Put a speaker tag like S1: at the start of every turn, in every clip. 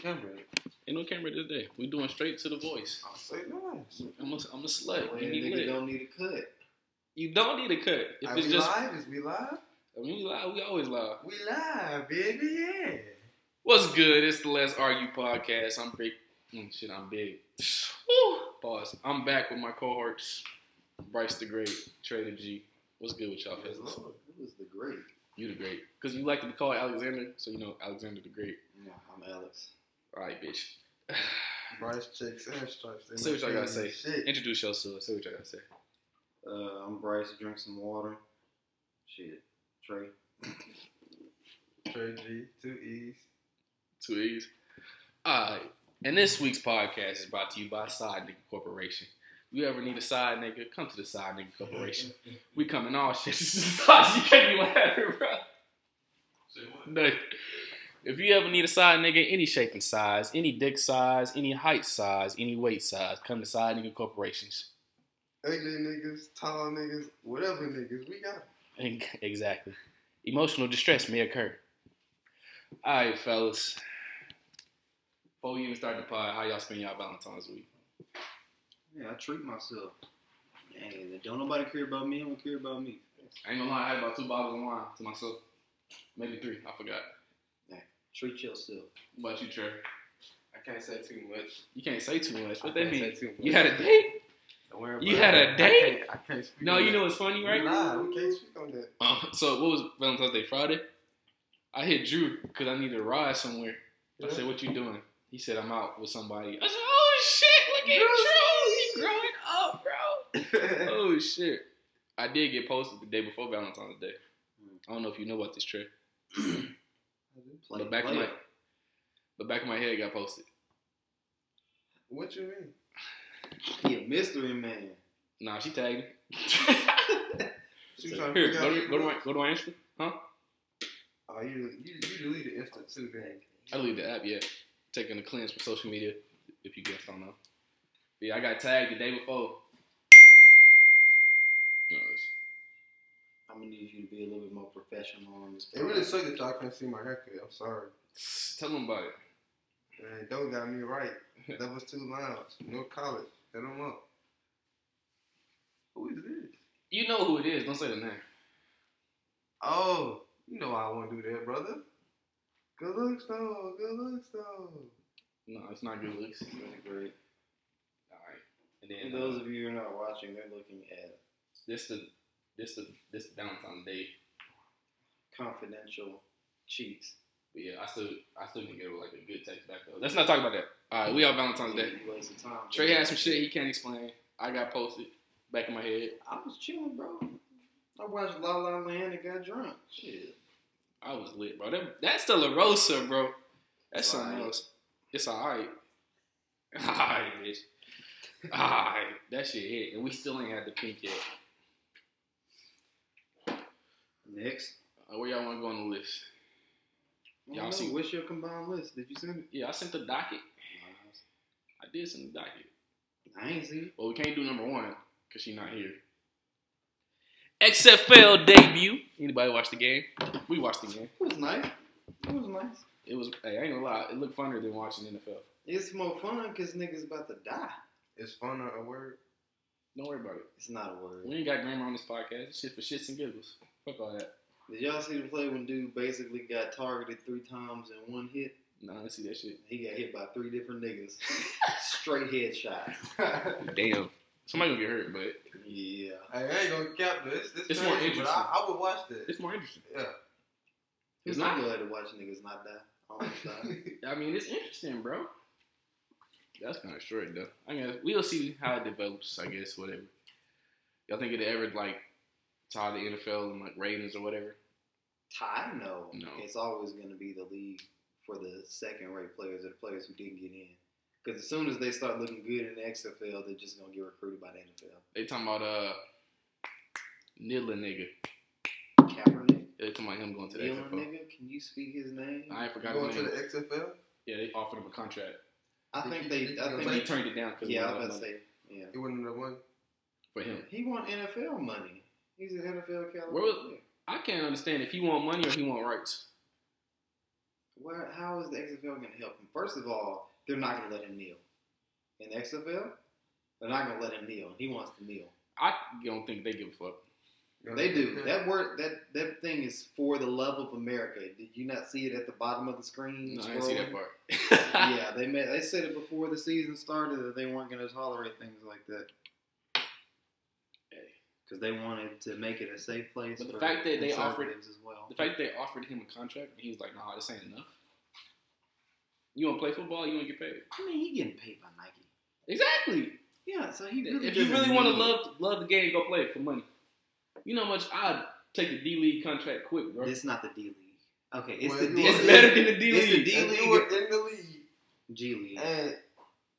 S1: camera.
S2: Ain't no camera today. We doing straight to the voice.
S1: I'll say nice.
S2: I'm a, I'm a slut.
S1: Well,
S2: You need
S1: nigga
S2: lit.
S1: don't need a cut.
S2: You don't need a cut. If
S1: Are
S2: it's
S1: we
S2: just,
S1: live? Is we live?
S2: I mean, we live. We always live.
S1: We live, baby. Yeah.
S2: What's good? It's the Let's Argue podcast. I'm big. Mm, shit, I'm big. Woo. Pause. I'm back with my cohorts, Bryce the Great, Trader G. What's good with y'all?
S1: Yes,
S2: fellas?
S1: Lord. Who is the great?
S2: You the great, cause you like to be called Alexander, so you know Alexander the Great.
S1: No, I'm Alex.
S2: All right, bitch.
S1: Bryce checks and stripes. They
S2: Say what
S1: not
S2: y'all gotta
S1: saying Shit.
S2: Introduce yourself. Say what y'all gotta say.
S3: Uh, I'm Bryce. Drink some water. Shit, Trey.
S1: Trey G, two E's.
S2: Two E's. All right. And this week's podcast is brought to you by Side Nigga Corporation. You ever need a side nigga, come to the Side Nigga Corporation. we come in all shapes. you can't be laughing, bro. No. If you ever need a side nigga, any shape and size, any dick size, any height size, any weight size, come to Side Nigga Corporations.
S1: Ugly niggas, tall niggas, whatever niggas, we got. 'em.
S2: Eng- Exactly. Emotional distress may occur. All right, fellas. Before we even start the pod, how y'all spend y'all Valentine's week?
S3: Yeah, I treat myself. Dang, don't nobody care about me. I don't care about me.
S2: I ain't gonna lie, I had about two bottles of wine to myself. Maybe three, I forgot.
S3: Treat yourself.
S2: What about you, Trey?
S4: I can't say too much.
S2: You can't say too much. What
S4: I
S2: that
S4: can't say
S2: mean?
S4: too much.
S2: You had a date?
S4: Don't worry
S2: You
S4: about
S2: had
S4: it.
S2: a date?
S1: I can't, I can't speak
S2: No,
S1: on
S2: you
S1: that.
S2: know what's funny, right?
S1: Nah, we can't speak on that.
S2: Uh, so what was Valentine's Day Friday? I hit Drew because I needed a ride somewhere. I said, "What you doing?" He said, "I'm out with somebody." I said, "Oh shit! Look at Drew. He growing up, bro." oh shit! I did get posted the day before Valentine's Day.
S1: Mm.
S2: I don't know if you know about this trip,
S3: Play,
S2: but back of
S3: play.
S2: my but back of my head got posted.
S1: What you mean?
S3: He a mystery man.
S2: Nah, she tagged me.
S1: She was trying to
S2: Here,
S1: figure out
S2: go to,
S1: who
S2: go to
S1: it
S2: my
S1: was.
S2: go to my Instagram, huh?
S1: Oh, you you you deleted instant too, then.
S2: I leave the app, yeah. Taking a cleanse from social media, if you guys don't know. But yeah, I got tagged the day before. No, it's-
S3: I'm gonna need you to be a little bit more professional on this.
S1: It really sucked that y'all couldn't see my haircut. I'm sorry.
S2: Tell them about it.
S1: Man, those got me right. That was two lines. No college. Hit them up. Who is this?
S2: You know who it is. Don't say the name.
S1: Oh, you know I won't do that, brother. Good looks though. Good looks though.
S2: No, it's not good looks. All
S3: Really great.
S2: right.
S3: And
S2: And then
S3: those
S2: uh,
S3: of you who are not watching, they're looking at
S2: this the this the this the Valentine's Day.
S3: confidential cheeks.
S2: But yeah, I still I still can get like a good text back though. Let's not talk about that. All right, we on Valentine's Day.
S3: You wasted time.
S2: Trey had some shit he can't explain. I got posted back in my head.
S3: I was chilling, bro. I watched La La Land and got drunk. Shit.
S2: I was lit, bro. That, that's De La Rosa, bro. That's
S3: It's
S2: something
S3: alright.
S2: else. It's all right. All right, bitch. All right. That shit hit. And we still ain't had the pink yet.
S3: Next.
S2: Uh, where y'all want to go on the list? Y'all
S3: Y'all
S2: see-
S3: see? What's your combined list? Did you send it?
S2: Yeah, I sent the docket. I did send the docket.
S3: I ain't see. it.
S2: Well, we can't do number one because she not here. XFL debut. Anybody watch the game? We watched the game.
S3: It was nice. It was nice.
S2: It was, hey, I ain't gonna lie, it looked funner than watching NFL.
S3: It's more fun because niggas about to die.
S1: It's fun or a word.
S2: Don't worry about it.
S3: It's not a word.
S2: We ain't got grammar on this podcast. It's shit for shits and giggles. Fuck all that.
S3: Did y'all see the play when dude basically got targeted three times in one hit?
S2: Nah, I didn't see that shit.
S3: He got hit by three different niggas. Straight headshots.
S2: Damn. Somebody gonna get hurt, but
S3: Yeah.
S1: Hey, I ain't gonna cap this. This
S2: It's more
S1: crazy, but I, I would watch this.
S2: it's more interesting.
S1: Yeah.
S2: It's
S3: It's
S2: not-
S3: not glad to watch niggas not die. Almost die.
S2: I mean, it's interesting, bro. That's kind of short, though. I guess we'll see how it develops. I guess whatever. Y'all think it'll ever like tie the NFL and like ratings or whatever?
S3: Tie? No.
S2: No.
S3: It's always going to be the league for the second rate players or the players who didn't get in. Because as soon as they start looking good in the XFL, they're just going to get recruited by the
S2: They talking about uh, Nidla nigga.
S3: NFL. Kaepernick?
S2: They talking about him going to the
S3: Kneeling
S2: NFL.
S3: nigga? Can you speak his name?
S2: I ain't forgot
S1: Going
S2: his
S1: to the
S2: name.
S1: XFL.
S2: Yeah, they offered him a contract,
S3: I
S1: Did
S3: think
S1: you-
S3: they.
S1: did
S3: I
S1: you
S2: but
S3: think
S1: play?
S2: he
S3: they,
S2: turned it down because
S3: yeah, I was about to say. Yeah.
S1: It wasn't the one.
S2: for him.
S3: He want NFL money. He's an NFL caliber.
S2: Where was-
S3: player.
S2: I can't understand if he want money or he want rights.
S3: where, how is the XFL going to help him? First of all, they're not going to let him kneel. In the XFL, they're not going to let him kneel. He wants to kneel.
S2: I don't think they give a fuck.
S3: They
S2: Mm-hmm.
S3: do. That word, that that thing is for the love of America. Did you not see it at the bottom of the screen?
S2: No, I didn't see that
S3: scrolling?
S2: part.
S3: yeah, they made, they said it before the season started that they weren't going to tolerate things like that. Because they wanted to make it a safe place.
S2: But the
S3: for
S2: fact that they offered-
S3: conservatives as well.
S2: The fact they offered him a contract and he was like, "Nah, this ain't enough. You want to play football? You want to get paid?
S3: I mean, he getting paid by Nike.
S2: Exactly.
S3: Yeah, so he really
S2: If you
S3: doesn't
S2: really want to
S3: need it.
S2: love love the game, go play it for money. You know how much I'd take the D League contract quick, bro.
S3: It's not the D League. Okay, it's
S1: Well,
S3: the
S1: you
S3: D
S1: want-
S2: It's
S3: League.
S2: better than the D
S3: It's the
S2: League.
S3: D
S1: If
S3: League.
S1: you were in the league,
S3: G League.
S1: and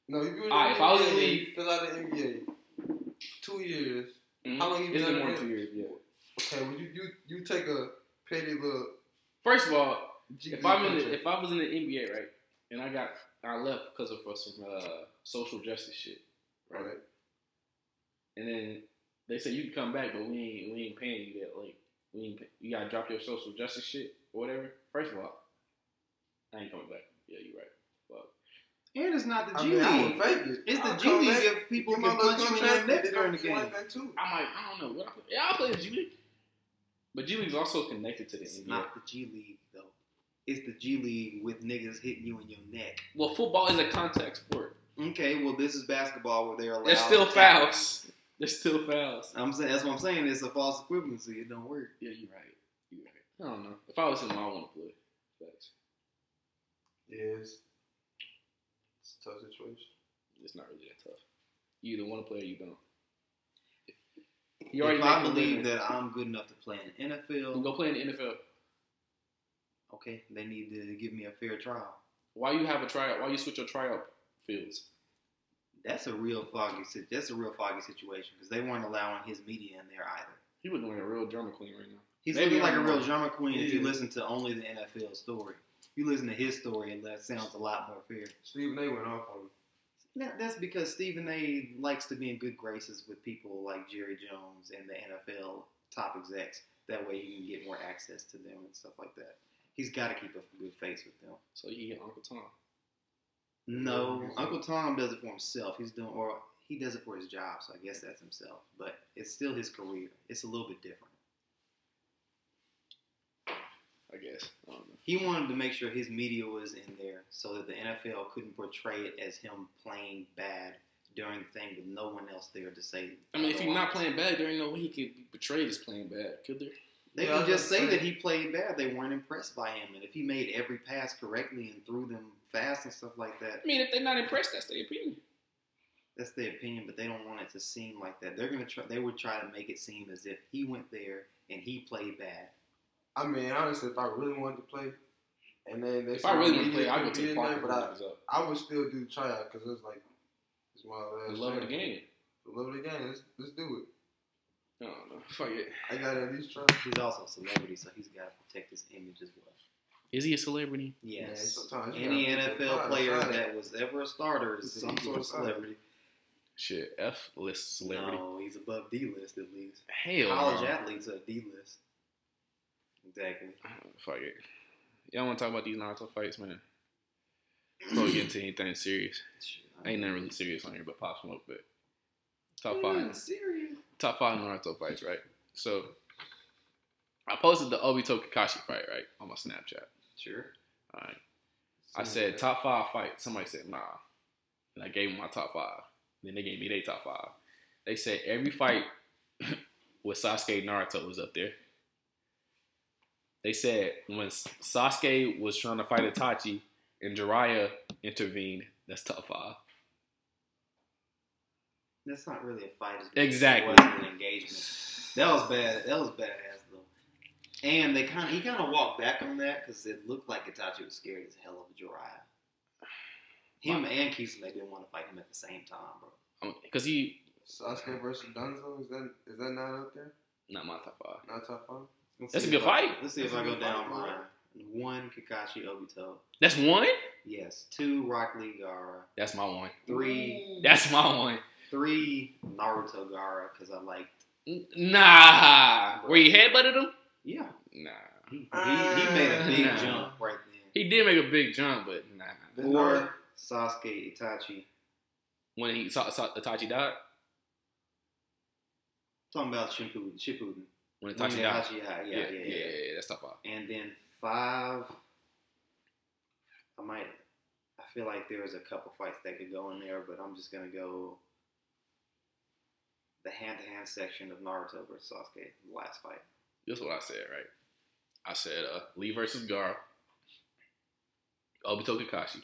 S1: no, if you were in the
S2: Alright, if I was in the
S1: NBA,
S2: league-
S1: you fill out the NBA, two years.
S2: Mhm.
S1: How long you been
S2: It's been
S1: under
S2: more than
S1: it?
S2: two years. Yeah.
S1: Okay, well you you you take a petty little.
S2: First of all,
S1: G
S2: if
S1: League
S2: I'm in
S1: contract.
S2: the, if I was in the NBA, right, and I got I left because of some uh, social justice shit, right?
S1: Right.
S2: And then they say you can come back, but we ain't we ain't paying you that. Like we ain't pay, you gotta drop your social justice shit or whatever. First of all, I ain't coming back. Yeah, you right. Fuck.
S3: And it's not the
S1: I
S3: G
S1: mean, I
S3: League.
S1: would fake it.
S3: It's the
S1: I'd
S3: G
S1: come
S3: League
S1: back,
S3: if people
S1: get
S3: can
S1: my little
S3: punch you in your
S1: contract,
S3: neck
S1: and
S3: during the
S1: it's like
S3: game.
S1: that too.
S2: I might I don't know what I play. Yeah, I play the G League, but G League's also connected to the
S3: It's
S2: NBA.
S3: not the G League though. It's the G League with niggas hitting you in your neck.
S2: Well, football is a contact sport.
S3: Okay, well this is basketball where they're allowed.
S2: There's still
S3: to tackle
S2: fouls. There's still fouls.
S3: you. I'm saying that's what I'm saying. It's a false equivalency. It don't work.
S2: Yeah, you're right. You're right. I don't know. If I was him, I want to play. Facts.
S1: Yes. It's a tough situation.
S2: It's not really that tough. You either want to play or you don't. You already
S3: if I
S2: making a
S3: believe
S2: living.
S3: that I'm good enough to play in the
S2: Then
S3: NFL,
S2: go play in the NFL.
S3: okay, they need to give me a fair trial.
S2: Why you have a tryout? Why you switch your tryout fields?
S3: That's a real foggy. sit- That's a real foggy situation because they weren't allowing his media in there either.
S2: He would look like a real drama queen right now.
S3: He's
S2: Maybe
S3: looking like a
S2: I'm
S3: real
S2: wrong.
S3: drama queen if you
S1: Yeah.
S3: listen to only the NFL story. You listen to his story, and that sounds a lot more fair.
S1: Stephen A went off on him.
S3: Now, that's because Stephen A. likes to be in good graces with people like Jerry Jones and the NFL top execs. That way, he can get more access to them and stuff like that. He's got to keep a good face with them.
S2: So you get Uncle Tom.
S3: No,
S1: Mhm.
S3: Uncle Tom does it for himself. He's doing, or he does it for his job. So I guess that's himself. But it's still his career. It's a little bit different.
S2: I guess. I don't know.
S3: He wanted to make sure his media was in there so that the NFL couldn't portray it as him playing bad during the thing with no one else there to say.
S2: I mean, if he's not
S3: otherwise.
S2: playing bad, there ain't no way he could be betrayed as playing bad, could there?
S3: they
S1: Yeah, I
S3: can
S1: was
S3: just
S1: gonna
S3: say
S1: say.
S3: that he played bad. They weren't impressed by him, and if he made every pass correctly and threw them fast and stuff like that,
S2: I mean, if they're not impressed, that's their opinion.
S3: that's their opinion. But they don't want it to seem like that. They're gonna try. They would try to make it seem as if he went there and he played bad.
S1: I mean, honestly, if I really wanted to play, and then they
S2: If I really want to
S1: said
S2: play, I go
S1: media
S2: to the
S1: in
S2: park.
S1: there,
S2: and
S1: but
S2: look
S1: I,
S2: this up.
S1: I would still do tryout because it's like it's my
S2: I
S1: last.
S2: love of the
S1: chance.
S2: game.
S1: The love of the game. Let's, let's do
S2: I don't know. Fuck it.
S1: it. I got to at least try.
S3: He's also a celebrity, so he's got to protect his image as well.
S2: Is he a celebrity?
S1: Man,
S3: Yes.
S1: sometimes you
S3: Any
S1: gotta put the
S3: NFL
S1: pride
S3: player
S1: aside.
S3: that was ever a starter is
S1: Some
S3: some
S1: sort
S3: sort
S1: of
S3: of celebrity.
S2: Shit, F list celebrity.
S3: No, he's above D list at least.
S2: Hell
S3: College
S2: no.
S3: athletes are D list. Exactly.
S2: Fuck it. Y'all want to talk about these Naruto fights, man? Before we get into anything serious, ain't nothing really serious on here but Pop Smoke, but top five,
S3: Hmm, Serious.
S2: top five Naruto fights, right? So I posted the Obito Kakashi fight, right, on my Snapchat.
S3: Sure.
S2: All right, I said top five fight. Somebody said nah, and I gave them my top five. Then they gave me their top five. They said every fight with Sasuke and Naruto was up there. They said when Sasuke was trying to fight Itachi and Jiraiya intervened, that's top five.
S3: That's not really a fight. it's
S2: Exactly.
S3: It wasn't an engagement. That was bad. That was badass though. And they kind of he kind of walked back on that because it looked like Itachi was scared as hell of Jiraiya. Him and Kisame didn't want to fight him at the same time, bro.
S2: Because he,
S1: Sasuke versus Dunzo. Is that is that not up there?
S2: not my top five.
S1: Not top five.
S3: Let's
S2: That's
S3: see
S2: a good
S3: if I-
S2: fight.
S3: Let's see
S1: That's
S3: if
S1: a
S3: I go
S1: good fight.
S3: down mine. One Kakashi Obito.
S2: That's one?
S3: Yes. Two Rock Lee Gara.
S2: That's my one.
S3: Three.
S2: That's my one.
S3: Three Naruto Gara because I liked.
S2: N- Nah. Where you headbutted him?
S3: Yeah.
S2: Nah.
S3: He, he, he made a big
S2: Nah.
S3: jump right then.
S2: He did make a big jump, but nah.
S3: Or Sasuke Itachi.
S2: When he saw, saw Itachi died,
S3: Talking about Shippuden. Shippuden.
S2: when
S3: I
S2: Itachi
S3: mean,
S2: died,
S3: Itachi, yeah,
S2: yeah,
S3: yeah, yeah, yeah.
S2: that's top five.
S3: And then five, I might. I feel like there was a couple fights that could go in there, but I'm just gonna go the hand-to-hand section of Naruto versus Sasuke, the last fight.
S2: That's what I said, right? I said uh, Lee versus Gar, Obito Kakashi,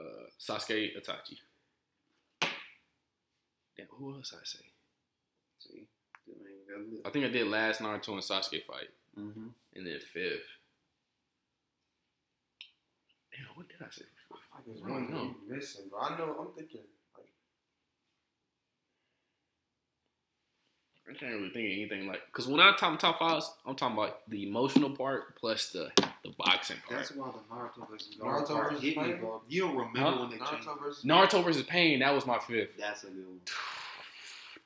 S2: uh, Sasuke Itachi. Damn, who else I say?
S3: See,
S2: I think I did last Naruto and Sasuke fight,
S3: mm-hmm.
S2: and then fifth. Damn, what did I say?
S4: Like there's
S2: I don't
S4: one
S2: know.
S4: you missing, bro. I know. I'm thinking like
S2: I can't really think of anything like because when I talk top fives, I'm talking about the emotional part plus the the boxing part.
S3: That's why the Naruto versus
S4: Naruto
S3: Naruto part
S4: versus
S3: hit me,
S4: Pain?
S3: bro. You don't remember
S2: Huh?
S3: when they changed.
S4: Naruto versus
S2: Naruto versus Pain, that was my fifth.
S3: That's a good one.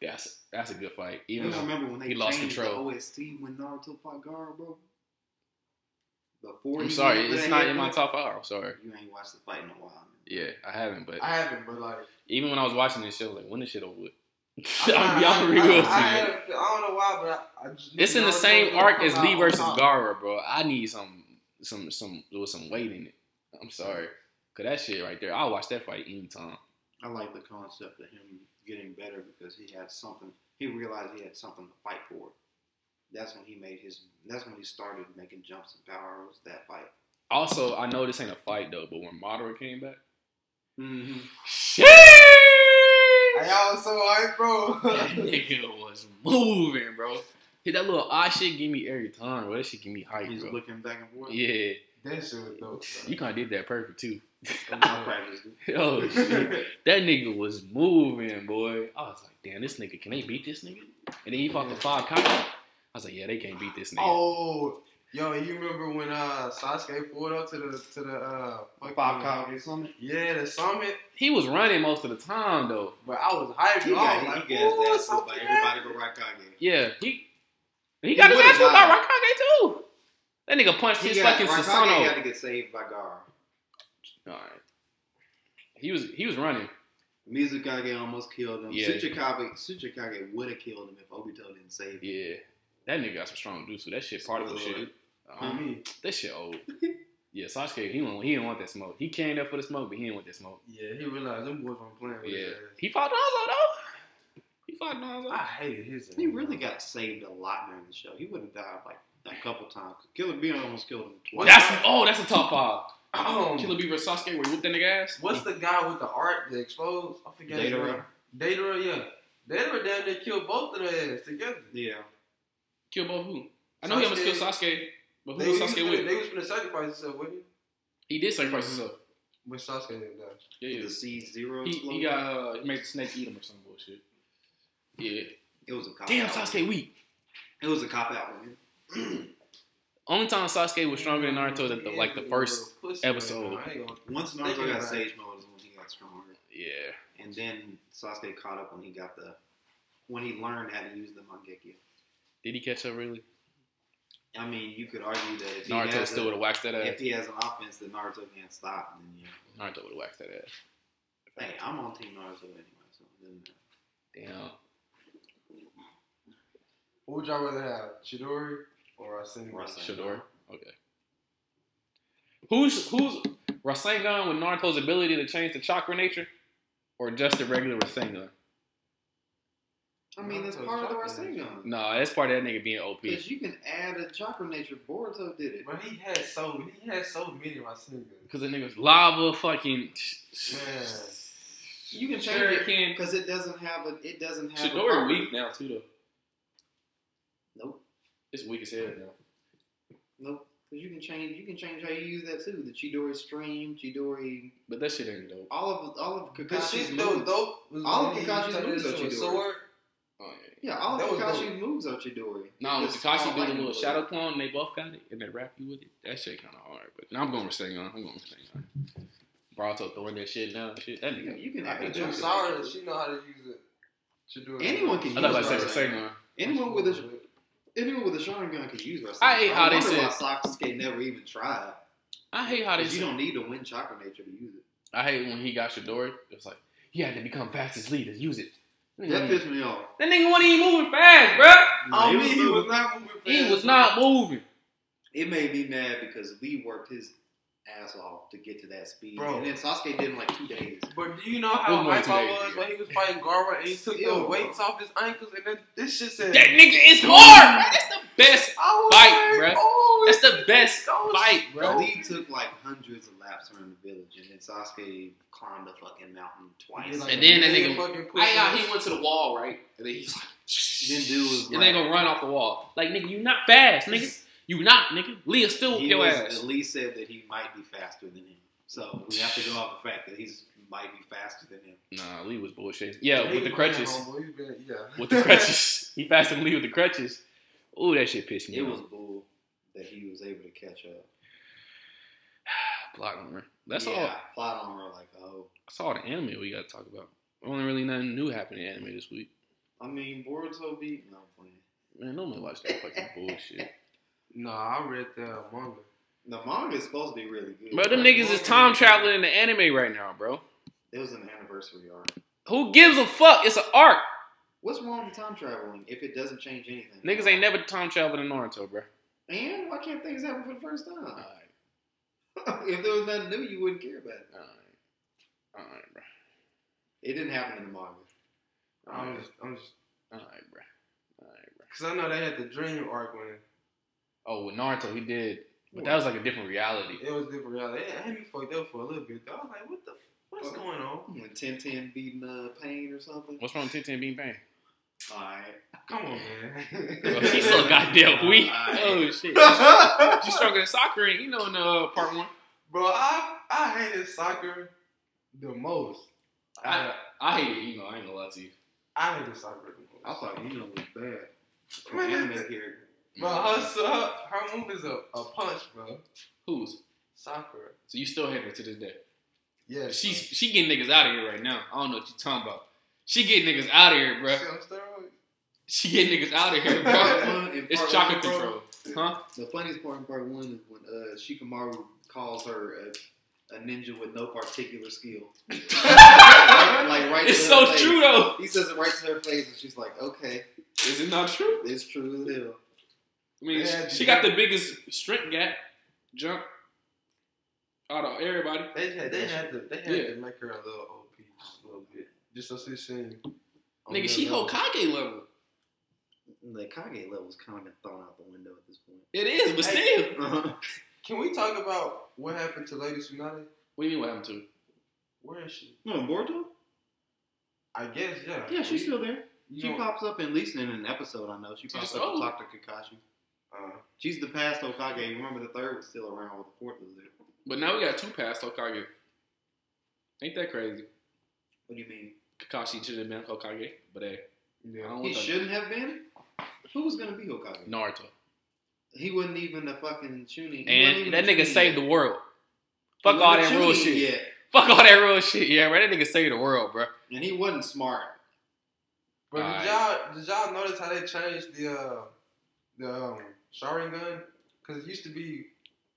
S2: That's that's a good fight.
S3: You
S2: Even
S3: don't
S2: though
S3: remember when they
S2: he lost
S3: changed
S2: control.
S3: the OST when Naruto fought Gaara, bro? Before
S2: I'm
S3: you
S2: sorry,
S3: remember
S2: it's
S3: that
S2: not in
S3: happened?
S2: my top five. I'm sorry.
S3: You ain't watched the fight in a while.
S2: Yeah, I haven't. But
S4: I haven't, but like
S2: even when I was watching this shit, I was like, when this shit over with.
S4: I,
S2: I'm y'all
S4: I,
S2: real
S4: I, had
S2: it.
S4: a feel- I don't know why, but I, I just
S2: It's in the
S4: Naruto
S2: same
S4: was
S2: arc
S4: gonna
S2: as
S4: come
S2: Lee
S4: out
S2: versus
S4: on top.
S2: Gara, bro. I need some some some with some weight in it. I'm sorry, cause that shit right there, I'll watch that fight anytime.
S3: I like the concept of him getting better because he had something. He realized he had something to fight for. That's when he made his. That's when he started making jumps and power ups. That fight.
S2: Also, I know this ain't a fight though, but when Madara came back,
S3: Mm-hmm.
S2: shit,
S4: Hey, y'all was so hype,
S2: that
S4: bro.
S2: nigga was moving, bro. Hit that little eye shit, give me every time, bro. That shit give me hype,
S3: He's
S2: bro.
S3: looking back and forth.
S2: Yeah,
S4: that shit was dope.
S2: you kind of did that perfect too.
S3: And I practiced it.
S2: Oh shit.
S4: Bro.
S2: That nigga was moving, boy. I was like, damn, this nigga, can they beat this nigga? And then he fought the five cops. I was like, yeah, they can't beat this nigga.
S4: oh, yo, you remember when uh Sasuke pulled up to the to the uh fucking-
S3: Five Kage Summit.
S4: Yeah, the summit.
S2: He was running most of the time though.
S4: But I was hyped.
S3: He
S4: bro. I
S3: got
S4: was like,
S3: he got
S4: "Ooh,
S3: his ass whooped by
S4: Sasuke."
S3: everybody but Raikage.
S2: Yeah, he he
S3: He
S2: got his
S3: would've
S2: ass whooped by
S3: died.
S2: Rakage too. That nigga punched his fucking Susano.
S3: Raikage had to get saved by Gar.
S2: All right. He was he was running.
S3: Mizukage almost killed him.
S2: Yeah.
S3: Tsuchikage, Tsuchikage would have killed him if Obito didn't save him.
S2: Yeah. That nigga got some strong jutsu. That shit particle shit.
S4: I
S2: Um,
S4: mean,
S2: that shit old. Yeah, Sasuke, he don't, he didn't want that smoke. He came there for the smoke, but he didn't want that smoke.
S4: yeah, he realized them boys weren't playing with
S2: Yeah.
S4: his
S2: He fought Donzo though. He fought Donzo.
S4: ass. I hated his ass.
S3: He really got saved a lot during the show. He would have died like a couple times. Killer Bee almost killed him twice.
S2: That's oh, that's a top five.
S4: Um,
S2: Killer Bee vs Sasuke, where he whooped that nigga ass.
S4: What's the guy with the art that exposed? I forget his
S3: Deidara.
S4: name. Deidara, yeah. Deidara damn near killed both of their ass together.
S3: yeah.
S2: kill both who? I know he almost killed Sasuke, but who
S4: They
S2: was
S4: was,
S2: Sasuke
S4: finna,
S2: with?
S4: they was finna sacrifice himself, wouldn't he?
S2: He did sacrifice himself.
S4: But Sasuke didn't die.
S2: Yeah, yeah.
S3: The seed zero.
S2: He, he got uh, he made the snake eat him or some bullshit. Yeah.
S3: It was a cop
S2: Damn,
S3: out.
S2: Sasuke weak.
S3: It was a cop out. man.
S2: Only time Sasuke was stronger than Naruto that the, like the first.
S4: Pussy right
S2: episode.
S4: now, I ain't gonna-
S3: Once Naruto got Sage Mode is when he got stronger,
S2: Yeah.
S3: and then Sasuke caught up when he got the when he learned how to use the Mangekyo.
S2: Did he catch up really?
S3: I mean, you could argue that if he
S2: Naruto
S3: has
S2: still would
S3: a,
S2: have waxed that ass.
S3: if he has an offense that Naruto can't stop, then yeah.
S2: Naruto would have waxed that ass.
S3: Hey, I'm on Team Naruto anyway, so it doesn't matter.
S2: Damn.
S4: What would y'all rather have? Chidori or Rasengan?
S3: Rasengan.
S2: Shador. Okay. Who's who's Rasengan with Naruto's ability to change the chakra nature, or just the regular Rasengan?
S3: I mean, that's
S4: Naruto's
S3: part of the
S4: chakra nature.
S3: Rasengan.
S2: No, that's part of that nigga being OP.
S3: Because you can add a chakra nature. Boruto did it.
S4: But he had so he had so many Rasengan.
S2: Because the nigga's lava fucking.
S4: Man.
S3: You can change
S2: Sure
S3: it
S2: can.
S3: because it doesn't have a. It doesn't have. a
S2: Shador
S3: proper-
S2: weak now too though.
S3: Nope.
S2: It's weak as hell now.
S3: Nope. Because you can change. You can change how you use that too. The Chidori stream, Chidori,
S2: But that shit ain't dope.
S3: all of all of
S4: Cause
S3: Kakashi's
S4: she's dope.
S3: moves.
S4: dope was
S3: All of
S4: when he used
S3: Kakashi's
S4: that
S3: moves
S4: bitch
S3: are
S4: to a
S3: Chidori.
S4: sword.
S2: Oh, yeah.
S3: Yeah, all of
S4: That was
S3: Kakashi's moves are Chidori.
S2: No, when
S3: Just
S2: Takashi did
S3: all
S2: a
S3: lightning
S2: little
S3: bolts.
S2: shadow clone, and they both got it, and they wrap you with it. That shit kind of hard. But now I'm going Rasengan. I'm going Rasengan. Boruto throwing that shit down. Shit, that
S3: You,
S2: nigga.
S3: you can
S2: I
S3: add a
S2: hate
S4: I'm
S3: chakra.
S2: Chakra
S4: sorry
S3: nature.
S4: that she know how to use it. Chidori.
S3: Anyone can
S2: I
S3: use
S2: thought I said
S3: Rasengan.
S2: Rasengan.
S3: Anyone with a Anyone with a shotgun can use wrestling.
S2: I hate how they
S3: wonder why
S2: said-
S3: Sasuke never even tried.
S2: I hate how they.
S3: 'Cause you
S2: said-
S3: don't need to win chakra nature to use it.
S2: I hate when he got Shidori. It was like he had to become fastest leader. Use it. That
S3: That
S2: nigga,
S3: pissed me off.
S2: that nigga wasn't even moving fast, bruh.
S3: Like,
S4: I
S3: it
S4: mean, he
S3: little-
S4: was not moving fast.
S2: He was not moving.
S3: It made me mad because Lee worked his ass off to get to that speed,
S4: Bro.
S3: and then Sasuke did it in like two days.
S5: But do you know
S2: Who
S5: how
S2: wants
S5: hype I
S2: to make-
S5: was when he was fighting Gara and he took
S3: Still,
S5: the weights off his ankles and then this shit said
S2: That nigga is hard. bruh. That's the best
S5: I was
S2: fight,
S5: like,
S2: bruh.
S5: oh,
S2: That's the best
S5: Go
S2: fight, bro.
S3: Lee took like hundreds of laps around the village, and then Sasuke climbed the fucking mountain twice.
S4: And
S2: And then that
S5: Nigga
S2: nigga-
S5: fucking
S2: I hate how
S5: push-ups.
S2: he went to the wall, right? And then he's like,
S3: Then dude was
S2: and they
S3: like-
S2: gonna run off the wall. Like nigga, you not fast, nigga. You not, nigga. Leah still whoop
S3: He
S2: your
S3: was-
S2: ass.
S3: Lee said that he might be faster than him, so we have to go off the fact that he's might be faster than him.
S2: Nah, Lee was bullshit. Yeah,
S4: He
S2: with
S4: was
S2: the
S4: bad,
S2: crutches.
S4: homeboy. He bad, yeah.
S2: With the crutches. he faster than Lee with the crutches. Ooh, that shit pissed me.
S3: It
S2: off.
S3: was bull that he was able to catch up.
S2: plot armor. That's
S3: yeah,
S2: all.
S3: Plot armor, like oh,
S2: That's all the anime we gotta talk about. Only really nothing new happened in anime this week.
S3: I mean Boruto beat. No, I'm playing.
S2: Man, nobody watch that fucking bullshit.
S4: No, I read the manga.
S3: The manga is supposed to be really good.
S2: Bro, them niggas is time traveling in the anime right now, bro.
S3: It was an anniversary arc.
S2: Who gives a fuck? It's an arc.
S3: What's wrong with time traveling if it doesn't change anything?
S2: Niggas ain't never time traveled in Naruto, bro.
S3: And why can't things happen for the first time?
S2: Alright,
S3: if there was nothing new, you wouldn't care about it.
S2: alright, alright, bro.
S3: It didn't happen in the manga.
S4: I'm just, I'm just,
S2: Alright, bro. Alright, bro.
S4: cause I know they had the dream arc when
S2: Oh, with Naruto, he did, but that was like a different reality.
S4: it was different reality. It had me fucked up for a little bit. Though. I was like, what the, f- what's
S3: What?
S4: going on?
S3: When Ten Ten beating uh, Pain or something.
S2: What's wrong with Tintin being banned?
S3: All right.
S4: Come on, man.
S2: Bro, she's so goddamn weak. Oh shit. She's stronger than soccer, and you know in uh, part one.
S4: Bro, I, I hated soccer the most. I,
S2: I hate it, you know. I ain't gonna lie to you.
S4: I hated soccer the most.
S3: I thought you know was bad. For
S4: Man,
S3: anime
S4: that-
S3: character.
S4: Bro,
S2: Mm.
S4: her, su- her, her move is a, a punch, bro.
S2: Who's?
S4: Soccer.
S2: So you still hate her to this day?
S4: Yeah.
S2: She's she getting niggas out of here right now. I don't know what you talking about. She getting niggas out of here,
S4: bro.
S2: bruh.
S4: She on steroids.
S2: She getting niggas out of here,
S3: Part
S2: bro.
S3: one in
S2: It's
S3: part
S2: chocolate
S3: one, bro,
S2: control, huh?
S3: The funniest part in part one is when uh, Shikamaru calls her a, a ninja with no particular skill. like, like right
S2: It's
S3: to her
S2: so
S3: face.
S2: true though.
S3: He says it right to her face, and she's like, "Okay,
S2: Is it not true?
S3: it's true as hell."
S2: I mean,
S4: Yeah,
S2: she got the biggest strength gap, jump out of everybody.
S4: They had, they had to, they had
S2: Yeah.
S4: to make her a little OP just a little bit, just so she seemed. on
S2: Nigga,
S4: that
S2: she
S4: level.
S2: Hokage level.
S3: The Kage level's kind of been thrown out the window at this point.
S2: It is, but
S4: Hey.
S2: still.
S4: Can we talk about what happened to Lady Tsunade?
S2: What do you mean? What happened to? her?
S4: Where is she?
S3: No, Boruto?
S4: I guess yeah.
S3: Yeah, she's
S4: We-
S3: still there.
S4: you
S3: She
S4: don't-
S3: pops up at least in an episode. I know she pops
S2: just oh.
S3: up and
S2: old.
S3: talk to Kakashi.
S4: Uh,
S3: She's the past Hokage. Remember, the third was still around, while the fourth was there.
S2: But now we got two past Hokage. Ain't that crazy?
S3: What do you mean?
S2: Kakashi should have been Hokage, but hey, I
S4: yeah.
S2: don't
S3: He
S2: want to.
S3: shouldn't have been. Who was gonna be Hokage?
S2: Naruto.
S3: He wasn't even a fucking Chunin. He wasn't
S2: And
S3: even
S2: that
S3: a
S2: nigga
S3: Chunin
S2: saved
S3: yet.
S2: the world.
S3: He
S2: Fuck all that
S3: wasn't a
S2: real
S3: Chunin
S2: shit.
S3: yet.
S2: Fuck all that real shit. Yeah, right? That nigga saved the world, bro.
S3: And he wasn't smart.
S4: But
S2: Alright.
S4: did y'all did y'all notice how they changed the uh, the um, Sharingan? Because it used to be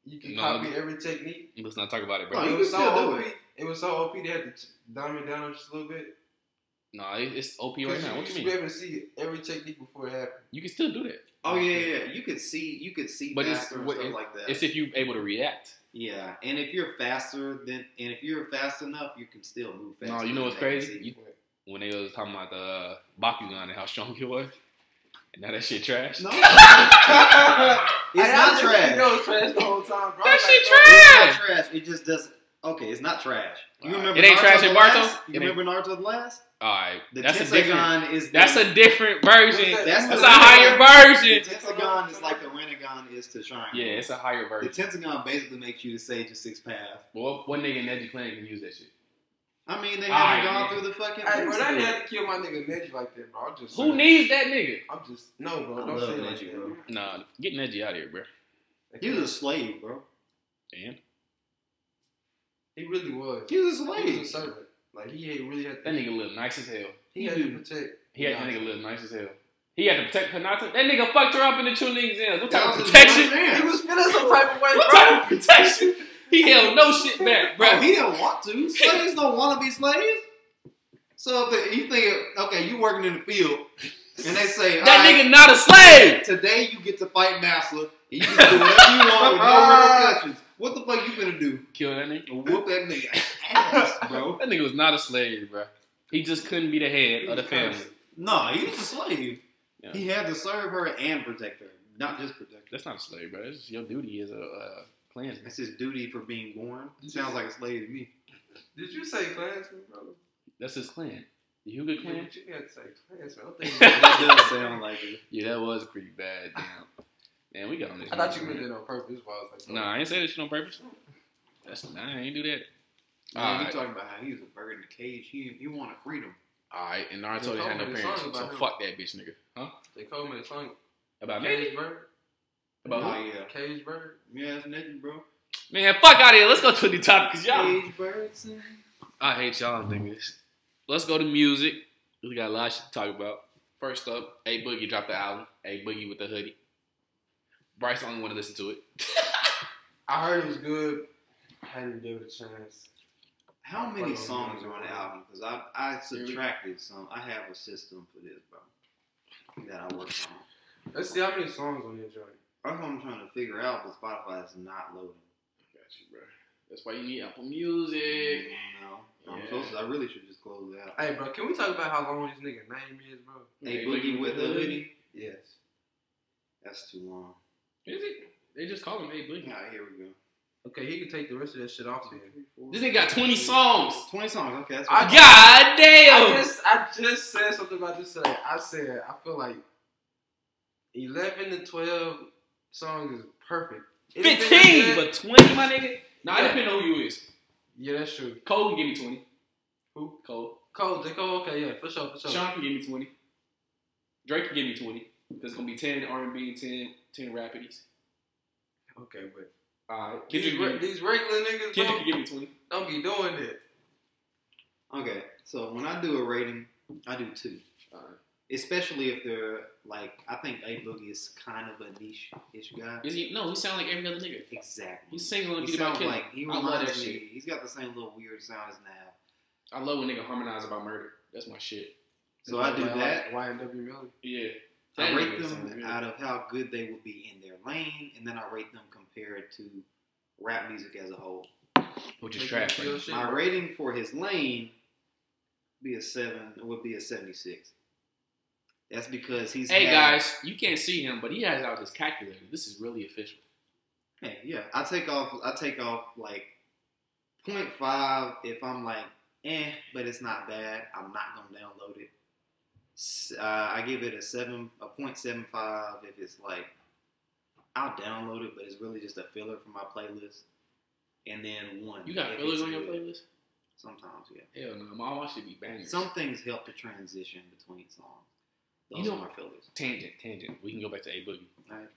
S4: you can
S2: No.
S4: copy every technique.
S2: Let's not talk about it,
S3: Oh,
S2: bro.
S3: you
S4: it was
S3: can
S4: so
S3: still do
S4: OP. It. was so OP they had to t- dumb it down just a little bit.
S2: Nah, it- it's OP right
S4: 'Cause
S2: now.
S4: you
S2: What
S4: used
S2: you
S4: to be
S2: mean?
S4: able to see every technique before it happened.
S2: You can still do that.
S3: Oh yeah, yeah. yeah. You could see, you could see
S2: But it's-
S3: faster and
S2: what-
S3: stuff like that.
S2: It's if you able to react.
S3: yeah, and if you're faster than, and if you're fast enough, you can still move faster.
S2: No, you know
S3: than
S2: what's
S3: they can
S2: crazy?
S3: see.
S2: You, when they was talking about the uh, Bakugan and how strong it was, and now that shit trash.
S3: No,
S4: And
S3: it's
S4: I
S3: not
S4: just
S3: trash.
S4: didn't know it was trash the whole time, bro. I
S2: That
S4: was like,
S2: shit trash!
S3: It's not trash. It just doesn't. Okay, it's not trash. You
S2: Alright.
S3: remember
S2: It ain't
S3: Naruto
S2: trash
S3: the
S2: in Barto?
S3: last?
S2: It
S3: You
S2: ain't-
S3: remember Naruto the last?
S2: All right,
S3: The
S2: that's a different.
S3: Tensagon is the,
S2: That's a different version.
S4: What's that?
S3: That's
S2: That's
S3: the-
S2: a higher
S3: the
S2: version.
S3: Tensagon is like the Renegon is to Shrine.
S2: Yeah, it's a higher
S3: the
S2: version.
S3: Tensagon basically makes you the Sage of Six Paths.
S2: But what, what nigga in Neji Clan can use that shit?
S3: I mean, they
S2: Alright,
S3: haven't gone
S2: man.
S3: through the fucking.
S4: Hey, bro,
S3: roots
S4: I
S3: of
S4: didn't
S3: it.
S4: have to kill my nigga Nedge like that, bro. I'm just
S2: Who
S4: saying.
S2: needs that nigga?
S4: I'm just no, bro.
S3: I
S4: Don't
S3: love
S4: say
S3: Nedge,
S4: Nedge,
S3: bro.
S4: bro.
S2: Nah, get Neji out of here, bro.
S3: He was a slave, bro.
S2: Damn.
S4: He really was.
S3: He was a
S4: He
S3: slave.
S4: was a servant. Like he had- really had
S2: That
S4: to.
S2: nigga live nice as hell.
S4: He had to protect.
S2: He had
S4: Nah.
S2: that nigga live nice as hell. He had to protect Hinata. That nigga fucked her up in the two leagues in. What
S1: That
S2: type of
S1: was a
S2: protection?
S1: grown man.
S4: He was feeling some type of way,
S2: What
S4: bro.
S2: type of protection? He held no shit back, bro.
S3: Bro, Oh, he didn't want to. Slaves don't want to be slaves. So if you think, okay, you working in the field, and they say,
S2: that
S3: "All right,
S2: nigga not a slave.
S3: Today you get to fight Masler. and You can do whatever you want with no repercussions. What the fuck you gonna do?
S2: Kill that nigga.
S3: Whoop that nigga ass, bro.
S2: That nigga was not a slave, bro. He just couldn't be the head of the family.
S3: No, he was a slave.
S2: Yeah.
S3: He had to serve her and protect her, not just protect her.
S2: That's not a slave, bro. That's just your duty as a uh, clansman.
S3: That's his duty for being born. Sounds like a slave to me.
S4: Did you say Klansman, bro?
S2: That's his clan. The Huga
S4: Yeah,
S2: clan.
S4: but you had to say Klansman. I'm thinking-
S3: That does sound like it.
S2: Yeah, that was pretty bad. Damn. Man, we got on this.
S4: I thought you meant it on purpose. Why I was like,
S2: Nah, I ain't say that shit on purpose. That's nah, I ain't do that.
S3: Man,
S2: Alright.
S3: you talking about how he was a bird in the cage. He he wanted freedom.
S2: All right, and Naruto
S4: They
S2: didn't
S4: told me
S2: have no
S4: the
S2: parents,
S4: song
S2: so
S4: about him.
S2: fuck that bitch, nigga. Huh?
S4: They called me a song.
S2: About me?
S4: Cage bird.
S2: About
S3: oh
S2: who?
S3: yeah,
S4: Cage bird.
S3: yeah, that's nothing, bro.
S2: Man, fuck out of here. Let's go to the topic, cause y'all.
S3: Cage birds. and-
S2: I hate y'all niggas. Let's go to music. We got a lot of shit to talk about. First up, A Boogie dropped the album. A Boogie with the hoodie. Bryce only want to listen to it.
S4: I heard it was good. I didn't give it a chance.
S3: How many
S4: Fucking
S3: songs
S4: music,
S3: are on the
S4: bro.
S3: album? Because I I
S2: we-
S3: subtracted some. I have a system for this, bro. That I work on.
S4: Let's see how many songs on your joint.
S3: That's what I'm trying to figure out. But Spotify is not loading.
S2: Got you, bro. That's why you need Apple Music.
S3: No, I'm
S2: Yeah.
S3: supposed to- I really should just close it out.
S4: Hey, bro, can we talk about how long this nigga name is, bro?
S3: Hey, boogie with the hoodie. Yes, that's too long.
S2: Is it? They just call him A Boogie.
S3: All right, here we go.
S4: Okay, he can take the rest of that shit off then.
S2: This nigga got 20 songs.
S3: Twenty songs. Okay, that's
S4: I
S3: fine.
S2: God
S4: I
S2: damn.
S4: just, I just said something about this today. I said I feel like eleven to twelve songs is perfect. Anything after
S2: 15,
S4: that-
S2: but 20, my nigga. Nah, it
S4: Yeah.
S2: depends on who you is.
S4: yeah, that's true.
S2: Cole can give me 20.
S4: Who?
S2: Cole.
S4: Cole, J. Cole, okay, yeah, for sure, for sure.
S2: Sean can give me 20. Drake can give me 20. Because it's going to be 10 R&B and 10, 10 rapidies.
S4: Okay, but
S2: All right.
S4: these, re-
S2: Kendrick, can give me-
S4: these regular niggas
S2: Kendrick can
S4: don't,
S2: give me 20.
S4: don't be doing that.
S3: Okay, so when I do a rating, I do two.
S2: Alright.
S3: Especially if they're like, I think A Boogie is kind of a niche-ish guy.
S2: Is he? No, he sound like every other nigga.
S3: Exactly.
S2: He sings on the
S3: He
S2: beat about
S3: sounds
S2: killing.
S3: like he
S2: I love that
S3: reminds
S2: shit.
S3: me. He's got the same little weird sound as Nav.
S2: I love when nigga harmonize about murder. That's my shit.
S3: So I do
S4: Like
S3: that.
S4: YNW Miller.
S2: Yeah.
S3: I
S2: That
S3: rate
S2: nigga
S3: them
S2: sound good.
S3: out of how good they would be in their lane, and then I rate them compared to rap music as a whole.
S4: Like,
S2: Which is trash.
S4: you
S2: bro.
S4: feel shit.
S3: My rating for his lane be a seven. Would be a seventy-six. That's because he's
S2: Hey,
S3: had-
S2: guys. You can't see him, but he has out his calculator. This is really official.
S3: Hey, yeah, I take off. I take off like 0.5 if I'm like, eh, but it's not bad. I'm not gonna download it. S- Uh, I give it a seven, a 0.75 if it's like, I'll download it, but it's really just a filler for my playlist. And then one.
S2: You got
S3: if
S2: fillers
S3: it's
S2: on your
S3: good.
S2: playlist?
S3: Sometimes, yeah.
S2: Hell no. My watch should be bangers.
S3: Some things help to transition between songs.
S2: You
S3: Those
S2: know-
S3: are my fillers.
S2: Tangent, tangent. We can go back to A Boogie.
S3: Alright.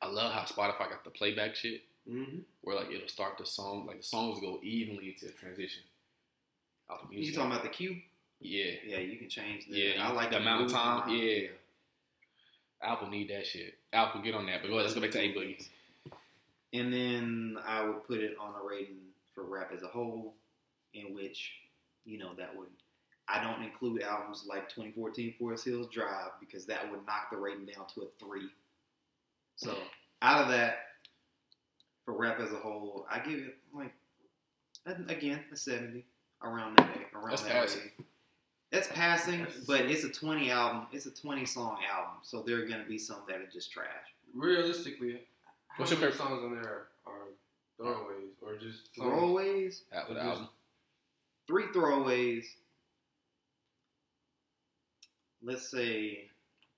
S2: I love how Spotify got the playback shit
S3: Mm-hmm.
S2: where like it'll start the song, like the songs go evenly into the transition. Out the
S3: You
S2: music.
S3: talking about the cue?
S2: yeah.
S3: Yeah, you can change. The,
S2: Yeah.
S3: I like
S2: the amount of
S3: move
S2: time.
S3: around.
S2: Yeah. Apple need that shit. Apple get on that. But go ahead, let's go back to A Boogie.
S3: And then I would put it on a rating for rap as a whole, in which, you know, that would. I don't include albums like 2014 Forest Hills Drive because that would knock the rating down to a three. So out of that, for rap as a whole, I give it like a- again a 70 around that around
S2: That's
S3: that
S2: passing.
S3: rating. That's passing,
S4: That's-
S3: but it's a 20 album. It's a 20 song album, so there are gonna be some that are just trash.
S4: Realistically, how
S2: What's your
S4: many
S2: favorite-
S4: songs on there are throwaways or just songs?
S3: Throwaways,
S2: Apple
S4: Just-
S2: album.
S3: three throwaways. Let's say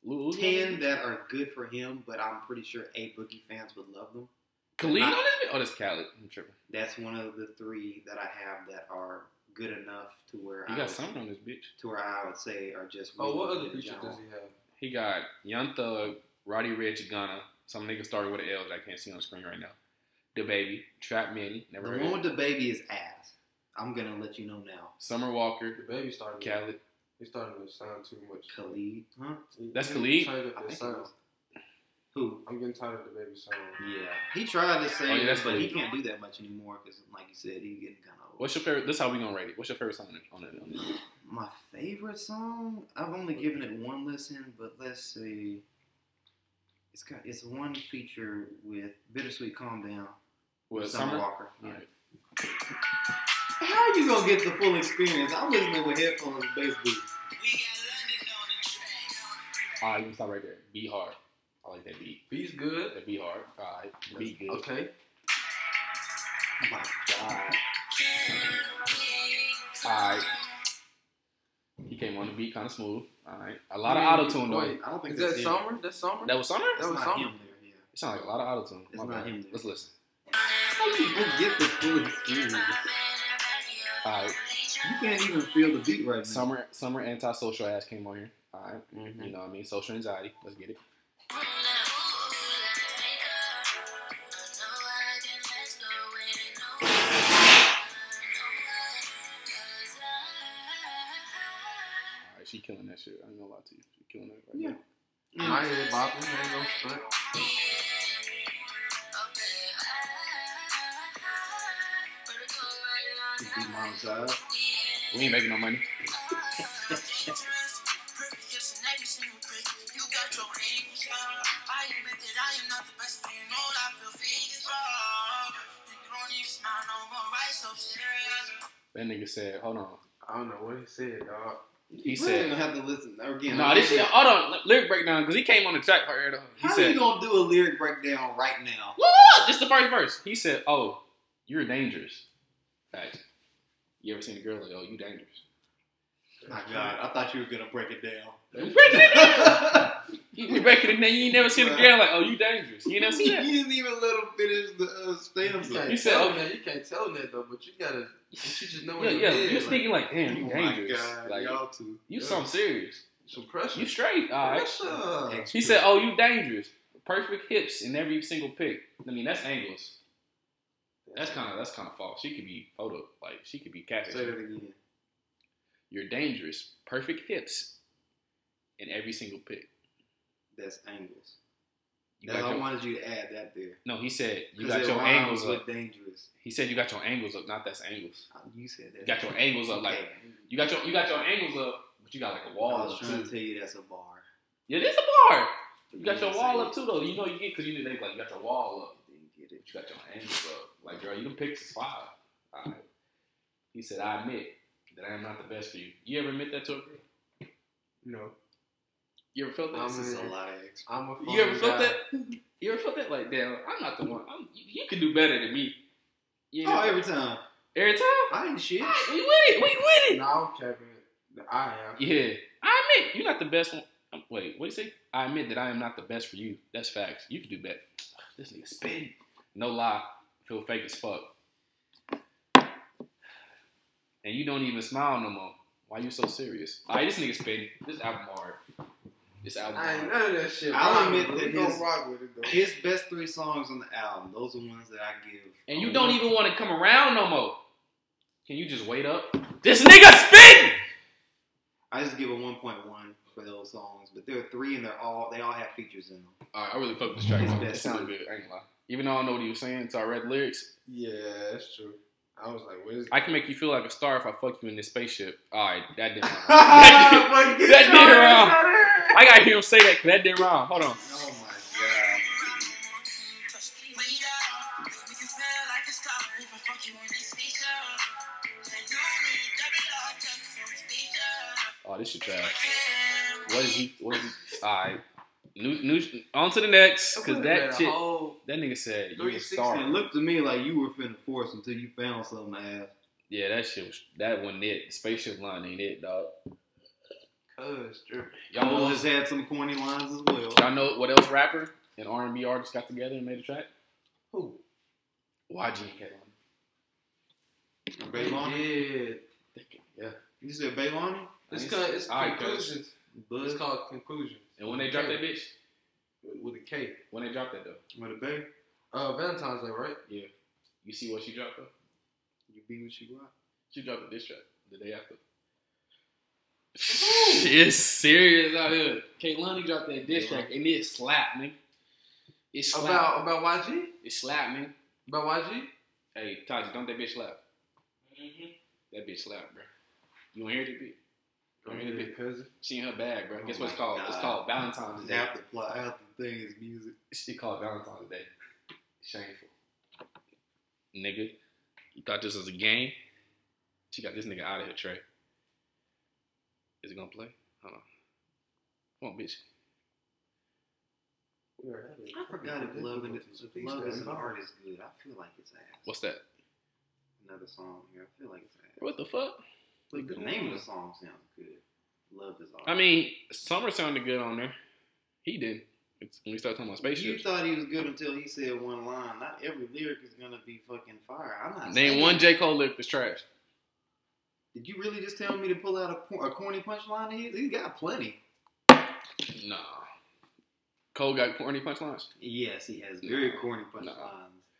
S2: Lil Uzi.
S3: ten that are good for him, but I'm pretty sure a Boogie fans would love them.
S2: Khalid on
S3: Not-
S2: this bit? Oh, that's Khaled. I'm tripping.
S3: That's one of the three that I have that are good enough to where
S2: He
S3: I
S2: got
S3: would,
S2: something on this bitch.
S3: to where I would say are just.
S4: Oh, what other
S3: really good in
S4: features
S3: general.
S4: does he have?
S2: He got Young Thug, Roddy Rich, Ghana. Some nigga started with an L that I can't see on the screen right now. The Baby, Trap Mini, never
S3: The
S2: heard
S3: one
S2: of it.
S3: with the baby is ass. I'm gonna let you know now.
S2: Summer Walker,
S4: The baby started.
S2: Khaled,
S4: He's starting to sound too much.
S3: Khalid, huh?
S4: He-
S2: That's
S4: I'm
S2: Khalid?
S4: Tired of
S3: I
S4: the
S3: think it
S4: sound.
S3: was- Who?
S4: I'm getting tired of the baby sound.
S3: Yeah, he tried to sing,
S2: Oh, yeah, that's
S3: but he
S2: Khalid.
S3: can't do that much anymore because, like you said, he getting kind of.
S2: What's your favorite? This is how we gonna rate it. What's your favorite song on it? On it, on it?
S3: My favorite song? I've only given it one listen, but let's see. It's got it's one feature with Bittersweet Calm Down.
S2: What,
S3: Summer
S2: Summer?
S3: Walker. Yeah.
S2: Alright.
S3: How are you gonna get the full experience? I'm listening with headphones and bass beat.
S2: All right, Ah, you can stop right there. Be hard. I like that beat.
S4: He's good.
S2: That beat hard. All right, beat good.
S4: Okay.
S3: Oh my god.
S2: All right. He came on the beat kind of smooth. All right, a lot of auto tune though.
S4: Wait,
S3: I don't think
S4: is
S3: that's
S4: that
S3: him.
S4: Summer? That's Summer?
S2: That was Summer.
S3: That's
S4: was
S3: not
S4: something.
S3: him there, yeah.
S2: It sounded like a lot of auto tune.
S3: It's not him there.
S2: Let's listen.
S3: How you gonna get the full experience?
S2: All right,
S3: You can't even feel the beat right now.
S2: Summer. Summer antisocial ass came on here. All right. You
S4: Mm-hmm.
S3: Mhm.
S2: know what I mean? Social anxiety. Let's get it. All right, she killing that shit. I ain't gonna lie to you. She killing that right
S3: Yeah.
S2: now.
S4: My head bopping. ain't no front.
S3: This beat monetized.
S2: We ain't making no money. That nigga said, hold on.
S4: I don't know what he said, dog.
S2: He
S3: You
S2: said-
S3: really gonna have to listen again.
S2: Nah,
S3: I'm
S2: this shit.
S3: listening.
S2: Hold on. li- Lyric breakdown because he came on the track right though. He
S3: How
S2: said,
S3: you gonna do a lyric breakdown right now?
S2: Look, just the first verse. He said, "Oh, you're dangerous." Facts. You ever seen a girl like, "Oh, you dangerous"?
S3: My God, I thought you were gonna break it down.
S2: You breaking it down. You breaking it down. You ain't never seen a girl like, "Oh, you dangerous." You ain't never
S3: you
S2: seen that.
S3: didn't even let him finish the uh,
S4: You
S3: stanza.
S4: can't
S2: He said,
S4: tell
S2: oh.
S4: that. You can't tell that though. But you gotta. You just know.
S2: Yeah,
S4: in
S2: yeah.
S4: your head,
S2: You're
S4: like,
S2: thinking like, "Damn, you
S3: oh my
S2: dangerous."
S3: God,
S2: Like,
S3: y'all two.
S2: you something serious.
S4: some pressure.
S2: You straight. All right.
S4: pressure.
S2: He said, "Oh, you dangerous." Perfect hips in every single pic. I mean, that's angles. "Oh, That's kind of that's kind of false. She could be photo like she could be
S3: Say that
S2: catfishing.
S3: again.
S2: You're dangerous. Perfect hips in every single pic.
S3: That's angles.
S2: You
S3: That's
S2: got
S3: I
S2: your-
S3: wanted you to add that there.
S2: No, he said you
S3: 'Cause
S2: got
S3: it
S2: your
S3: rhymes
S2: angles
S3: with
S2: up.
S3: dangerous.
S2: He said you got your angles up, not that's angles.
S3: Uh, You said that.
S2: You got your angles up, like
S3: Okay.
S2: you got your you got your angles up, but you got like a
S3: I
S2: wall
S3: was
S2: up
S3: trying to
S2: too.
S3: tell you that's a bar.
S2: Yeah, this a bar. You got your
S3: didn't
S2: wall
S3: say
S2: up too, though. You know you get because you did like you got your wall up,
S3: it. You didn't get it.
S2: but you got your angles up. Like girl, you can pick this five. All right. He said, I admit that I am not the best for you. You ever admit that to a girl?
S4: No,
S2: You ever felt that?
S4: I'm
S3: This is a
S4: mean,
S3: lot of extra.
S4: I'm a.
S2: you ever
S4: phone
S2: felt
S4: guy.
S2: that? You ever felt that? Like damn, I'm not the one. I'm, you, you can do better than me. You
S3: Oh,
S2: know?
S3: every time.
S2: every time.
S3: I ain't shit.
S2: All right, we win it. We win it.
S4: No, Kevin. I have.
S2: Yeah. I admit you're not the best one. um, Wait, what do you say? I admit that I am not the best for you. That's facts. You can do better. This nigga spin. No lie. Feel fake as fuck. And you don't even smile no more. Why you so serious? Alright, this nigga spin. This album hard. This album
S4: I ain't
S2: hard.
S4: none of that shit.
S3: I'll
S4: rock
S3: admit
S4: with it.
S3: that
S4: We gonna
S3: his-
S4: rock with it though.
S3: His best three songs on the album. Those are ones that I give.
S2: And
S3: a
S2: you don't
S3: one.
S2: even want to come around no more. Can you just wait up? This nigga spin!
S3: I just give a one point one for those songs, but there are three and they're all they all have features in them.
S2: Alright, I really fuck with this track.
S3: His
S2: man. It
S3: best
S2: sounded good. I ain't gonna lie. Even though I don't know what he was saying, so I read lyrics.
S4: Yeah, that's true. I was like, what is?
S2: I can make you feel like a star if I fuck you in this spaceship. All right, that didn't. rhyme.
S4: that
S2: did wrong. I gotta hear him say that 'cause that didn't rhyme. Hold on.
S3: Oh my god.
S2: Oh, this shit trash. What is he? What is he? All right, new, new, on to the next because that shit. That nigga said you a
S4: 360
S2: star.
S3: Oh It looked to me like you were finna force until you found something to have.
S2: Yeah, that shit. Was, that wasn't it. The spaceship line ain't it, dog.
S4: Cuz, drip.
S2: Y'all know,
S3: Cole just had some corny lines as well.
S2: y'all know what else rapper and R and B artist got together and made a track?
S4: Who?
S2: YG and K-Line.
S3: Baylon?
S4: Yeah.
S3: You said Baylon?
S4: It's called it's
S2: All right, cuz.
S4: conclusions. It's
S3: Buzz
S4: called conclusions.
S2: And when they dropped that bitch,
S4: With, with a K.
S2: when they dropped that though,
S3: with a bay.
S4: Uh, Valentine's Day, right?
S2: you see what she dropped though?
S3: You be what you want.
S2: She dropped a diss track the day after. it's serious out here. Kaylani dropped that diss track and it slapped me. It slapped.
S4: About about YG?
S2: it slapped me.
S4: About YG?
S2: Hey, Taji, don't that bitch slap?
S3: Mm-hmm.
S2: That bitch slap, bro. You want to hear that bitch? You wanna hear that bitch?
S4: cousin.
S2: She in her bag, bro. Guess
S3: Oh
S2: what it's
S3: my
S2: called? It's
S3: God.
S2: called Valentine's Day.
S3: Half the plot, half the thing is music.
S2: She called Valentine's Day. Shameful. Nigga, you thought this was a game? She got this nigga out of here, Trey. Is it gonna play? Hold on. Come on, bitch.
S3: I forgot if love, and love is an artist good. I feel like it's ass.
S2: What's that?
S3: Another song here. I feel like it's ass.
S2: What the fuck?
S3: Look, the name of the song sounds good. Love is all.
S2: I mean, Summer sounded good on there. He didn't. It's when we start talking about
S3: you
S2: spaceships.
S3: thought he was good until he said one line. Not every lyric is gonna be fucking fire. I'm not.
S2: Name
S3: saying-
S2: one J. Cole lyric that's trash.
S3: Did you really just tell me to pull out a, por- a corny punchline? He he got plenty.
S2: Nah. Cole got corny punchlines.
S3: Yes, he has very
S2: No.
S3: corny punchlines.
S2: No.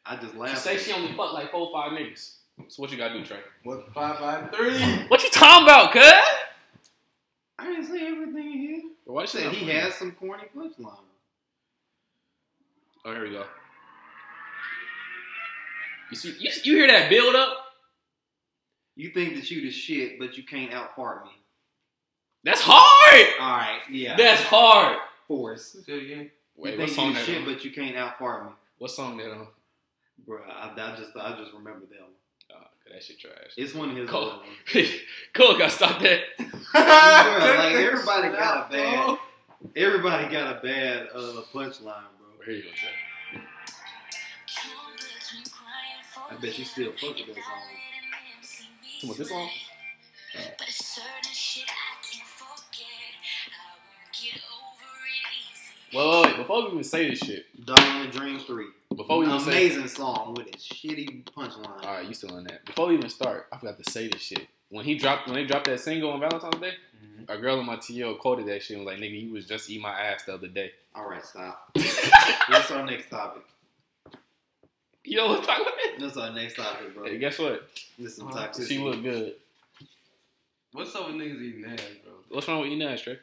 S3: I just
S2: She
S3: laughed.
S2: say
S3: at
S2: she
S3: it.
S2: only fucked like four, five niggas. So what you gotta do, Trey?
S4: What five five three?
S2: What you talking about, cuz?
S3: I didn't say everything in here.
S2: Why
S3: I said he has some corny punchlines.
S2: Oh, here we go. You see, you, you hear that build up?
S3: You think that you the shit, but you can't out fart me.
S2: That's hard.
S3: All right, yeah.
S2: That's hard.
S3: force.
S4: Say it again.
S2: Wait,
S3: you
S2: what
S3: think you
S2: song
S3: the
S2: that?
S3: shit,
S2: On?
S3: but you can't out fart me,
S2: What song that on?
S3: Bruh, I, I just I just remember that one.
S2: Oh, that shit trash.
S3: It's one of his
S2: Cool.
S3: old ones.
S2: Cole got stopped at.
S3: Bruh, like everybody got a bad, everybody got a bad uh, punchline, bro.
S2: Here you go, Trey.
S6: I bet you still fuck with that song.
S2: Come on, this song?
S6: But it's certain shit I can't forget. I won't get over it easy.
S2: Whoa, wait, wait, before we even say this shit,
S3: Dying in Dream Three,
S2: before we even say,
S3: amazing song with a shitty punchline.
S2: all right, you still on that? Before we even start, I forgot to say this shit. When he dropped, when they dropped that single on Valentine's Day,
S3: Mm-hmm.
S2: a girl in my TL quoted that shit and was like, "Nigga, you was just eat my ass the other day."
S3: All right, stop. That's our next topic.
S2: You know what I'm talking about?
S3: That's our next topic, bro.
S2: Hey, uh, guess what?
S3: This is some
S4: Oh,
S3: toxicity.
S2: She looked good.
S4: What's up with niggas eating ass, bro?
S2: What's wrong with you now, Trey?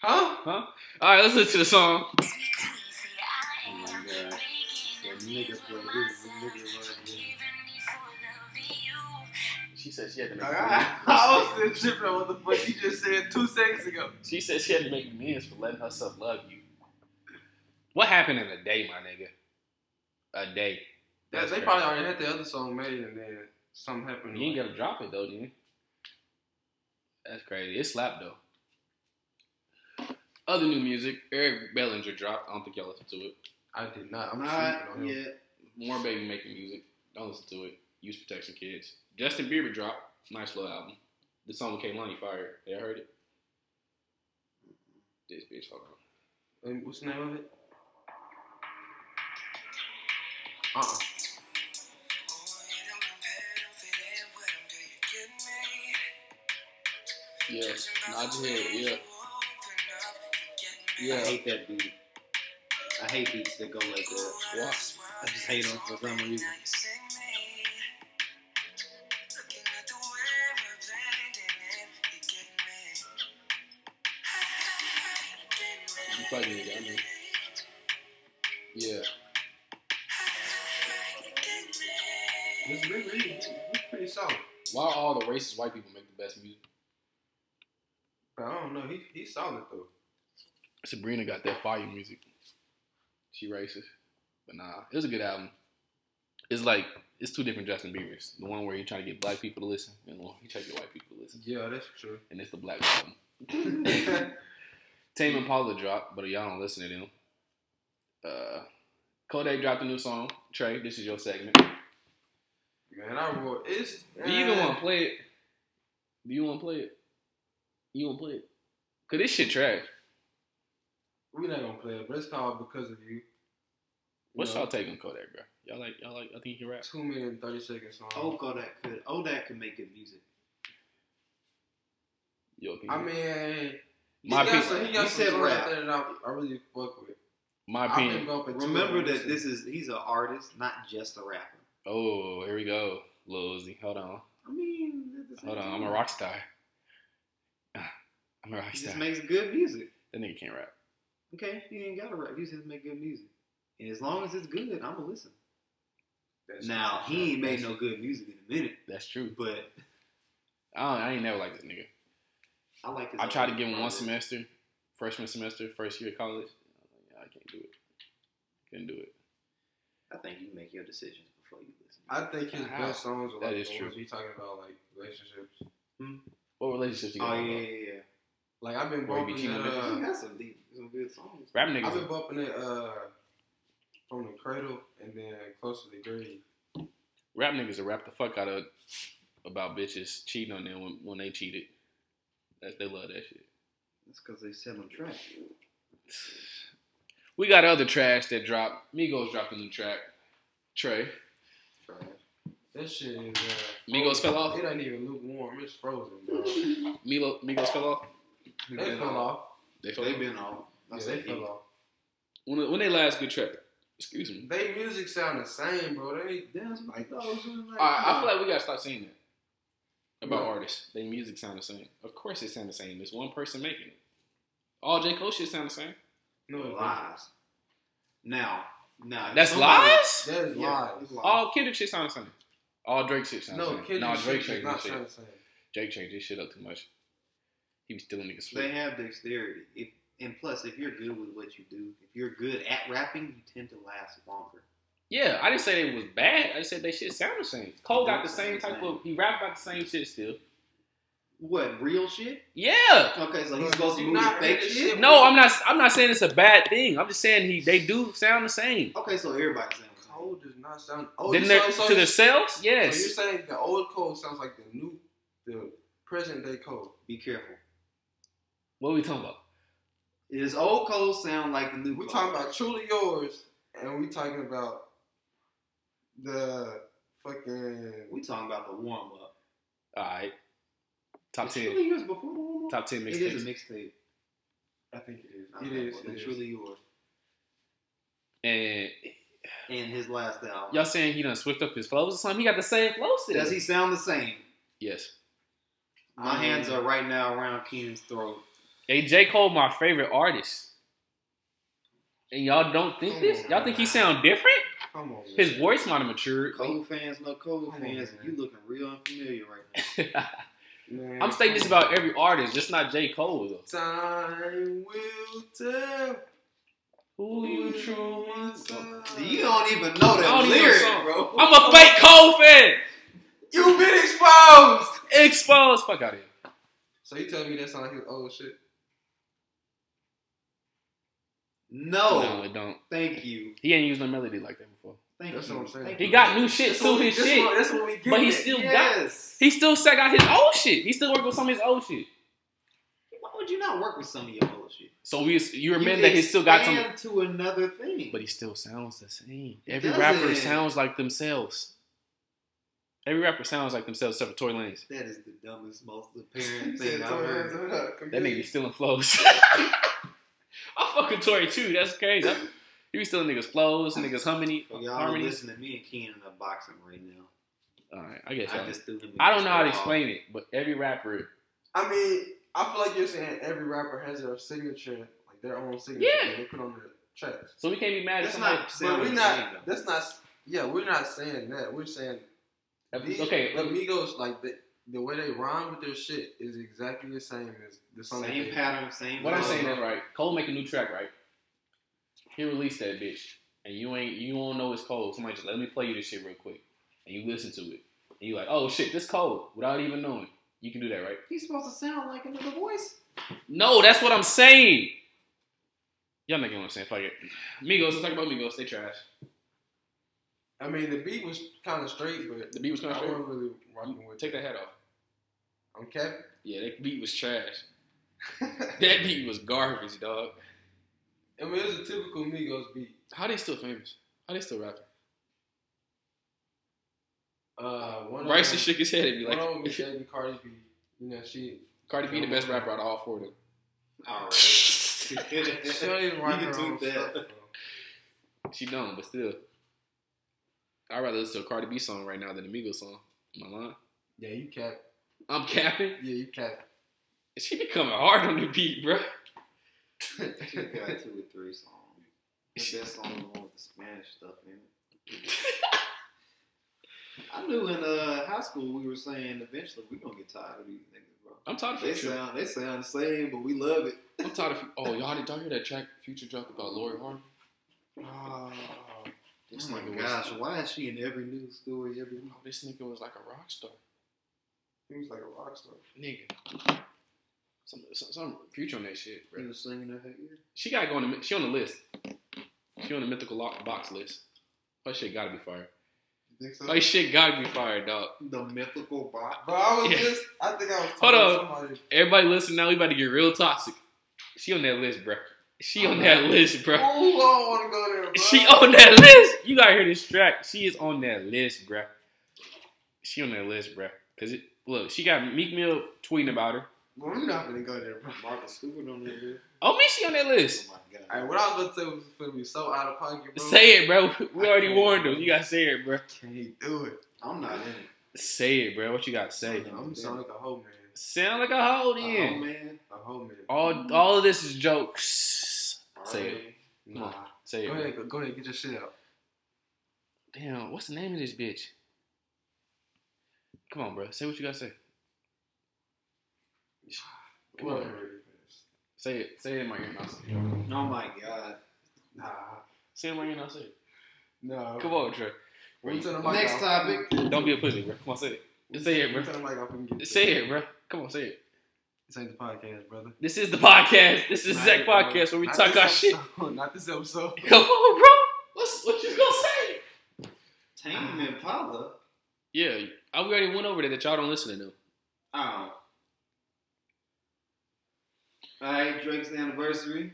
S4: Huh?
S2: All right, let's listen to the song.
S6: Makes me queasy. I
S3: Oh
S6: am
S3: my God.
S6: breaking
S3: That
S6: the
S3: nigga
S6: things
S3: play-
S6: with
S3: this is a nigga
S6: myself.
S3: right here.
S6: Forgiving me for loving you.
S2: She said she had to make.
S4: I, I was still tripping on what the fuck you just said two seconds ago.
S2: She said she had to make amends for letting herself love you. What happened in a day, my nigga? A day.
S4: That,
S2: That's
S4: they
S2: crazy.
S4: probably already had the other song made and then something happened.
S2: You ain't gotta drop it though, then. That's crazy. It slapped though. Other new music, Eric Bellinger dropped. I don't think y'all listened to it.
S4: I did not. I'm
S3: Not
S4: sleeping on him.
S3: yet.
S2: More baby making music. Don't listen to it. Use protection, kids. Justin Bieber dropped. Nice little album. The song with Kaylani Fire. Y'all heard it? This bitch, hold on.
S4: Um, what's the name of it? Uh uh
S2: Yeah, Nod your head, yeah.
S3: I
S2: Yeah.
S3: hate that beat. I hate beats that go like that.
S2: Why?
S3: I just hate them for some reason.
S2: You fucking with it, I know. Yeah.
S4: It's big, big. It's pretty solid.
S2: Why all the racist white people make the best music?
S4: But I don't know. He he's solid though.
S2: Sabrina got that fire music. She racist. But nah, it was a good album. It's like, it's two different Justin Bieber's. The one where he trying to get black people to listen, and the one he trying to get white people to listen.
S4: Yeah, that's true.
S2: And it's the black album. Tame Impala dropped, but y'all don't listen to them. Uh, Kodak dropped a new song. Trey, this is your segment.
S4: Man, I wrote it's. eh,
S2: Do you even want to play it? Do you want to play it? You want to play it? Cause this shit trash.
S4: We're not gonna play it, but it's called because of you.
S2: What's
S4: You know,
S2: y'all take on Kodak, bro? Y'all like, y'all like, I think he can rap.
S4: Two minute and thirty second song.
S3: Oh, Kodak could. Oh, that could make good music.
S2: Yo, can you-
S4: I mean,
S2: my
S4: he got
S2: opinion,
S4: some, he got some
S3: You said
S4: songs
S3: rap.
S4: out there that I, I really fuck with.
S2: my
S4: I've been
S2: opinion.
S4: bumping to
S3: Remember
S4: it
S3: that
S4: recently.
S3: this is he's an artist, not just a rapper.
S2: Oh, here we go, Lil Uzi. Hold on,
S3: I mean, at the same
S2: hold on. I'm a
S3: time,
S2: rock star. I'm a rock
S3: He
S2: star.
S3: just makes good music.
S2: that nigga can't rap.
S3: Okay, you ain't gotta rap. You just make good music, and as long as it's good, I'ma listen.
S4: That's-
S3: now he ain't made no good music in a minute,
S2: That's true.
S3: but
S2: I, don't, I ain't never liked this nigga.
S3: I like. his
S2: I tried to
S3: own
S2: give him one
S3: project.
S2: semester, freshman semester, first year of college. I, was like, "Yeah, I can't do it. Couldn't do it.
S3: I think you make your decisions before you listen.
S4: I think his
S2: How?
S4: best songs are
S2: That
S4: like
S2: is
S4: the
S2: true.
S4: ones we talking about, like relationships.
S2: What relationships you got?
S3: oh yeah, yeah, yeah.
S4: Like I've been
S2: Where he be
S4: bumping
S2: cheating
S4: that.
S2: on
S4: Uh,
S3: he got some deep, some good songs.
S2: Rap
S4: I've
S2: niggas.
S4: been bumping it uh, from the cradle and then close to the grave.
S2: rap niggas will rap the fuck out of about bitches cheating on them when, when they cheated. That, they love that shit.
S3: That's because they sell them trash.
S2: We got other trash that dropped. Migos dropped a new track. Trey.
S3: Trash.
S4: That shit is. Uh,
S2: Migos fell off.
S4: It ain't even lukewarm. It's frozen, bro.
S2: Milo, Migos fell off.
S4: they fell off.
S2: They fell
S3: They've
S2: off.
S3: been off. I
S4: Yeah,
S3: say
S4: they
S3: he.
S4: fell off.
S2: When, when they last good track? Excuse me.
S4: They music sound the same, bro. They
S3: That's what I thought. It was like,
S2: All right, I feel like we gotta stop saying that about
S4: Right.
S2: artists. Their music sound the same. Of course, it sound the same. There's one person making it. All J Cole shit sound the same.
S4: no it
S3: lies. Now, now if
S2: That's
S3: somebody-
S2: lies.
S4: doesn't. That is
S3: Yeah,
S4: lies.
S3: it's lies.
S2: All Kendrick shit sound the same. All Drake shit sound
S4: No,
S2: the
S4: Kendrick
S2: same. No, Drake
S4: shit does
S2: changed
S4: not
S2: his shit.
S4: sound the same.
S2: Drake changed his shit up too much. He was stealing niggas.
S3: They
S2: shit.
S3: have dexterity. If, and plus, if you're good with what you do, if you're good at rapping, you tend to last longer.
S2: Yeah, I didn't say they was bad. I just said they shit sound the same. Cole got the same type of. He rap about the same shit still.
S3: What, real shit?
S2: Yeah.
S3: Okay, so
S4: Bro,
S3: he's supposed to
S4: you
S3: move to
S4: not
S3: fake
S4: really
S3: shit?
S4: shit.
S2: No, I'm not. I'm not saying it's a bad thing. I'm just saying he. They do sound the same.
S3: Okay, so everybody's saying
S4: Cole does not sound. Oh,
S2: then
S4: you
S2: they're
S4: sound- so
S2: to
S4: you-
S2: themselves.
S4: So
S2: Yes.
S4: you're saying the old Cole sounds like the new, the present day Cole.
S3: Be careful.
S2: what are we talking about?
S3: Is old Cole sound like the new
S4: We
S3: Cole?
S4: talking about truly yours, and we talking about the fucking.
S3: We talking about the warm up.
S2: All right. Top
S3: Is
S2: ten.
S3: Truly yours before the warm up?
S2: Top ten
S3: It is
S2: mixtapes.
S3: a mixtape.
S4: I think it
S3: Okay,
S4: is. It is.
S3: well,
S4: It
S3: then
S4: is.
S3: Truly yours.
S2: And
S3: And his last album.
S2: y'all saying he done swift up his flows or something? He got the same flow still.
S3: Does he sound the same?
S2: Yes.
S3: My
S4: I
S3: hands
S4: mean-
S3: are right now around Keenan's throat.
S2: Hey, J Cole, my favorite artist. And y'all don't
S4: Oh
S2: think this? Y'all think he sound different?
S4: Come on. man.
S2: His voice might have matured.
S3: Cole fans, no Cole
S4: Come on,
S3: fans.
S4: man.
S3: You looking real unfamiliar right now.
S4: Man,
S2: I'm saying this
S4: come on.
S2: about every artist, just not J. Cole. Though.
S4: Time will tell
S2: Who
S4: who the true ones are.
S3: You don't even know
S2: I don't
S3: that
S2: even know
S3: lyric,
S2: the song.
S3: bro.
S2: I'm a fake Cole fan.
S4: You've been exposed.
S2: Exposed. Fuck out of here.
S4: So you telling me that sound like his old shit?
S2: No,
S3: No,
S2: it don't.
S3: thank you,
S2: He ain't used no melody like that before.
S3: thank
S4: That's
S3: you.
S4: what I'm saying.
S3: Thank
S2: He
S3: you.
S2: got new shit
S4: That's
S2: to
S4: what we-
S2: his
S4: that's
S2: shit,
S4: What, that's what we get.
S2: but he still got.
S3: yes.
S2: He still said out his old shit. He still working with some of his old shit.
S3: Why would you not work with some of your bullshit?
S2: So we, you remember that he still got some,
S3: expand to another thing.
S2: but he still sounds the same. Every
S3: doesn't.
S2: rapper sounds like themselves. Every rapper sounds like themselves except for Tory Lanez.
S3: that is the dumbest, most
S4: He
S3: apparent
S4: said,
S3: thing I've
S4: "Throw your hands
S3: heard.
S4: up, come get
S2: That nigga
S4: it."
S2: stealing flows. I fuck with Tory too. That's crazy. I- He was stealing niggas flows, niggas harmony,
S3: For y'all who
S2: harmonies.
S3: listen to me and Keenan are boxing right now.
S2: All right, I guess
S3: I
S2: y'all.
S3: just threw him.
S2: I don't know how to
S3: against the wall.
S2: explain it, but every rapper,
S4: I mean, I feel like you're saying every rapper has their signature, like their own signature
S2: Yeah.
S4: that they put on their tracks.
S2: so we can't be mad at
S4: That's
S2: somebody.
S4: not.
S3: sound
S4: But we're
S3: the same,
S4: not.
S3: though.
S4: That's not. Yeah, we're not saying that. We're saying these,
S2: okay,
S4: The Migos, like the, the way they rhyme with their shit is exactly the same as the song. that
S3: Same
S4: they-
S3: pattern, same.
S2: What I'm
S3: flow.
S2: saying is right. Cole make a new track, right? He released that bitch, and you ain't you don't know it's Cole. Somebody just let me play you this shit real quick, and you listen to it, and you like, oh shit, this Cole, without even knowing. You can do that, right?
S3: He's supposed to sound like another voice.
S2: No, that's what I'm saying. Y'all not getting what I'm saying. Fuck it. Migos, let's talk about Migos. They trash.
S4: I mean, the beat was kind of straight, but
S2: The beat was kind of
S4: I
S2: straight.
S4: wasn't really rocking
S2: You-
S4: with.
S2: Take
S4: it.
S2: that hat off.
S4: I'm capping.
S2: Yeah, that beat was trash. That beat was garbage, dog.
S4: I mean, it was a typical Migos beat.
S2: How they still famous? How they still rapping?
S4: Uh, one
S2: Bryson
S4: of them,
S2: shook his head and be
S4: one of them was
S2: like,
S4: dating Cardi B. You know, she
S2: Cardi B the best rapper out of all four of them.
S3: All right.
S2: she
S4: she don't even rock
S3: can
S4: her own
S3: tweet that.
S4: stuff. Bro.
S2: don't, but still. I'd rather listen to a Cardi B song right now than a Migos song. Am I lying?
S4: Yeah, you cap.
S2: I'm capping.
S4: Yeah, you cap.
S2: She be coming hard on the beat, bro.
S3: She got two or three songs. The best song is the one with the Spanish stuff in it. I knew in uh, high school we were saying eventually we're gonna get tired of these niggas, bro.
S2: I'm tired of
S3: They
S2: Future.
S3: sound they sound the same, but we love it.
S2: I'm tired of. Oh, y'all did y'all hear that track Future dropped about Lori Harvey?
S4: Uh,
S3: Oh,
S2: This
S3: my
S2: nigga
S3: gosh,
S2: was.
S3: why is she in every news story every
S2: Oh, this nigga was like a rock star.
S1: He was like a rock star.
S2: Nigga. Some, some, some future on that shit, bro.
S3: He was singing in her ear?
S2: She gotta go on the. She on the list. She on the mythical lock, box list. Her shit gotta be fired.
S1: You think so?
S2: Her shit gotta be fired, dog.
S3: The mythical bot.
S1: Bro, I was
S2: Yeah.
S1: just, I think I was
S2: Hold
S1: talking
S2: on.
S1: to somebody.
S2: Everybody listen now. We about to get real toxic. She on that list, bro. She on that list,
S1: Ooh,
S2: bro.
S1: I don't want to go there, Oh. bro.
S2: She on that list. You gotta hear this track. She is on that list, bruh. She on that list, bruh. Cause it, look, she got Meek Mill tweeting about her.
S1: Well, we're not going to go there, bro.
S3: Marcus Stewart on that list.
S2: Oh, me, she on that
S3: Oh
S2: list.
S3: my god.
S4: All right, what I was gonna say was gonna be so out of pocket, bro.
S2: Say it, bro. We already warned them. You gotta say it, bro.
S1: Can't do it.
S3: I'm not in it.
S2: Say it, bro. What you gotta say?
S4: I'm sound like a hoe man.
S2: Sound like a hoe
S3: Oh
S2: then.
S3: man.
S4: A hoe man.
S2: All, all of this is jokes. Say it. Come
S4: Nah.
S2: on. Say it.
S4: Go
S2: Bro.
S4: ahead, go, go ahead, get your shit out.
S2: Damn, what's the name of this bitch? Come on, bro. Say what you gotta say. Come on. Say it. Say it in my ear and I'll say it.
S3: Oh my god.
S4: Nah,
S2: Say it in my ear and I'll say it.
S4: no.
S2: Come on, Trey.
S4: When you turn
S2: Oh,
S4: the mic
S3: Next
S4: off-
S3: topic.
S2: Don't be a pussy, bro. Come on, say it. Say it,
S4: When
S2: bro.
S4: you turn the mic off, we can get
S2: Say it, bro. Come on, say it.
S4: This ain't the podcast, brother.
S2: This is the podcast. This is the
S4: Not
S2: Zach
S4: it, bro.
S2: podcast where we
S4: Not
S2: talk
S4: this
S2: our shit.
S4: episode. Not this episode.
S2: Come on, bro. What's what you gonna say?
S3: Tame Impala.
S2: Yeah, I we already went over that that y'all don't listen to. them.
S3: Oh. Alright, Drake's anniversary.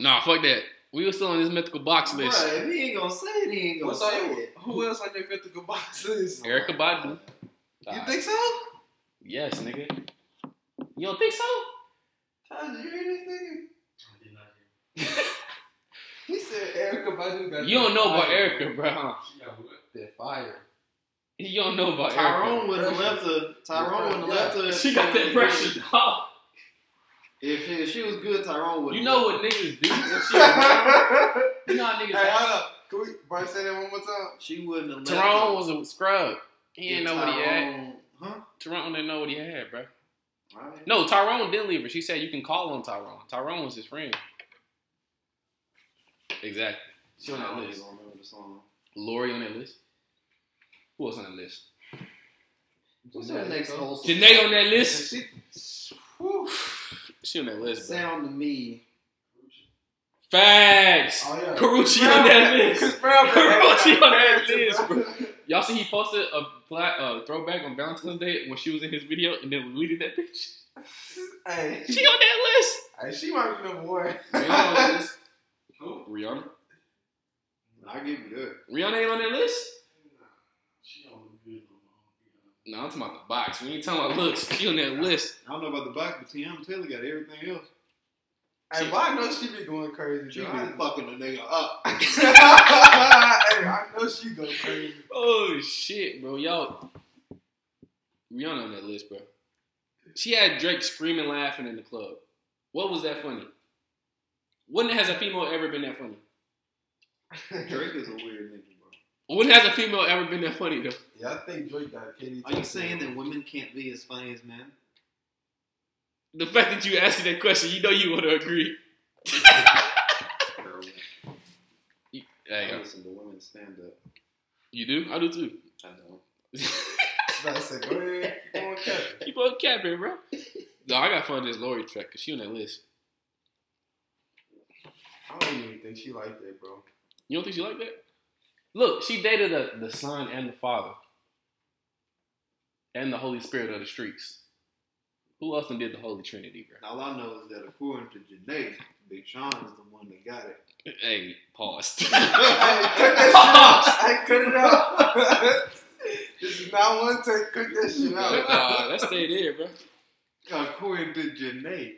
S2: Nah, fuck that. We were still on this mythical box list.
S3: Bruh, if he ain't gonna say it, he ain't gonna
S4: What's
S3: say
S4: all-
S3: it.
S4: Who else on their mythical boxes?
S2: Eric- Erica Badu.
S4: You
S2: Nah.
S4: think so?
S2: Yes, nigga. You don't think so?
S4: Tyler, you hear this nigga? He said Erica Badu got
S2: You
S4: that
S2: don't know about
S4: fire,
S2: Erica, bro. huh?
S4: bro. That fire.
S2: You don't know about
S3: Tyrone
S2: Erica.
S3: would have left her. Tyrone would have left her.
S2: She got that pressure, dog.
S3: If, if she was good, Tyrone would
S2: You know what niggas do when she around.
S1: hey,
S2: You know how niggas
S1: hold up. Can we, Bart, say that one more time?
S3: She wouldn't have left
S2: Tyrone
S3: her.
S2: was a scrub. He
S3: If
S2: didn't know what he had.
S3: Tyrone- Huh?
S2: Tyrone didn't know what he had, bro.
S3: Alright.
S2: No, Tyrone didn't leave her. She said you can call on Tyrone. Tyrone was his friend. Exactly. She on that
S3: I don't
S2: list.
S3: even remember the song.
S2: Lori on that list. Who else on that list?
S3: What's her next whole song?
S2: Janae on that list.
S3: She
S2: She on that list, bro.
S3: sound to me.
S2: Facts.
S4: Oh, yeah.
S2: Carucci on that
S4: Chris
S2: list.
S4: Brown got that
S2: Carucci on
S4: fire,
S2: that
S4: too,
S2: list, bro. Y'all see he posted a flat, uh, throwback on Valentine's Day when she was in his video and then deleted that bitch.
S4: Hey,
S2: She on that list.
S4: hey, she might be number one.
S2: Rihanna on that list. Rihanna.
S3: I give you good.
S2: Rihanna ain't on that list? No, I'm talking about the box. We ain't talking about looks. She on that list.
S3: I don't know about the box, but Tiana Taylor got everything else.
S4: Hey, but I know she be going crazy.
S3: She
S4: She
S3: been fucking the nigga up.
S4: hey, I know she go crazy.
S2: Oh shit, bro. Y'all Rihanna on that list, bro. She had Drake screaming laughing in the club. What was that funny? When has a female ever been that funny?
S3: Drake is a weird nigga, bro.
S2: When has a female ever been that funny though?
S4: Yeah, I think Drake got Katie.
S3: Are you saying that women can't be as funny as men?
S2: The fact that you asked me that question, you know you wanna agree.
S3: Terrible.
S2: There you
S3: I
S2: go.
S3: listen to women stand up.
S2: uh, You do? I do too.
S3: I don't.
S4: I said, go ahead, keep on capping.
S2: Keep on capping, bro. No, I gotta find this Lori track because she on that list.
S4: I don't even think she like that, bro.
S2: You don't think she like that? Look, she dated the, the son and the father. And the Holy Spirit of the streets. Who else done did the Holy Trinity, bro?
S3: All I know is that according to Janae, Big Sean is the one that got it.
S2: Hey, pause.
S4: Hey, cut that shit out. Hey, cut it out. this is not one take. Cut that shit out.
S2: nah, let's stay there, bro.
S3: according to Janae.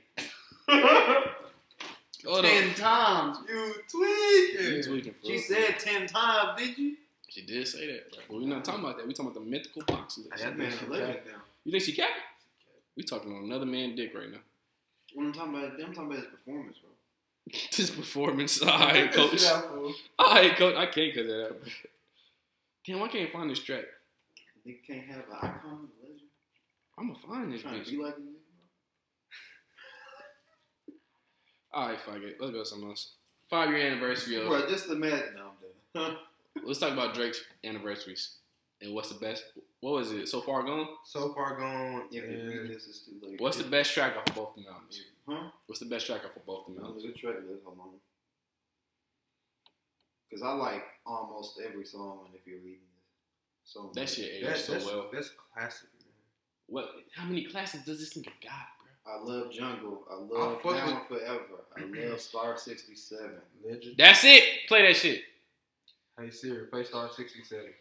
S2: Hold
S3: ten
S2: on.
S3: times.
S4: You
S2: You
S4: tweaking.
S2: tweaking, bro.
S3: She said ten times, did you?
S2: She did say that, bro. But we're not talking about that. We're talking about the mythical box list.
S4: I got
S3: That man a legend now.
S2: You think she capping? We talking on another man dick right now.
S3: What I'm talking about, I'm talking about his performance, bro.
S2: His performance. All right, coach. All right, coach. I can't cut that out. Damn, I can't find this track.
S3: They can't have an icon, a legend.
S2: I'm gonna find this
S3: Trying
S2: bitch.
S3: to be like him, bro.
S2: All right, fuck it. Let's go something else. Five year anniversary of.
S3: Bro, just imagine. No, I'm done.
S2: Let's talk about Drake's anniversaries and what's the best. What was it so far gone?
S1: So far gone.
S3: if you
S1: and-
S3: read this, it's too late.
S2: What's the best track off of both the albums?
S3: Huh?
S2: What's the best track off of both the
S3: That was
S2: albums?
S3: a good track list, hold on. Cause I like almost every song. If you're reading this, so
S2: That
S3: much.
S2: shit aged
S1: That,
S2: so
S1: that's,
S2: well.
S1: that's classic, man.
S2: What? How many classes does this nigga got, bro?
S3: I love Jungle. I love
S1: fuck
S3: Now and Forever. I love Star 67.
S1: Legend.
S2: That's it. Play that shit.
S1: Hey Siri, play star sixty seven.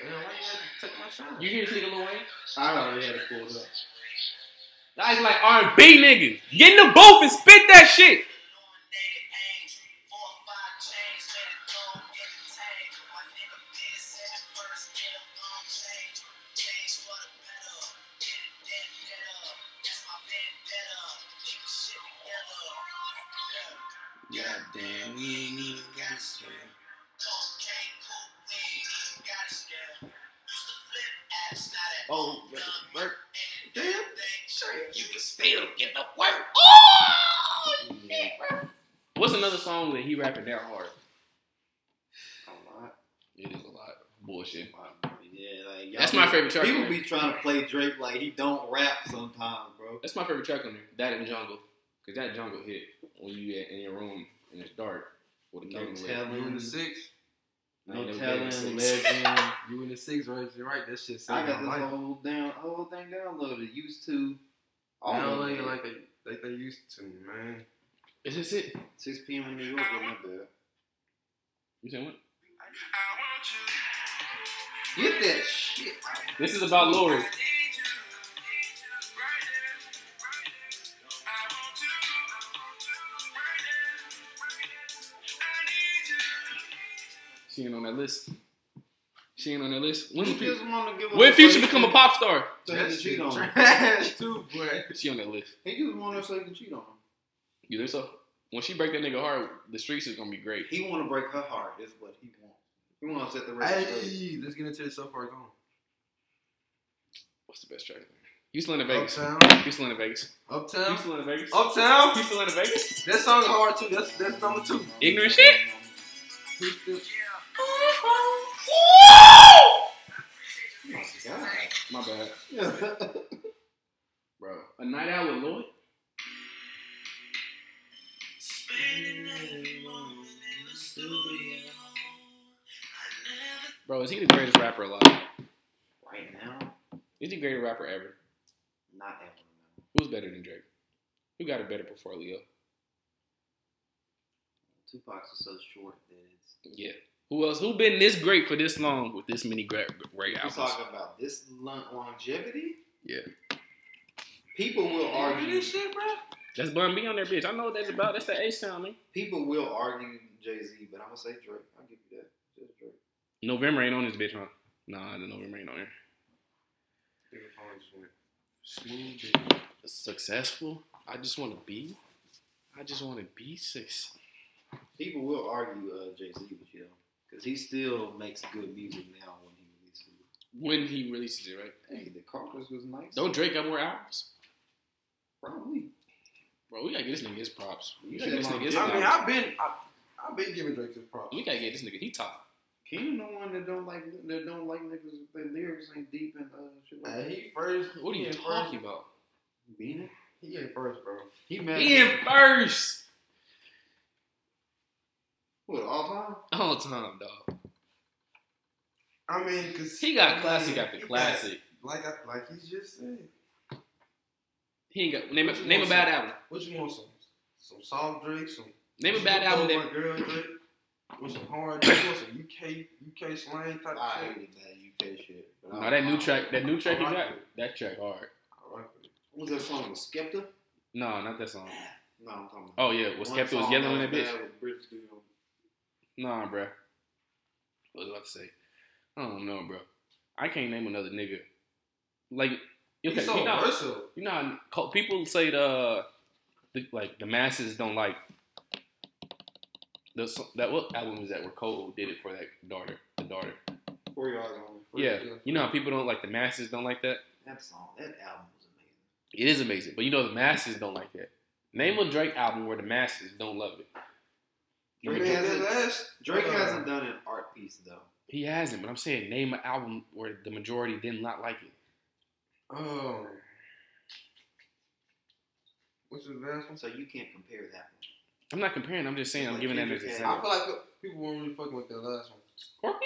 S1: Damn, why you had to take my shot?
S2: You hear this nigga Lil Wayne?
S3: I already had it pulled up.
S2: I was like R and B niggas. Get in the booth and spit that shit.
S3: Goddamn, we ain't even got a scale. Oh, but it work. Damn, you can still get the work.
S2: What's another song that he rapping down hard?
S3: A lot.
S2: It is a lot of bullshit.
S3: Yeah, like y'all
S2: That's my
S3: be-
S2: favorite track. on
S3: People
S2: there.
S3: be trying to play Drake like he don't rap sometimes, bro.
S2: That's my favorite track on there. That and Jungle, cause that Jungle hit when you at, in your room and it's dark with a
S3: No
S2: candle lit.
S1: You in the
S3: telling,
S1: six?
S2: I
S3: no
S2: ain't never gave
S3: telling,
S2: it a six.
S3: legend.
S1: You in the six, right? You're right. That shit
S3: I
S1: saved
S3: got
S1: my
S3: this
S1: life.
S3: whole damn whole thing downloaded. Used to all
S1: I don't
S3: of
S1: like
S3: it.
S1: it like they, like they used to, man.
S2: Is this it?
S3: 6 p.m. in New York. wasn't bad.
S2: You saying what?
S3: Get that shit.
S2: This is about Lori. She ain't on that list. She ain't on that list. When,
S3: You
S2: Fu-
S3: just want to give
S2: when
S3: a
S2: Future
S3: break
S2: become a pop star?
S3: So he can cheat on him.
S1: trash too, boy.
S2: She on that list.
S3: He just want her so he can cheat on him.
S2: You think so? When she break that nigga heart, the streets is gonna be great.
S3: He want to break her heart. Is what he want. He want to set the record straight.
S1: Hey, let's get into this so far gone.
S2: What's the best track? You still in Vegas?
S1: Uptown,
S2: You still in Vegas? You
S1: uptown,
S2: still in Vegas?
S1: uptown.
S2: You still in Vegas?
S1: That song's hard too. That's that's number two.
S2: Ignorant shit?
S3: Oh God.
S2: My bad,
S3: Yeah.
S2: bro. A night out with Lloyd. Bro, is he the greatest rapper alive?
S3: right now,
S2: Is he the greatest rapper ever?
S3: not ever.
S2: Who's better than Drake? Who got a better portfolio?
S3: Tupac's is so short that it's.
S2: Yeah. Who else? Who been this great for this long with this many great, great
S3: We're
S2: albums?
S3: talking about this lon- longevity.
S2: Yeah.
S3: People will argue.
S2: That's Bun B on there, bitch. I know what that's about. That's the A sound, man.
S3: People will argue Jay Z, but I'm gonna say Drake. I'll give you that. Just Drake.
S2: November ain't on this bitch, huh? Nah, the November ain't on there.
S1: Smooth.
S2: Successful. I just want to be. I just want to be six.
S3: People will argue uh, Jay Z with you because he still makes good music now when he releases it.
S2: When he releases it, right?
S3: Hey, the Carters was nice.
S2: Don't Drake got more albums?
S3: probably.
S2: Bro, we gotta get this nigga his props. We
S3: You
S2: gotta
S3: said
S2: get this
S3: Lil
S2: nigga his
S1: I mean,
S2: props.
S1: I've been I, I've been giving Drake his props.
S2: We gotta get this nigga. He top.
S3: King the one that don't like that don't like niggas. if Their lyrics ain't deep and uh, shit like
S1: Uh,
S3: that.
S1: he first.
S2: What are
S1: he
S2: you
S1: in
S2: talking
S1: First,
S2: about?
S3: Being it.
S1: he ain't first, bro.
S3: He mad.
S2: He in first.
S3: What all time?
S2: All time, dog.
S1: I mean, cause
S2: He got classic after
S1: he got-
S2: classic.
S1: Like I, like he just said.
S2: He ain't got name.
S1: What
S2: A,
S1: you
S2: name a
S1: want,
S2: bad
S1: son?
S2: album.
S1: What you want? Some some soft Drake, some
S2: Name a
S1: You
S2: bad
S1: want
S2: album.
S1: My
S2: That,
S1: girl Drake, with some hard, you want some UK UK slang type
S3: I
S1: shit.
S3: hated that UK shit. but I-
S2: no, that new track. That new track he
S1: I like
S2: got.
S1: it.
S2: That track hard.
S1: I like it.
S3: What was that song with Skepta?
S2: No, not that song.
S3: No, I'm talking
S2: Oh
S3: about.
S2: yeah, was
S3: One
S2: Skepta was
S3: song
S2: yelling in that
S3: was
S2: bitch.
S3: bad with British dude on-
S2: Nah, bro. What was I about to say? I don't know, bro. I can't name another nigga. Like Okay,
S4: He's so
S2: you know,
S4: versatile.
S2: you know how cult- people say the, the like the masses don't like the so- that what album is that where Cole did it for that daughter the daughter
S3: Four yards on.
S2: yeah you know how people don't like the masses don't like that
S3: That song, that album was amazing.
S2: it is amazing but you know the masses don't like that name a Drake album where the masses don't love it
S3: Drake
S4: Man,
S3: hasn't,
S4: that last
S3: Drake
S4: uh,
S3: hasn't done an art piece though.
S2: he hasn't but I'm saying name an album where the majority did not like it
S4: Oh. What's his last one?
S3: So you can't compare that one.
S2: I'm not comparing I'm just saying I'm
S3: Like
S2: giving that as
S3: Kendrick
S2: an
S3: had-
S4: I
S2: example
S4: feel like people weren't really fucking with that last one.
S2: Scorpion?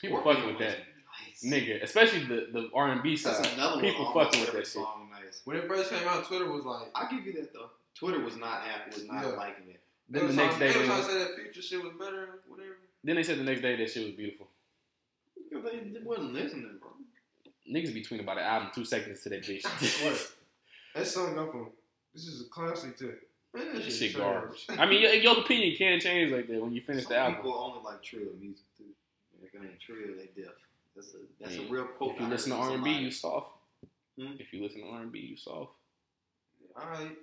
S2: People
S3: Scorpion
S2: fucking with
S3: was
S2: that.
S3: nice.
S2: nigga especially the the R&B side
S3: That's another
S2: people
S3: one.
S2: fucking
S3: almost
S2: with
S3: every
S2: that shit.
S3: song. Nice.
S4: When it first came out, Twitter was like,
S3: I'll give you that though. Twitter was not happy, was not
S4: Yeah.
S3: liking it.
S2: Then the
S4: they were
S2: next
S4: trying-
S2: day
S4: they were
S2: they
S4: trying
S2: went-
S4: to say that future shit was better, whatever.
S2: Then they said the next day that shit was beautiful.
S3: Yeah, They, they wasn't listening, bro.
S2: Niggas be tweeting about an album two seconds to that bitch.
S4: What?
S1: That song up from this is a classic to
S4: Man, that
S2: This
S4: shit
S2: shit
S4: trash.
S2: garbage. I mean, your, your opinion can change like that when you finish
S3: Some
S2: the album.
S3: people only like trio music too. If it ain't trio, they deaf. That's a that's
S2: Yeah.
S3: a real poke.
S2: If you listen to
S3: It's a
S2: R and B,
S3: lie.
S2: you soft.
S3: Hmm?
S2: If you listen to R and B, you soft.
S4: Alright.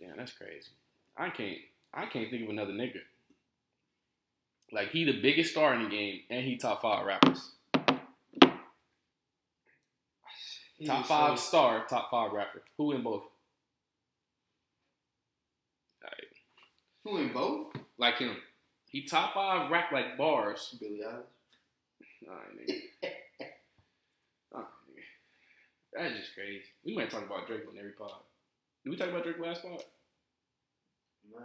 S2: Damn, that's crazy. I can't. I can't think of another nigga. Like he the biggest star in the game, and he top five rappers.
S4: He
S2: Top
S4: was
S2: five
S4: so-
S2: star, top five rapper. Who in both?
S3: Who in both?
S2: Like him. He top five rap like bars,
S3: Billy Eilish.
S2: Nah, nigga. nah, nigga. That's just crazy. We might talk about Drake on every pod. Did we talk about Drake last pod?
S3: No,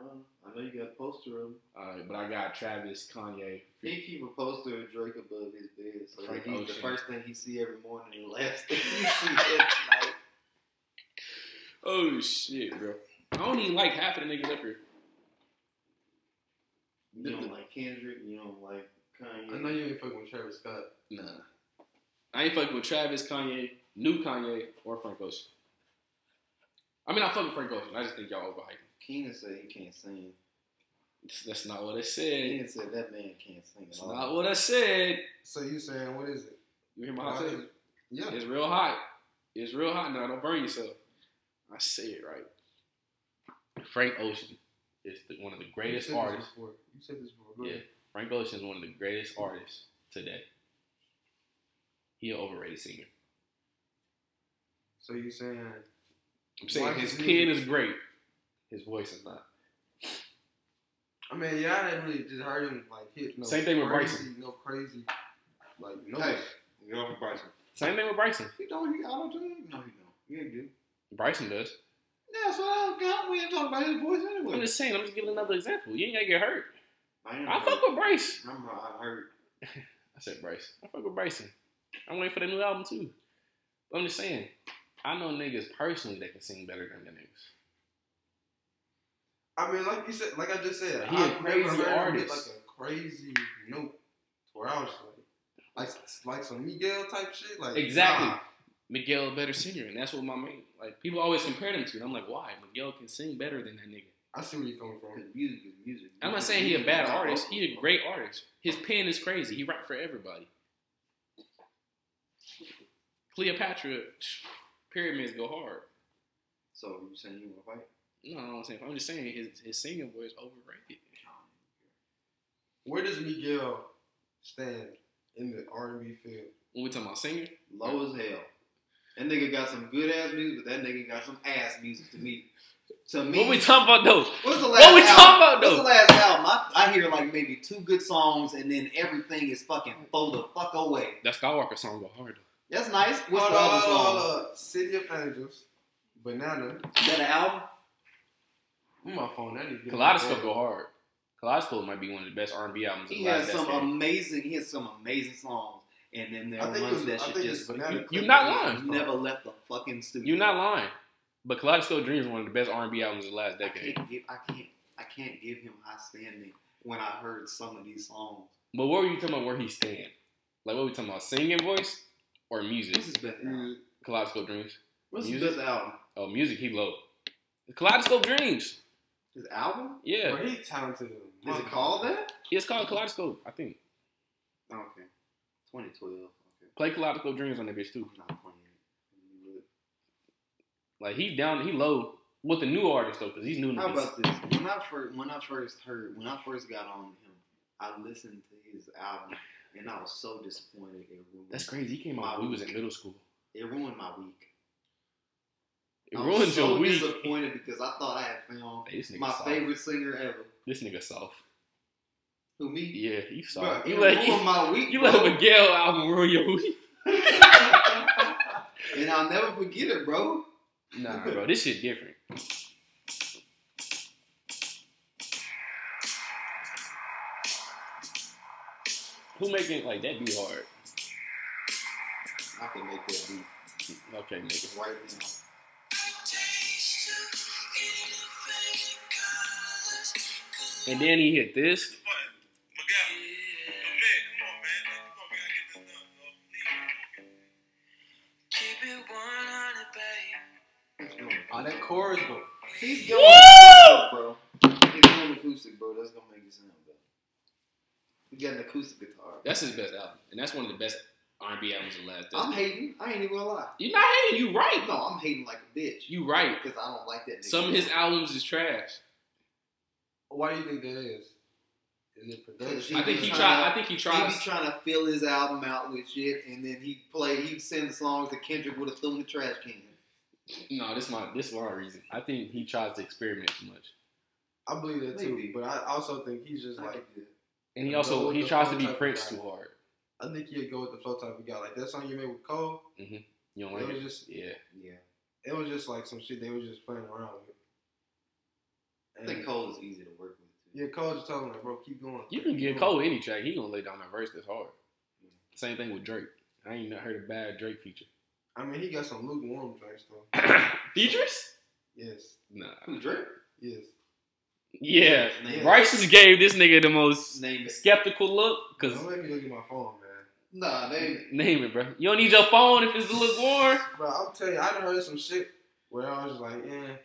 S3: I know you got a poster of him.
S2: Alright, but I got Travis, Kanye.
S3: He keep a poster of Drake above his bed, so
S2: Frank
S3: he's the
S2: Ocean.
S3: first thing he see every morning and the last thing he see every night.
S2: Oh shit, bro. I don't even like half of the niggas up here.
S3: You don't like Kendrick. You don't like Kanye.
S4: I know you ain't fucking with Travis Scott.
S2: Nah. I ain't fucking with Travis, Kanye, new Kanye, or Frank Ocean. I mean, I fuck with Frank Ocean. I just think y'all overhyped.
S3: Keenan said he can't sing.
S2: That's- That's not what I said.
S3: Keenan said that man can't sing at
S2: That's not
S3: all.
S2: what I said.
S1: So you saying what is it?
S2: You hear my hot take?
S1: Yeah.
S2: It's real hot. It's real hot now. Don't burn yourself. I say it right. Frank Ocean is the, one of the greatest
S1: you said this
S2: artists.
S1: Before. You said this before. Go
S2: Yeah.
S1: ahead.
S2: Frank Ocean is one of the greatest artists today. He an overrated singer.
S1: So you saying
S2: I'm saying
S1: Why
S2: his
S1: is he-
S2: pen is great. His voice is not.
S4: I mean, yeah, I didn't really just heard him like hit no
S2: Same thing with
S4: crazy, No crazy, like no.
S3: Hey, you're off Bryson.
S2: Same thing with Bryson.
S3: He don't. He auto tune. No, he don't. Yeah, he do.
S2: Bryson does.
S3: That's what I got. We ain't talking about his voice
S2: I'm
S3: anyway.
S2: just saying. I'm just giving another example. You ain't gotta get hurt.
S3: I ain't
S2: I
S3: hurt.
S2: fuck with Bryce.
S3: I'm hurt. I'm hurt.
S2: I said Bryce. I fuck with Bryson. I'm waiting for the new album too. But I'm just saying. I know niggas personally that can sing better than the niggas.
S4: I mean, like you said, like I just said,
S2: He a
S4: I've never
S2: crazy
S4: heard him hit,
S2: artist.
S4: like a crazy note, to where I was like, like, like some Miguel type shit, like
S2: Exactly.
S4: nah.
S2: Miguel a better singer, and that's what my main like people always compare them to. And I'm like, why? Miguel can sing better than that nigga.
S4: I see where you're coming from.
S3: Because music is music.
S2: I'm not saying he
S3: Mm-hmm.
S2: a bad artist. He a great artist. His pen is crazy. He rap for everybody. Cleopatra pyramids go hard.
S3: So you saying you want to fight?
S2: No, I'm, saying, I'm just saying his his singing voice overrated.
S4: Where does Miguel stand in the R&B field?
S2: When we talking about singing,
S3: Low as hell. That nigga got some good ass music, but that nigga got some ass music to me. To me,
S2: what we talking about though?
S3: what's the last
S2: What we
S3: album?
S2: talking about
S3: What's the
S2: though?
S3: last album? I, I hear like maybe two good songs, and then everything is fucking throw the fuck away.
S2: That Skywalker song go hard. though.
S3: That's nice. What's
S4: hold
S3: the
S4: on,
S3: other
S4: hold on,
S3: song?
S4: hold on. City of Angels, Banana.
S3: Is that an album?
S4: Where my phone? I need to get
S2: Kaleidoscope
S4: my
S2: go hard. Kaleidoscope might be one of the best R&B albums. of
S3: He
S2: the last
S3: has some
S2: decade.
S3: amazing. He has some amazing songs, and then there
S4: I
S3: are
S4: think it was-
S3: ones that
S4: I
S3: should
S4: think
S3: just
S4: it's Banana
S2: you- you
S4: Clip.
S2: not lying.
S3: never left the fucking studio.
S2: You're not lying. But Kaleidoscope Dreams is one of the best R&B albums of the last
S3: I
S2: decade.
S3: can't give. I can't. I can't give him high standing when I heard some of these songs.
S2: But what were you talking about where he stand? Like, what were we talking about? Singing voice or music?
S3: What's his best album?
S4: Music.
S2: Kaleidoscope Dreams.
S3: What's his
S2: music?
S3: best album?
S2: Oh, music, he low. Kaleidoscope Dreams.
S3: His album?
S2: Yeah.
S4: Bro, he talented.
S3: Is it called that?
S2: It's called Kaleidoscope, I think.
S3: Okay. 2012. Okay.
S2: Play Kaleidoscope Dreams on that bitch, too.
S3: I'm not playing
S2: Like he down, he low with the new artist though, because he's new. to
S3: How
S2: this.
S3: about this? When I first when I first heard when I first got on him, I listened to his album and I was so disappointed. It ruined
S2: That's crazy. He came out. when We was in middle school.
S3: It ruined my week.
S2: It
S3: I was
S2: ruined
S3: so
S2: your week.
S3: Disappointed because I thought I had found
S2: Hey, this nigga
S3: my
S2: soft.
S3: favorite singer ever.
S2: This nigga soft.
S3: Who me?
S2: Yeah, you
S3: Bro,
S2: soft.
S3: it
S2: You let
S3: ruined
S2: you,
S3: my week.
S2: you
S3: bro.
S2: let Miguel album ruin your week.
S3: and I'll never forget it, bro.
S2: Nah, bro, this shit different. Who making like that be hard?
S3: I can make that beat
S2: Okay, nigga.
S3: right now.
S2: And then he hit this.
S4: Oh, that chorus, bro.
S3: He's going acoustic, bro. He's going acoustic, bro. That's gonna make it sound better. He got an acoustic guitar.
S2: That's his best album, and that's one of the best R&B albums of the last
S3: I'm
S2: decade.
S3: hating. I ain't even gonna lie.
S2: You're not hating. You right.
S3: No, I'm hating like a bitch
S2: You right.
S3: because I don't like that. Nigga.
S2: Some of his albums is trash.
S4: Why do you think that is? Is it production?
S2: I think he tried. I think he
S3: He
S2: tried.
S3: be trying to fill his album out with shit, and then he play. He send the songs that Kendrick would have threw in the trash can.
S2: No, this my this my reason. I think he tries to experiment too much,
S4: I believe that
S3: Maybe.
S4: too, but I also think he's just
S3: Like,
S4: like
S2: and he
S4: No,
S2: also he
S4: the
S2: tries to
S4: whole
S2: be
S4: type of
S2: Prince
S4: guy.
S2: too hard.
S4: I think he'd go with the flow type of guy. Like that song you made with Cole,
S2: You don't
S4: it
S2: like
S4: was
S2: it?
S4: just
S2: Yeah.
S3: yeah,
S4: it was just like some shit they were just playing around with.
S3: I
S4: And
S3: think Cole is easy to work with.
S4: Yeah, Cole just told him like, bro, keep going.
S2: You can
S4: Keep going.
S2: get Cole any track. He gonna lay down a verse that's hard. Same thing with Drake. I ain't not heard a bad Drake feature.
S4: I mean, he got some lukewarm drinks though.
S2: Features?
S4: Yes,
S2: Nah.
S3: Who Drake?
S4: yes.
S2: Yeah.
S3: Name-
S2: Bryce just gave this nigga the most
S3: Name is
S2: skeptical look. Cause
S4: Don't let me look at my phone, man.
S3: nah. Name
S2: name it, bro. You don't need your phone if it's the lukewarm.
S4: Bro, I'll tell you, I done heard some shit where I was just like, eh,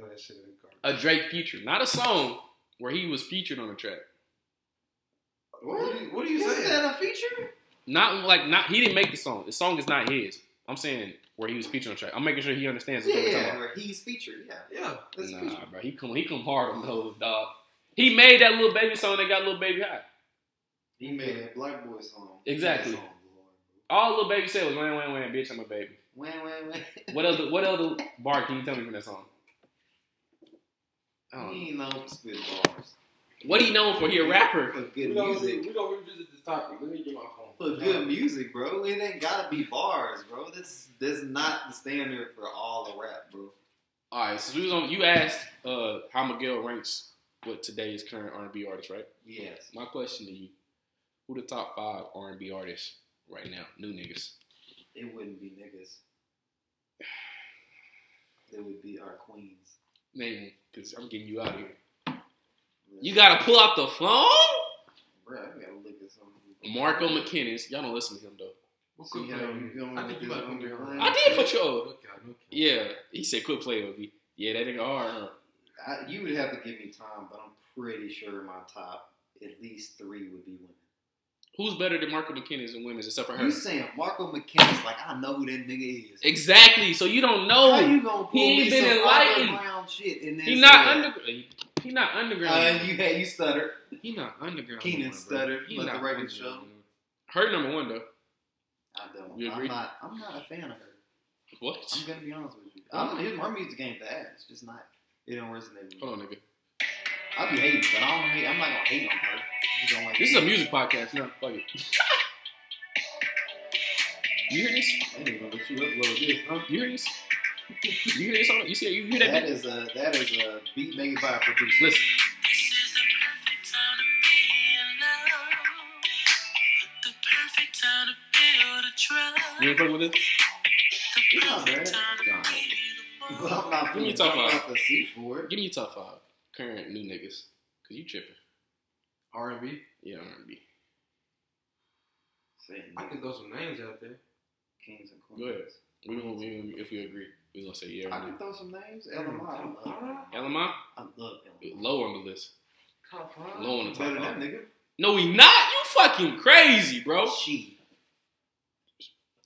S4: oh, that shit is garbage.
S2: A Drake feature, not a song where he was featured on a track.
S4: What are you, what are you
S3: Is
S4: saying?
S3: that a feature?
S2: Not like not he didn't make the song. The song is not his. I'm saying where he was featured on a track. I'm making sure he understands. what
S3: Yeah,
S2: we're talking
S3: yeah.
S2: about.
S3: Or he's featured. Yeah.
S4: Yeah, that's
S2: Nah,
S4: feature.
S2: bro, he come he come hard on those dog. He made that little baby song that got little baby high.
S3: He made a black boy song.
S2: Exactly.
S3: That song, Lord.
S2: All little baby said was "Wham wham wham, bitch, I'm a baby."
S3: Wah, wah, wah.
S2: What other what other bar can you tell me from that song? I don't know.
S3: He ain't known for spitting bars.
S2: What he known for? He a rapper.
S3: For
S4: We
S3: good
S4: don't,
S3: music.
S4: we don't revisit this topic. Let me get my phone.
S3: For good music, bro. It ain't gotta be bars, bro. That's that's not the standard for all the rap, bro.
S2: All right, so we was on. You asked uh, how Miguel ranks with today's current R and B artists, right?
S3: Yes.
S2: My question to you: Who the top five R and B artists right now? New niggas.
S3: It wouldn't be niggas. It would be our queens.
S2: Name them, cause I'm getting you out of here. You gotta pull out the phone.
S3: Bro, I gotta look at something.
S2: Marco McKinnis. Y'all don't listen to him though.
S4: What
S3: See how
S2: um,
S3: you going
S4: I think you
S3: with
S4: might
S3: this
S4: put me on.
S3: underground?
S2: I did put you over.
S4: Okay, okay.
S2: Yeah, he said, "Quit playing with me." Yeah, that nigga hard. Huh?
S3: I, you would have to give me time, but I'm pretty sure my top at least three would be women.
S2: Who's better than Marco McKinnis and women's except for her?
S3: You saying Marco McKinnis? Like I know who that nigga is.
S2: Exactly. So you don't know.
S3: How you gonna
S2: Oh,
S3: pull
S2: he ain't
S3: me
S2: been
S3: some
S2: enlightened.
S3: underground shit and then
S2: He
S3: say
S2: not
S3: that?
S2: under. He, he not underground.
S3: Uh, you had you stuttered.
S2: he not underground.
S3: Keenan
S2: no more, bro.
S3: stuttered, let the record
S2: underground
S3: show.
S2: no more. Her number one though.
S3: I don't.
S2: You
S3: I'm
S2: agree?
S3: not. I'm not a fan of her.
S2: What?
S3: I'm gonna be honest with you. I'm, his, her music ain't bad. It's just not. It don't resonate with me.
S2: Hold on, nigga.
S3: I be hating, but I don't hate. I'm not gonna hate on her. You don't like
S2: This is a music podcast. No, fuck it. You hear this?
S3: I didn't even let you upload this. huh?
S2: You hear this? You hear this? song? You see? You hear that?
S3: That is a that is a beat made by a producer.
S2: Listen. You ain't fucking with this?
S3: It's not bad.
S2: Nah.
S3: But I'm not
S2: Who you talking
S3: finna jump
S2: about?
S3: out the seat for it.
S2: Give me your top five current new niggas. Cause you tripping.
S4: R and B.
S2: Yeah, R&B.
S3: Saying
S4: I can throw some names out there.
S3: Kings and
S2: Go ahead.
S3: Queens.
S2: We gonna, we gonna, if we agree, we gonna say yeah.
S3: I
S2: Or
S3: can
S2: no.
S3: throw some names. LMI. I love LMI.
S2: LMI
S3: I love LMI.
S2: low on the list,
S4: Top five.
S2: low on the
S3: Better
S2: top
S3: than that
S2: five.
S3: nigga.
S2: No, we not. You fucking crazy, bro.
S3: She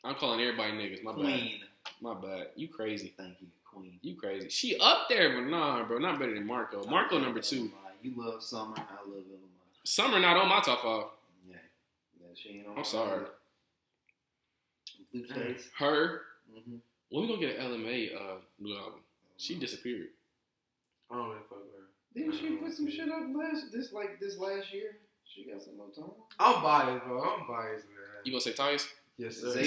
S2: I'm calling everybody niggas. My bad.
S3: queen.
S2: My bad. You crazy.
S3: Thank you, Queen.
S2: You crazy. She up there, but nah, bro. Not better than Marco. Marco
S3: I
S2: number
S3: love
S2: two.
S3: Illinois. You love Summer. I love Illinois.
S2: Summer not on my top five.
S3: Yeah. yeah she ain't on
S2: I'm sorry.
S3: Blue face.
S2: Her.
S3: Mm-hmm.
S2: When we gonna get an LMA uh, new album? She disappeared.
S4: I don't really fuck with her.
S1: Didn't she put some shit up last this like this last year? She got some more time.
S4: I'm biased, bro. I'm biased, man.
S2: You gonna say Tyus?
S4: Yes, sir.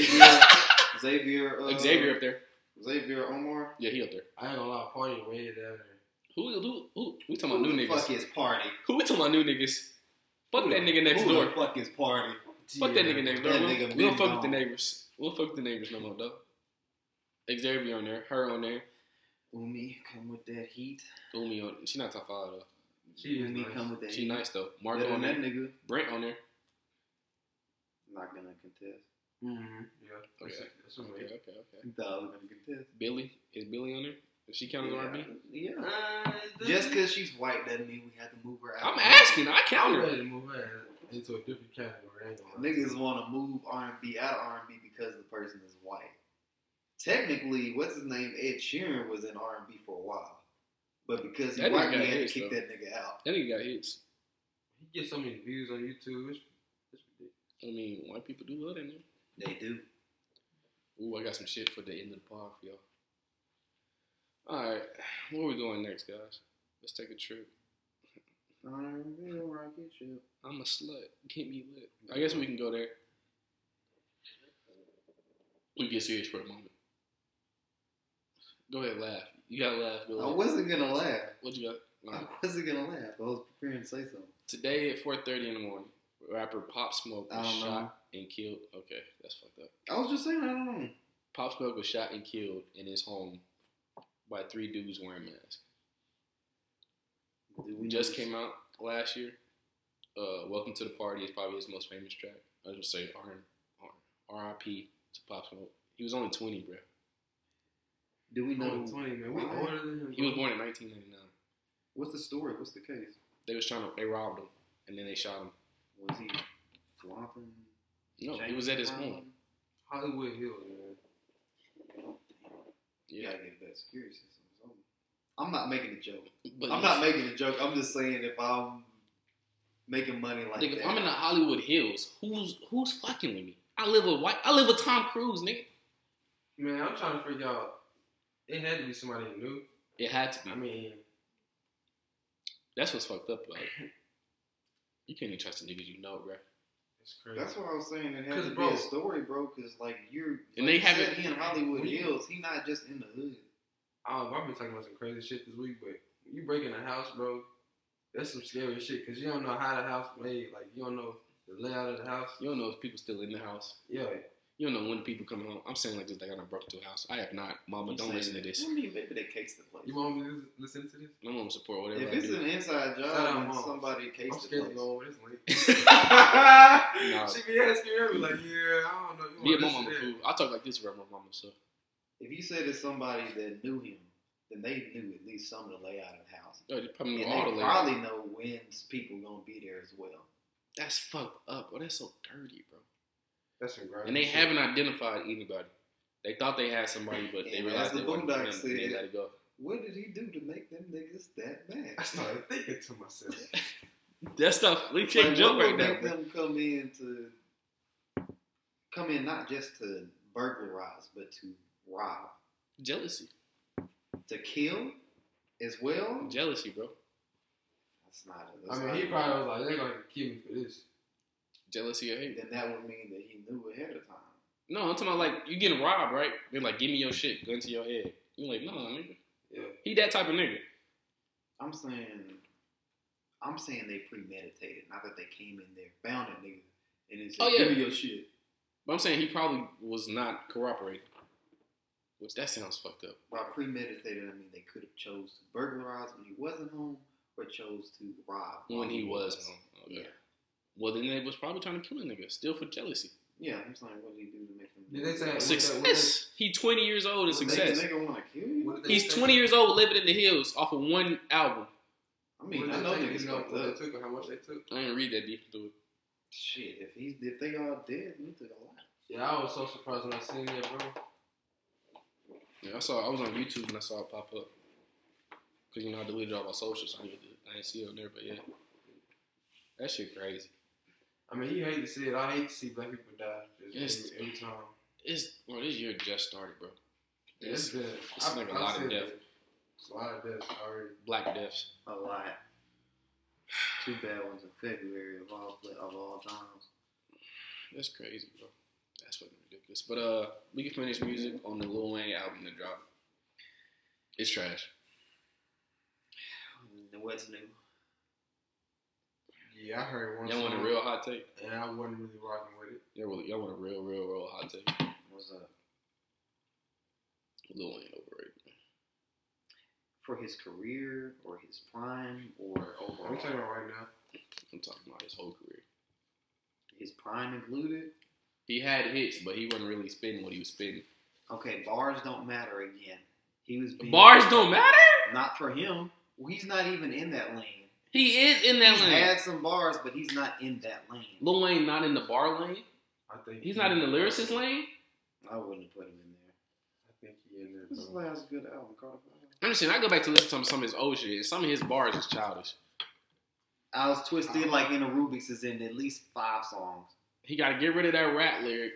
S3: Xavier. Xavier. Uh,
S2: Xavier up there?
S3: Xavier Omar.
S2: Yeah, he up there.
S4: I ain't gonna lie, party way down there.
S2: Who? Who? Who? We talking about
S3: Who
S2: new
S3: the
S2: niggas.
S3: Fuck is party.
S2: Who we talking about new niggas? Fuck
S3: Who
S2: that
S3: the-
S2: nigga next
S3: who
S2: door.
S3: The fuck is party.
S2: Fuck that nigga next door.
S3: That
S2: We
S3: nigga
S2: don't- we don't
S3: been
S2: fuck with the
S3: gone.
S2: neighbors. We don't fuck with the neighbors no more though. Xavier on there, her on there,
S3: Umi, come with that heat.
S2: Umi on. She not top five though.
S4: She is
S3: Umi,
S4: nice.
S3: come with that
S2: She
S3: heat.
S2: nice though. Marco
S3: Better
S2: on
S3: than that
S2: there,
S3: nigga.
S2: Brent on there.
S3: Not gonna contest.
S4: Mm-hmm. Yeah. That's
S2: Okay.
S4: it. That's
S3: Oh,
S4: what
S2: Okay,
S4: it is.
S2: okay, okay.
S3: Dog gonna contest.
S2: Billy is Billy on there? Is she counted as R&B?
S3: Yeah. yeah.
S4: Uh,
S3: Just because she's white doesn't mean we have to move her out.
S2: I'm asking. I count
S4: I'm
S2: her.
S4: ready to move her into a different category. I ain't gonna lie.
S3: Niggas want to move R&B out of R&B because the person is white. Technically, what's his name? Ed Sheeran was in R&B for a while, but because he
S2: That nigga
S3: white,
S2: got
S3: we had to
S2: hits,
S3: kick
S2: though.
S3: that nigga out.
S2: That nigga got hits.
S4: He gets so many views on YouTube. It's, it's ridiculous.
S2: I mean, white people do love that nigga.
S3: They do.
S2: Ooh, I got some shit for the end of the pod for y'all. All right, where we going next, guys? Let's take a trip.
S3: R&B rocket ship.
S2: I'm a slut. Get me lit. I guess we can go there. We get serious for a moment. Go ahead, laugh. You gotta laugh. Go
S3: I
S2: ahead.
S3: wasn't gonna laugh.
S2: What you got? All
S3: I
S2: right.
S3: wasn't gonna laugh. I was preparing to say something.
S2: Today at 4:30 in the morning, rapper Pop Smoke
S3: I
S2: was
S3: don't know.
S2: shot and killed. Okay, that's fucked up.
S3: I was just saying I don't know.
S2: Pop Smoke was shot and killed in his home by three dudes wearing masks.
S3: Do we
S2: We just
S3: know-
S2: came out last year. Uh, Welcome to the Party is probably his most famous track. I was gonna say R- R- R.I.P. to Pop Smoke. He was only 20, bro.
S3: Do we know
S4: Only 20, man. We
S3: Wait,
S4: older than him.
S2: He was born in 1999.
S3: what's the story? What's the case?
S2: They was trying to they robbed him and then they shot him.
S3: Was he flopping?
S2: No, he was at his home.
S4: Hollywood Hills, man.
S3: Yeah,
S2: Yeah,
S3: gotta get that security system. or something. I'm not making a joke.
S2: but
S3: I'm
S2: yeah.
S3: not making a joke. I'm just saying if I'm making money like
S2: Like
S3: that,
S2: if I'm in the Hollywood Hills, who's who's fucking with me? I live with white. I live with Tom Cruise, nigga.
S4: Man, I'm trying to figure out. It had to be somebody new.
S2: It had to be.
S4: I mean,
S2: That's what's fucked up about it. You can't even trust the niggas you know, bro.
S4: it's crazy.
S3: that's what I was saying. It has
S4: 'Cause,
S3: to be
S4: bro-
S3: a story, bro. Because like you're,
S2: And
S3: like
S2: they
S3: you said,
S2: haven't-
S3: He in Hollywood
S4: When you-
S3: Hills. He not just in the hood.
S4: Oh, I've been talking about some crazy shit this week, but you break in a house, bro. That's some scary shit because you don't know how the house made. Like you don't know the layout of the house.
S2: You don't know if people still in the house.
S4: Yeah,
S2: You don't know when people coming home. I'm saying like this, like I done broke into a house. I have not. Mama,
S3: You
S2: don't
S3: saying
S2: listen to
S3: that.
S2: this.
S3: I mean, maybe they cased the place.
S4: you want me to lis- listen to this?
S2: My mom support whatever
S3: If
S2: I
S3: it's
S2: do.
S3: an inside
S4: Shout out
S3: job, and
S4: moms.
S3: somebody
S4: I'm
S3: cased the
S4: scared to
S3: place.
S4: go over this link.
S2: Nah.
S4: She be asking me, like, yeah, I don't know. You
S2: Me
S4: want this
S2: and my mama
S4: shit?
S2: cool. I talk like this around my mama, so
S3: If you said it's somebody that knew him, then they knew at least some of the layout of the house.
S2: no, you probably know
S3: And
S2: all the
S3: they
S2: ladies.
S3: probably know when people gonna be there as well.
S2: That's fucked up. Oh, that's so dirty, bro.
S4: That's some gross
S2: And they
S4: shit.
S2: haven't identified anybody. They thought they had somebody, but they
S3: And
S2: realized
S3: as the
S2: they wasn't
S3: Boondocks
S2: him, and they
S3: said-
S2: let it go.
S3: What did he do to make them niggas that mad?
S4: I started thinking to myself.
S2: That stuff, we can't
S3: Like,
S2: jump
S3: what
S2: right
S3: would
S2: now.
S3: make them come in to come in not just to burglarize, but to rob,
S2: Jealousy,
S3: to kill as well.
S2: jealousy, bro.
S3: That's not.
S4: I
S3: That's
S4: mean,
S3: not
S4: he probably was like, they're gonna kill me for this.
S2: Jealousy or hate.
S3: Then that would mean that he knew ahead of time.
S2: No, I'm talking about like you getting robbed, right? They're like, give me your shit, gun to your head. You're like, no, nigga.
S4: Yeah.
S2: He that type of nigga.
S3: I'm saying, I'm saying they premeditated. Not that they came in there, found a nigga, and it's
S2: Oh, yeah.
S3: give me your shit.
S2: But I'm saying he probably was not cooperating. Which that sounds fucked up.
S3: By premeditated, I mean they could have chose to burglarize when he wasn't home, or chose to rob
S2: When
S3: while
S2: he was home. Okay.
S3: Yeah.
S2: Well, then they was probably trying to kill a nigga, still for jealousy.
S3: Yeah, I'm saying, what did he do to make them?
S4: Did they say- What's that- what's that-
S2: Success. He 20 years old and
S4: What's that-
S2: success.
S3: Make a nigga want to kill you?
S4: What did they
S2: He's
S4: say?
S2: 20 years old living in the hills off of one album.
S3: I
S4: What
S3: mean,
S4: did
S3: I
S4: they
S3: know
S4: say?
S3: niggas
S4: You know
S3: fucked
S4: what
S3: up.
S4: they took and how much they took?
S2: I didn't read that deep into it.
S3: Shit, if he's if they all dead, we took a lot.
S4: Yeah, I was so surprised when I seen that, bro.
S2: I saw I was on YouTube and I saw it pop up because you know I deleted all my socials. I didn't, I didn't see it on there, but yeah, that shit crazy.
S4: I mean, you hate to see it. I hate to see black people die just
S2: Yes.
S4: every, every time.
S2: It's well, this year just started, bro.
S4: It's
S2: It's
S4: been
S2: it's like a lot of death.
S4: It's a lot of death already.
S2: black deaths.
S3: A lot. Two bad ones in February of all of all times.
S2: That's crazy, bro. That's fucking ridiculous. But uh, we can finish music on the Lil Wayne album that dropped. It's trash.
S3: And What's new?
S4: Yeah, I heard one.
S2: Y'all want a
S4: song,
S2: real hot take?
S4: And I wasn't really rocking with it.
S2: Y'all, really, y'all want a real, real, real hot take?
S3: What's up?
S2: Lil Wayne overrated.
S3: For his career or his prime or
S4: I'm talking
S3: overall?
S4: about right now.
S2: I'm talking about his whole career.
S3: His prime included?
S2: He had hits, but he wasn't really spinning what he was spinning.
S3: Okay, bars don't matter again. He was being
S2: Bars don't matter.
S3: Not for him. Well, he's not even in that lane.
S2: He is in that
S3: He's
S2: lane.
S3: had some bars, but he's not in that lane.
S2: Lil Wayne not in the bar lane.
S4: I think
S2: He's
S4: he-
S2: not in the lyricist lane.
S3: I wouldn't put him in there.
S4: I think he in there.
S3: This is
S4: bro.
S3: last good album, Carter. Brown.
S2: I'm just saying. I go back to listen to some, some of his old shit. and Some of his bars is childish.
S3: I was twisted like in a Rubik's is in at least five songs.
S2: He got to get rid of that rat lyric,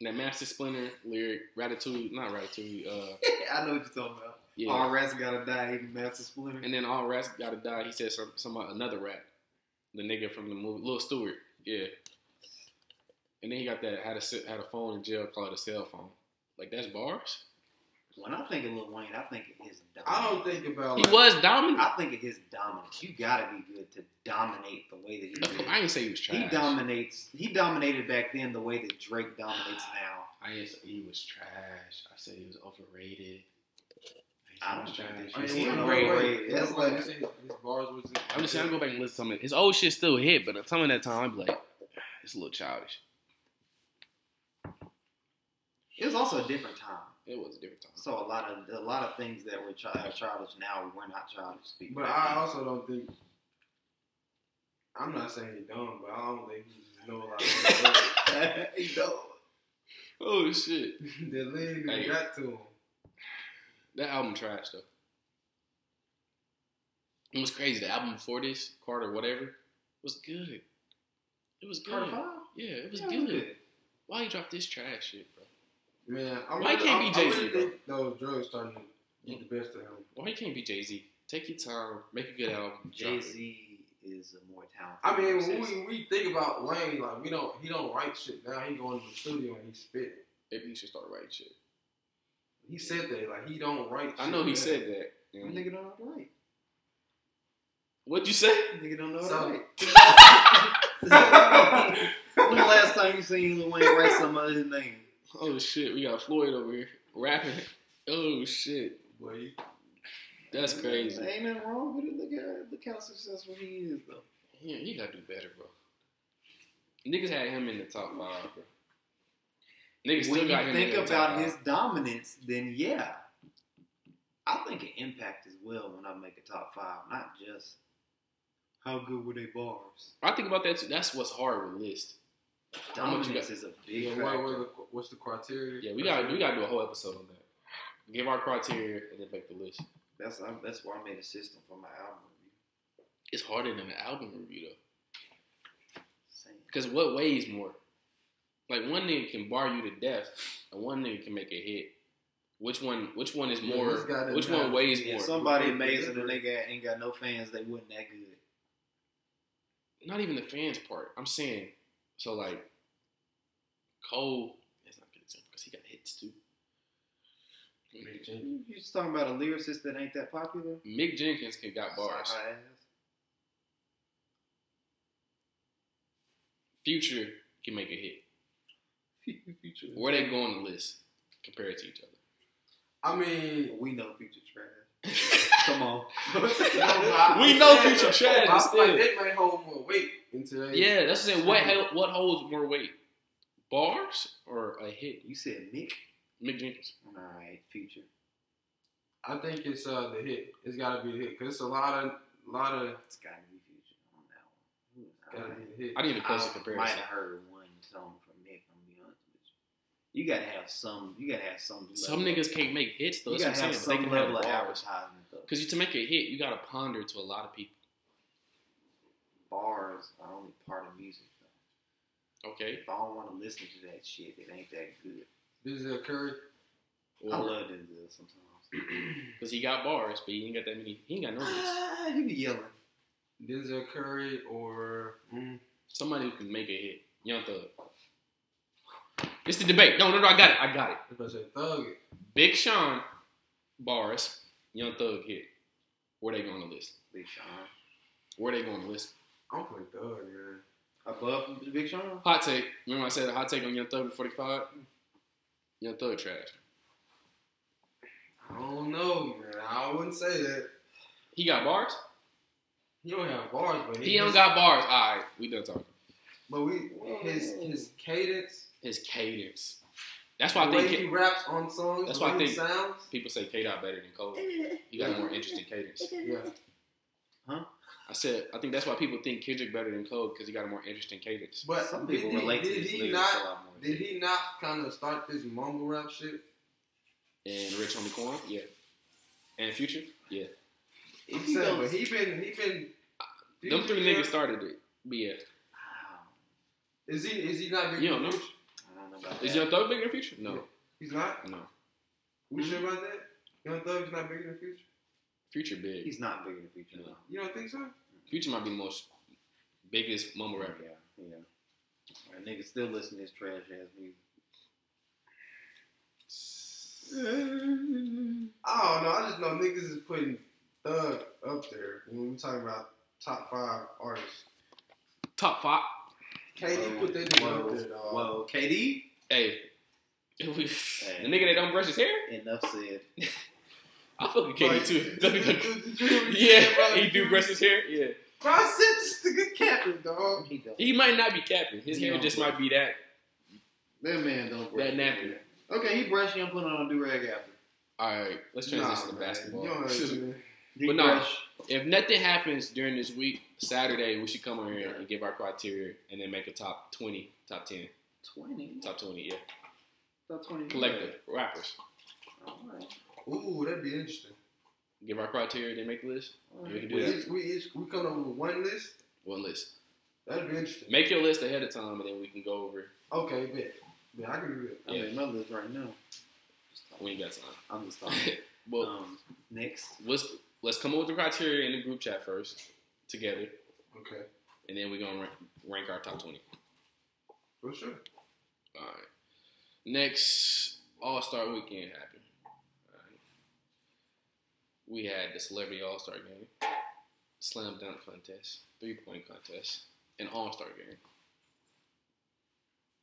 S2: and that Master Splinter lyric, Ratatouille, not Ratatouille. Uh,
S3: I know what you're talking about.
S2: yeah.
S3: All rats gotta die, even Master Splinter.
S2: And then all rats gotta die. He said some, some uh, another rat, the nigga from the movie, Little Stewart. Yeah. And then he got that had a se- had a phone in jail called a cell phone. Like that's bars.
S3: When I think of Lil Wayne, I think of his
S4: I
S3: dominance.
S4: don't think about.
S2: He
S4: Like,
S2: was dominant.
S3: I think of his dominance. You gotta be good to dominate the way that he did.
S2: I didn't say he was trash.
S3: He dominates. He dominated back then the way that Drake dominates now.
S2: I didn't say he was trash. I said he was overrated.
S3: I don't
S2: was
S3: think
S2: trash.
S3: that
S4: I
S3: you
S4: mean,
S3: see
S4: he
S3: him
S4: was
S3: overrated.
S4: overrated.
S3: That's
S4: That's like
S3: like-
S4: his, his bars was.
S2: I'm just saying, I go back and listen to some of it. His old shit still hit, but some of that time, I'm like, "Ah, it's a little childish.
S3: It was also a different time,
S2: It was a different time.
S3: so a lot of a lot of things that were chi- are childish now were not childish. to people
S4: But
S3: back
S4: I
S3: then.
S4: also don't think. I'm not saying he's dumb, but I don't think he just know a lot. Of
S3: You know,
S2: Oh shit!
S4: the lyrics. the league
S2: Hey.
S4: got to him.
S2: That album trash though. It was crazy. The album before this, Carter, whatever, was good. It was good.
S3: Carter Five?
S2: Yeah, it was
S3: Yeah,
S2: good.
S3: good.
S2: Why you drop this trash shit, bro?
S4: Man, I'm
S2: Why
S4: really,
S2: can't
S4: I'm,
S2: be Jay-Z,
S4: I really
S2: bro?
S4: think those drugs starting to get the best of him.
S2: Why you can't be Jay Z? Take your time, make a good album. drop
S3: Jay
S2: it.
S3: Z is a more talented.
S4: I mean, when
S3: artist.
S4: we, we think about Wayne, like we don't he don't write shit now. He going to the studio and he spit.
S2: Maybe you should start writing shit.
S4: He said that like he don't write.
S2: I
S4: shit
S2: know he
S4: now.
S2: said that. you know.
S3: nigga don't know how to write.
S2: What'd you say?
S3: Nigga don't know how
S4: So-
S3: to write. when the last time you seen Lil Wayne write some other name?
S2: Oh shit, we got Floyd over here rapping. Oh shit,
S4: Boy, you-
S2: that's crazy.
S3: Ain't nothing wrong with it. Look at look how successful he is though.
S2: He, he gotta do better, bro. Niggas had him in the top five, bro. Niggas
S3: when
S2: still got
S3: you
S2: him
S3: think
S2: in the top
S3: about
S2: five.
S3: his dominance, then yeah, I think it impact as well when I make a top five, not just how good were they bars.
S2: I think about that too. That's what's hard with list. much you
S3: Dominance is a big
S4: yeah, what,
S3: factor.
S4: what, what's the criteria?
S2: Yeah, we got we gotta do a whole episode on that. Give our criteria and then make the list.
S3: That's I, that's why I made a system for my album review.
S2: It's harder than an album review though,
S3: Same.
S2: because what weighs more? Like one nigga can bar you to death, and one nigga can make a hit. Which one? Which one is
S4: Yeah,
S2: more?
S4: he's gotta
S2: which
S4: know.
S2: one weighs more?
S3: If somebody
S4: Delivery.
S3: amazing and they got, ain't got no fans, they wasn't that good.
S2: not even the fans part. I'm saying, so like, Cole. That's not a good example because he got hits too.
S4: Big Jimmy.
S3: You you just talking about a lyricist that ain't that popular?
S2: Mick Jenkins can got bars.
S3: Sorry, ass.
S2: Future can make a hit.
S3: Future.
S2: Where they go on the list compared to each other?
S4: I mean,
S3: We know future trash. Come on.
S2: We know Future trash,
S4: I
S2: but
S4: feel like
S2: still.
S4: that might hold more weight in today's
S2: Yeah, that's what I'm saying. What hel- what holds more weight, bars or a hit?
S3: You said Mick?
S2: Mick Jenkins.
S3: Alright, future.
S4: I think it's uh the hit. It's got to be a hit because it's a lot of lot of
S3: It's gotta be future on that
S4: got
S3: one.
S4: to be a hit.
S2: I need a
S3: I
S2: closer
S3: might have
S2: comparison.
S3: heard one song from Mick, I'm gonna be honest with you. You gotta have some. You gotta have some.
S2: Some
S3: level
S2: niggas can't make hits though.
S3: You
S2: That's what
S3: gotta
S2: I'm
S3: have
S2: saying. They
S3: some
S2: can have
S3: level of
S2: bars.
S3: advertisement though.
S2: Because to make a hit, you gotta ponder to a lot of people.
S3: Bars are only part of music. Though.
S2: Okay.
S3: If I don't want to listen to that shit, it ain't that good.
S4: Denzel Curry.
S3: I
S2: Because
S3: love Denzel sometimes.
S2: he got bars, but he ain't got that many. He ain't got no hits.
S3: ah, he be yelling.
S4: Denzel Curry or mm,
S2: Somebody who can make a hit. Young Thug. It's the debate. No, no, no. I got it. I got it.
S4: if I say Thug.
S2: Big Sean bars. Young Thug hit. Where they going to list?
S3: Big Sean.
S2: Where they going to list?
S4: I'm playing Thug, man.
S3: Above Big Sean.
S2: Hot take. Remember I said a hot take on Young Thug before the pod? Young Thug trash.
S4: I don't know, man. I wouldn't say that.
S2: He got bars.
S4: He don't have bars, but he,
S2: He don't got bars. All right, we done talking.
S4: But we his his cadence.
S2: His cadence. That's
S4: The
S2: why I
S4: way
S2: think
S4: he raps on songs.
S2: That's
S4: the
S2: why I
S4: way he
S2: think-
S4: sounds.
S2: people say K Dot better than Cole. He got a more interesting cadence.
S4: Yeah.
S2: I said I think that's why people think Kendrick better than Cole because he got a more interesting cadence.
S4: But
S3: Some
S4: did
S3: people
S4: he,
S3: relate to
S4: did
S3: his
S4: he
S3: lyrics
S4: not?
S3: a lot more.
S4: Did he not kind of start this mumble rap shit?
S2: And Rich Homie Quan, yeah. And Future, yeah.
S3: If
S4: I'm
S3: you
S4: saying,
S3: go-
S4: but he been he been.
S2: Them three
S4: Future-
S2: niggas started it. But yeah,
S3: Wow.
S4: Is he is he not bigger?
S2: You don't
S4: than
S2: know.
S4: Future?
S3: I don't know about
S2: is
S3: that.
S2: Young Thug bigger than Future? No,
S4: He's not.
S2: no.
S4: We
S2: Mm-hmm.
S4: sure about that? You don't think he's not bigger than Future?
S2: Future big.
S3: He's not bigger than Future.
S2: No.
S3: though.
S4: You don't think so?
S2: Future might be the most biggest mumble rapper.
S3: Yeah, yeah. And niggas still listen to his trash ass music.
S4: I don't know. I just know niggas is putting Thug up there when we talking about top five artists.
S2: Top five.
S4: KD
S3: Whoa,
S4: put that nigga
S3: whoa,
S4: up there, dog.
S3: Whoa, KD.
S2: Hey. The nigga that don't brush his hair?
S3: Enough said.
S2: I fuck with
S4: Like,
S2: KD too.
S4: did you- did you hear what he said
S2: yeah,
S4: about
S2: he do
S4: Future?
S2: brush his hair. Yeah.
S4: Bro, I said this nigga captain, dog.
S3: He don't.
S2: He might not be capping. His
S3: He
S2: hair
S3: don't
S2: just
S3: brush.
S2: might be that.
S3: that man don't. brush
S2: That
S3: his
S2: nappy.
S3: hair. Okay, he brushed. I'm putting on a do rag after.
S2: Alright, let's transition to
S4: man.
S2: basketball.
S4: You don't understand.
S3: He
S2: But no.
S3: brushed.
S2: if nothing happens during this week, Saturday we should come on here and give our criteria and then make a top twenty, top ten,
S3: twenty.
S2: top twenty, yeah.
S3: Top twenty.
S2: Collective rappers.
S3: All right.
S4: Ooh, that'd be interesting.
S2: Give our criteria, then make the list.
S3: All
S2: We
S3: right.
S2: can do
S4: We
S2: that.
S4: each, we each we come up with one list.
S2: One list.
S4: That'd be interesting.
S2: Make your list ahead of time, and then we can go over.
S4: Okay, bet. Bet I can do it.
S3: I'm in my list right now.
S2: We ain't got time.
S3: I'm just talking.
S2: Well,
S3: um, next.
S2: let's let's come up with the criteria in the group chat first, together,
S4: Okay,
S2: and then we're gonna rank, rank our top twenty.
S4: for sure.
S2: All right. Next All Star Weekend happened. All right. We had the Celebrity All Star Game, Slam Dunk Contest, Three Point Contest, and All Star Game.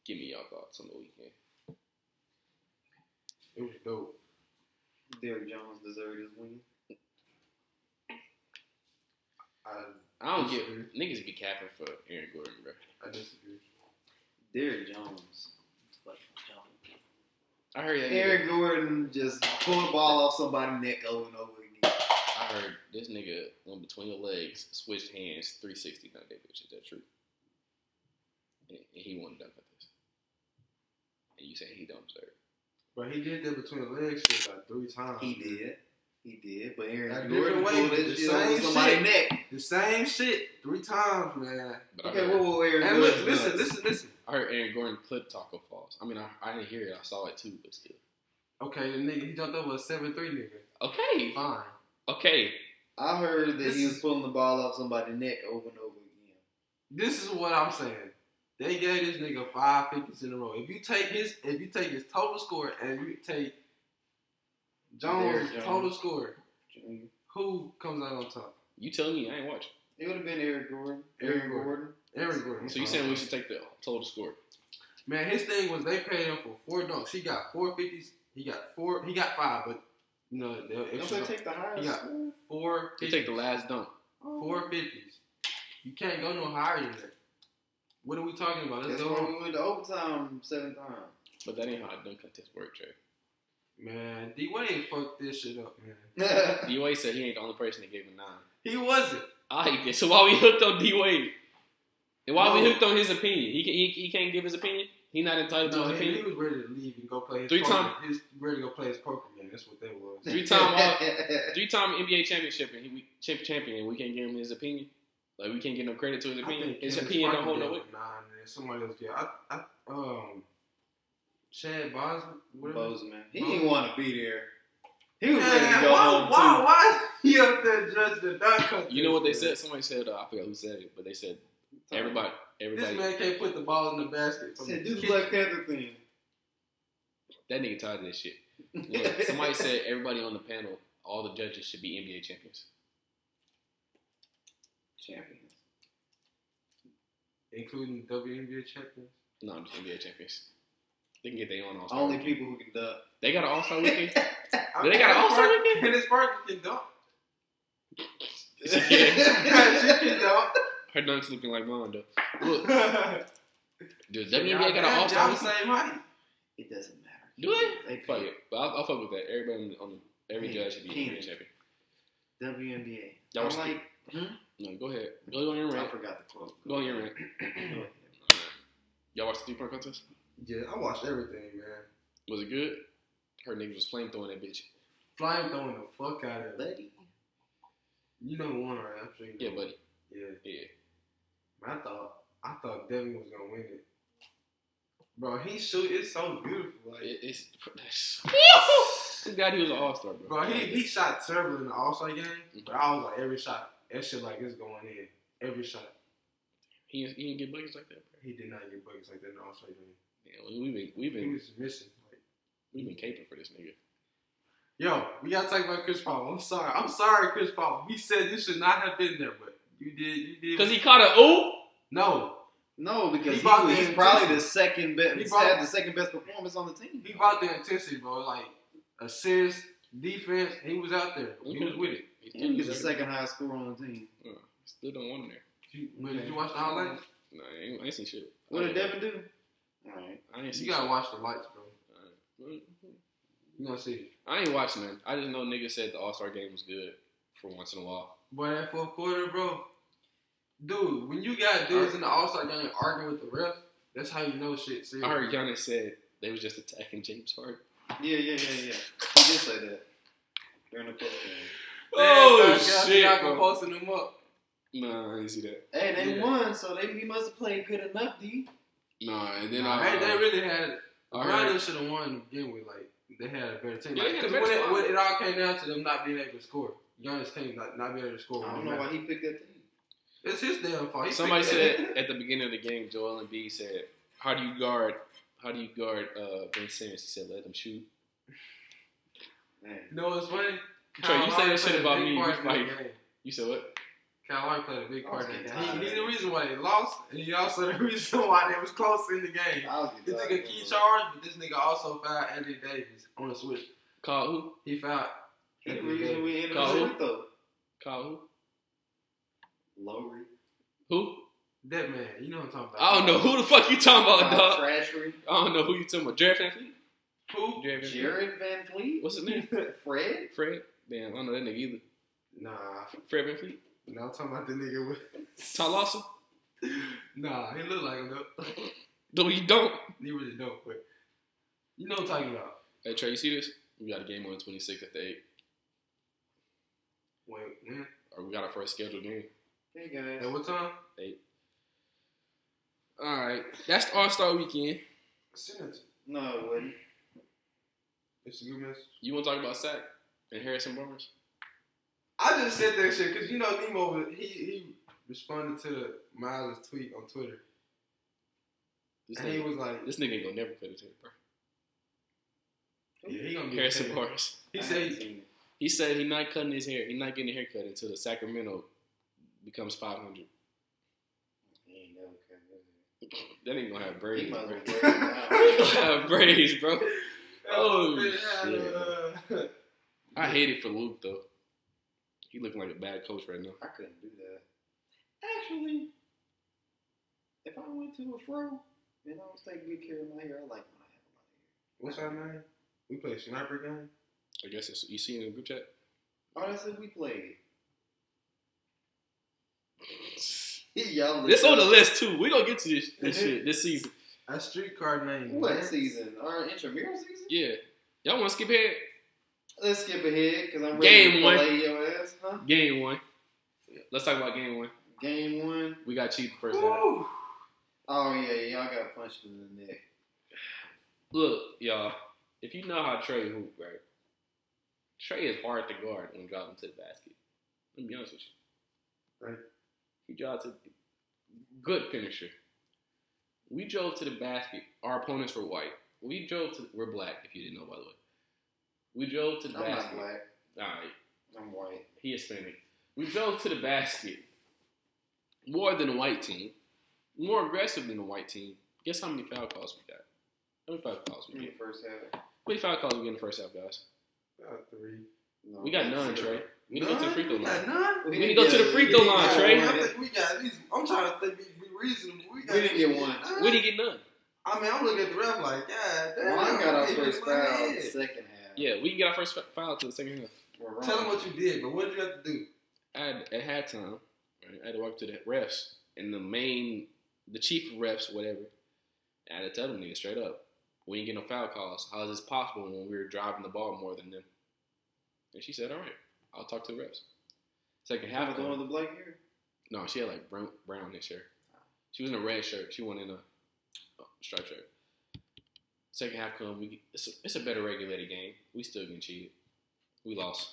S2: Give me y'all thoughts on the weekend.
S4: It was dope.
S3: Derrick Jones deserved his win.
S4: I
S2: I don't get niggas be capping for Aaron Gordon, bro.
S4: I disagree.
S3: Derrick Jones. Fucking Jones.
S2: I heard that. Nigga,
S3: Eric Gordon just pull the ball off somebody's neck over and over again.
S2: I heard this nigga went between your legs, switched hands, 360 dunk that bitch. Is that true? And, and he won the dunk contest. And you saying he don't deserve. it.
S4: But he did that between the legs shit about three times.
S3: He did. He did. But
S4: Uh-huh. A
S3: Eric Gordon
S4: different way,
S3: pulled
S4: but the
S3: that shit over
S4: same
S3: somebody's
S4: shit.
S3: neck.
S4: The same shit three times, man.
S2: But I
S3: Okay,
S2: heard-
S3: what will Eric
S4: And
S3: Gordon
S4: look, listen,
S3: does?
S4: listen, listen.
S2: I heard Aaron Gordon clip Taco Falls. I mean, I, I didn't hear it. I saw it too, but still.
S4: Okay, the nigga, he jumped over a 7 3 nigga.
S2: Okay.
S4: Fine.
S2: Okay.
S3: I heard that he
S4: This-
S3: was pulling the ball off somebody's neck over and over again.
S4: This is what I'm saying. They gave this nigga five fifties in a row. If you take his if you take his total score and you take Jones'
S3: Derrick Jones.
S4: total score,
S3: Junior.
S4: who comes out on top?
S2: You tell me. I ain't watching.
S3: It would have been Eric Gordon.
S4: Eric
S3: Eric Gordon.
S4: Aaron Gordon.
S2: So you saying we should take the total score?
S4: Man, his thing was they paid him for four dunks. He got four fifties. He got four. He got five, but you know, they'll- if you
S3: Don't they
S4: take
S3: take the highest
S4: Yeah.
S3: score? Oh.
S4: four
S2: You
S4: fifties,
S2: take the last dunk.
S4: four fifties. You can't go no higher than that. What are we talking about? Let's
S3: That's
S4: go.
S3: when we went to overtime seven times.
S2: But that ain't how a dunk contest works, Trey.
S4: Man, D Wade fucked this shit up, man.
S2: D Wade said he ain't the only person that gave him nine.
S4: He wasn't.
S2: I get so why we hooked on D Wade? And why we
S4: No.
S2: hooked on his opinion? He, can, he he can't give his opinion. He not entitled to
S4: No,
S2: his
S4: he, he
S2: opinion.
S4: was ready to leave and go play his
S2: Three
S4: poker.
S2: time-
S4: He's ready to go play his poker game. That's what they was.
S2: Three-time Three-time NBA championship and he we champ- champion. and We can't give him his opinion. Like we can't get no credit to his opinion. His
S4: Candace
S2: opinion don't
S4: Parker
S2: hold no
S4: did
S2: weight.
S4: with Nine and somebody else did. I, I, um, Chad Bos, whatever.
S3: Bozeman. He didn't want to be there. He was ready to
S4: Man,
S3: go
S4: why, why,
S3: home
S4: why is he up there judging the dunk contest?
S2: You know what they
S4: man?
S2: said? Somebody said uh, I forgot who said it, but they said everybody,
S4: This
S2: everybody.
S4: man can't put the ball in the basket.
S3: too.
S4: From
S3: Said,
S4: the
S3: do the
S4: kick.
S3: Black Panther thing.
S2: That nigga tired of this shit. Look, somebody said everybody on the panel, all the judges should be NBA champions.
S3: Champions.
S4: including WNBA champions.
S2: No, I'm just NBA champions. They can get their own All Star.
S3: Only people who can duck.
S2: They got an All Star weekend.
S4: I
S2: Do they
S4: mean,
S2: got an
S4: Candace
S2: All-Star
S4: Parker-
S2: weekend?
S4: Candace Parker can dunk.
S3: That's
S4: she can dunk.
S2: Her dunks looking like mine though. Look,
S4: Y'all
S2: dude, WNBA got an All Star
S4: y'all the
S2: weekend.
S4: same height.
S3: It doesn't matter.
S2: Do
S3: they?
S2: Fuck it, but I'll, I'll fuck with that. Everybody on, the- on the- every
S3: Yeah,
S2: judge should be
S3: Keenan.
S2: NBA champion.
S3: WNBA.
S2: Y'all
S3: I'm
S2: was
S3: like,
S2: No, go ahead. Go on your
S3: I
S2: rant.
S3: forgot the quote.
S2: Go on your rant.
S3: rant.
S2: Y'all watched the three point contest?
S4: Yeah, I watched everything, man.
S2: Was it good? Her niggas was flamethrowing that bitch.
S4: Flying throwing the fuck out of it.
S3: Buddy.
S4: You know who won, right? I'm sure you know.
S2: Yeah, buddy.
S4: Yeah.
S2: Yeah.
S4: I thought I thought Devin was gonna win it. Bro, he shoot it's so beautiful. Like
S2: It, it's. Too bad he was an All Star, bro.
S4: bro, he, he shot terrible in the All Star game,
S2: Mm-hmm.
S4: but I was like every shot, that shit like it's going in. Every shot.
S2: He, he didn't get buckets like that. Bro.
S4: He did not get buckets like that in the All Star game.
S2: Yeah, we, we've been we've
S4: He
S2: been
S4: was missing. Like,
S2: we've been caping for this nigga.
S4: yo, we gotta talk about Chris Paul. I'm sorry. I'm sorry, Chris Paul. We said you should not have been there, but you did. You
S2: Cause
S4: did.
S2: he caught a ooh.
S4: no,
S3: No, because
S4: He
S3: he
S4: brought
S3: was-
S4: the
S3: he's probably
S4: intensity.
S3: the second best.
S4: He
S3: He
S4: brought-
S3: had the second best performance on the team.
S4: he brought the intensity, bro. Like a serious defense. He was out there. He was with it.
S2: He still,
S3: And he was the
S2: deserved
S3: second highest scorer on the team.
S2: it. Uh, still don't want him there.
S4: You, Did you watch the highlights?
S2: No, I ain't, I ain't seen shit.
S3: What
S2: I
S3: did
S2: ain't-
S3: Devin do? All right.
S2: I ain't seen.
S4: You gotta watch the lights, bro.
S2: shit.
S4: You gonna see. it.
S2: I ain't watching that. I just know niggas said the All Star game was good for once in a while.
S4: Boy, that fourth quarter, bro. Dude, when you got dudes in the All Star game arguing with the ref, that's how you know shit. serious.
S2: I heard Giannis said they was just attacking James Harden.
S3: Yeah, yeah, yeah, yeah. He did say that during the post game.
S4: Man,
S2: Oh,
S4: third guy, y'all been posting them up.
S2: Nah, I didn't see that.
S3: Hey, they
S4: Yeah.
S3: won, so they he must have played good enough, D.
S2: Nah, and then I, uh,
S4: Hey, they really had it.
S2: I
S4: Brandon
S2: heard,
S4: should have won to begin with. Like they had a better team.
S2: Yeah,
S4: Like,
S2: they had a
S4: 'cause
S2: better
S4: when it,
S2: squad.
S4: when it all came down to them not being able to score. Giannis team not, not being able to score.
S3: I don't know why he picked that team.
S4: It's his damn fault. He
S2: somebody
S4: picked
S2: said
S4: it.
S2: at the beginning of the game, Joel Embiid said, "How do you guard? How do you guard uh, Ben Simmons?" He said, "Let them shoot."
S3: Man,
S4: You know what's funny?
S2: Trey,
S4: Kyle
S2: you say that
S4: Lowry
S2: shit
S4: played a
S2: about
S4: big
S2: me,
S4: part
S2: you
S4: in that
S2: fight.
S4: game.
S2: You said what?
S4: Kyle Lowry played a big
S3: I
S4: part
S3: was
S4: in
S3: getting
S4: that. game. He,
S3: tired.
S4: he the reason why they lost, and he also the reason why they was close in the game.
S3: I was
S4: This
S3: getting tired
S4: nigga
S3: of
S4: Key
S3: him.
S4: Charles, but this nigga also fouled Anthony Davis on the switch.
S2: Kyle who?
S4: He fouled.
S3: He the reason we ended
S2: Call
S3: up
S2: who?
S3: with though.
S2: Kyle who?
S3: Lowry.
S2: Who?
S4: That man, you know what I'm talking about.
S2: I don't know who the fuck you talking about,
S3: Kyle
S2: dog.
S3: Trashery.
S2: I don't know who you talking about. Jared Van Fleet?
S4: Who?
S2: Jared Van Fleet?
S3: Jared Van Fleet.
S2: What's his name?
S3: Fred.
S2: Fred? Damn, I don't know that nigga either.
S4: Nah,
S2: Fred Van Fleet?
S4: no, I'm talking about the nigga with.
S2: Tom Lawson?
S4: Nah, he look like him though.
S2: No, you don't.
S4: he really don't, but you know what I'm talking about.
S2: Hey, Trey, you see this? We got a game on the 26th at the 8.
S4: Wait, when?
S2: Or we got our first scheduled game.
S3: Hey
S4: At
S3: guys.
S4: what time?
S2: All right. That's the All Star weekend.
S4: Send it.
S3: No, it wouldn't.
S4: It's a good message.
S2: You want to talk about Sack and Harrison Barnes?
S4: I just said that shit because you know Nemo was- he he responded to Miles' tweet on Twitter
S2: This
S4: and he
S2: nigga,
S4: was like,
S2: this nigga ain't gonna never play the team, bro.
S4: yeah, he gonna get
S2: Harrison
S4: paid.
S2: Barnes.
S4: He
S3: I
S4: said
S3: haven't seen it.
S2: He said he not cutting his hair. He not getting a haircut until the Sacramento becomes 500.
S3: He ain't never come in.
S2: That ain't gonna have braids,
S3: He might
S2: bro.
S3: as well wear it now.
S2: Gonna have braids, bro. Oh,
S4: shit.
S2: I hate it for Luke though. He looking like a bad coach right now.
S3: I couldn't do that. Actually, if I went to a fro and I was taking good care of my hair, I like when I
S4: What's
S3: have my hair.
S4: our name? We play sniper game.
S2: I guess it's, you see in the group chat.
S3: Oh, that's if we played. Y'all look
S2: This on the
S3: up.
S2: list too. We gonna get to this, this shit this season.
S4: A streetcar named
S3: What
S4: Lance.
S3: season? Our intramural season?
S2: Yeah. Y'all want to skip ahead?
S3: Let's skip ahead because I'm ready
S2: Game
S3: to
S2: one.
S3: fillet your ass, huh?
S2: Game one. Let's talk about game one.
S3: Game one.
S2: We got cheated first half.
S4: Woo!
S3: Oh yeah, y'all got punched in the neck.
S2: Look, y'all. If you know how Trey hoop, right? Trey is hard to guard when driving to the basket. Let me be honest with you.
S1: Right.
S2: He drives a good finisher. We drove to the basket. Our opponents were white. We drove to. We're black. If you didn't know, by the way. We drove to the
S3: I'm not
S2: basket.
S3: black.
S2: All right.
S3: I'm white.
S2: He Hispanic. We drove to the basket more than the white team, more aggressive than the white team. Guess how many foul calls we got? How many foul calls we
S3: In the
S2: get?
S3: first half.
S2: How many foul calls we get in the first half, guys?
S1: About three.
S3: No,
S2: We got none,
S3: that's zero.
S2: Trey. We didn't go to the free throw
S4: We got
S2: line.
S4: none.
S2: We didn't go to the
S3: get-
S2: free
S3: we
S2: throw
S3: didn't
S2: line,
S3: get
S2: Trey.
S4: I
S3: one.
S4: think we got at least. I'm trying to think. Be, be reasonable. We, got
S3: We didn't get one.
S4: None.
S2: We didn't get none.
S4: I mean, I'm looking at the ref like, God damn.
S3: Ron got our
S4: it
S3: first
S4: hit my
S3: foul in the
S4: head.
S3: second half.
S2: Yeah, we didn't get our first f- foul to the second half.
S3: We're wrong.
S4: Tell them what you did, but what did you have to do?
S2: I had, at halftime, right, I had to walk to the refs and the main, the chief of refs, whatever. I had to tell them niggas straight up, we ain't get no foul calls. How is this possible when we were driving the ball more than them? And she said, all right, I'll talk to the refs. Second
S3: Have
S2: half,
S3: it going with the black hair.
S2: no, she had like brown, brown this year. She was in a red shirt. She won in a oh, striped shirt. Second half come, we it's a, it's a better regulated game. We still getting cheated. We lost.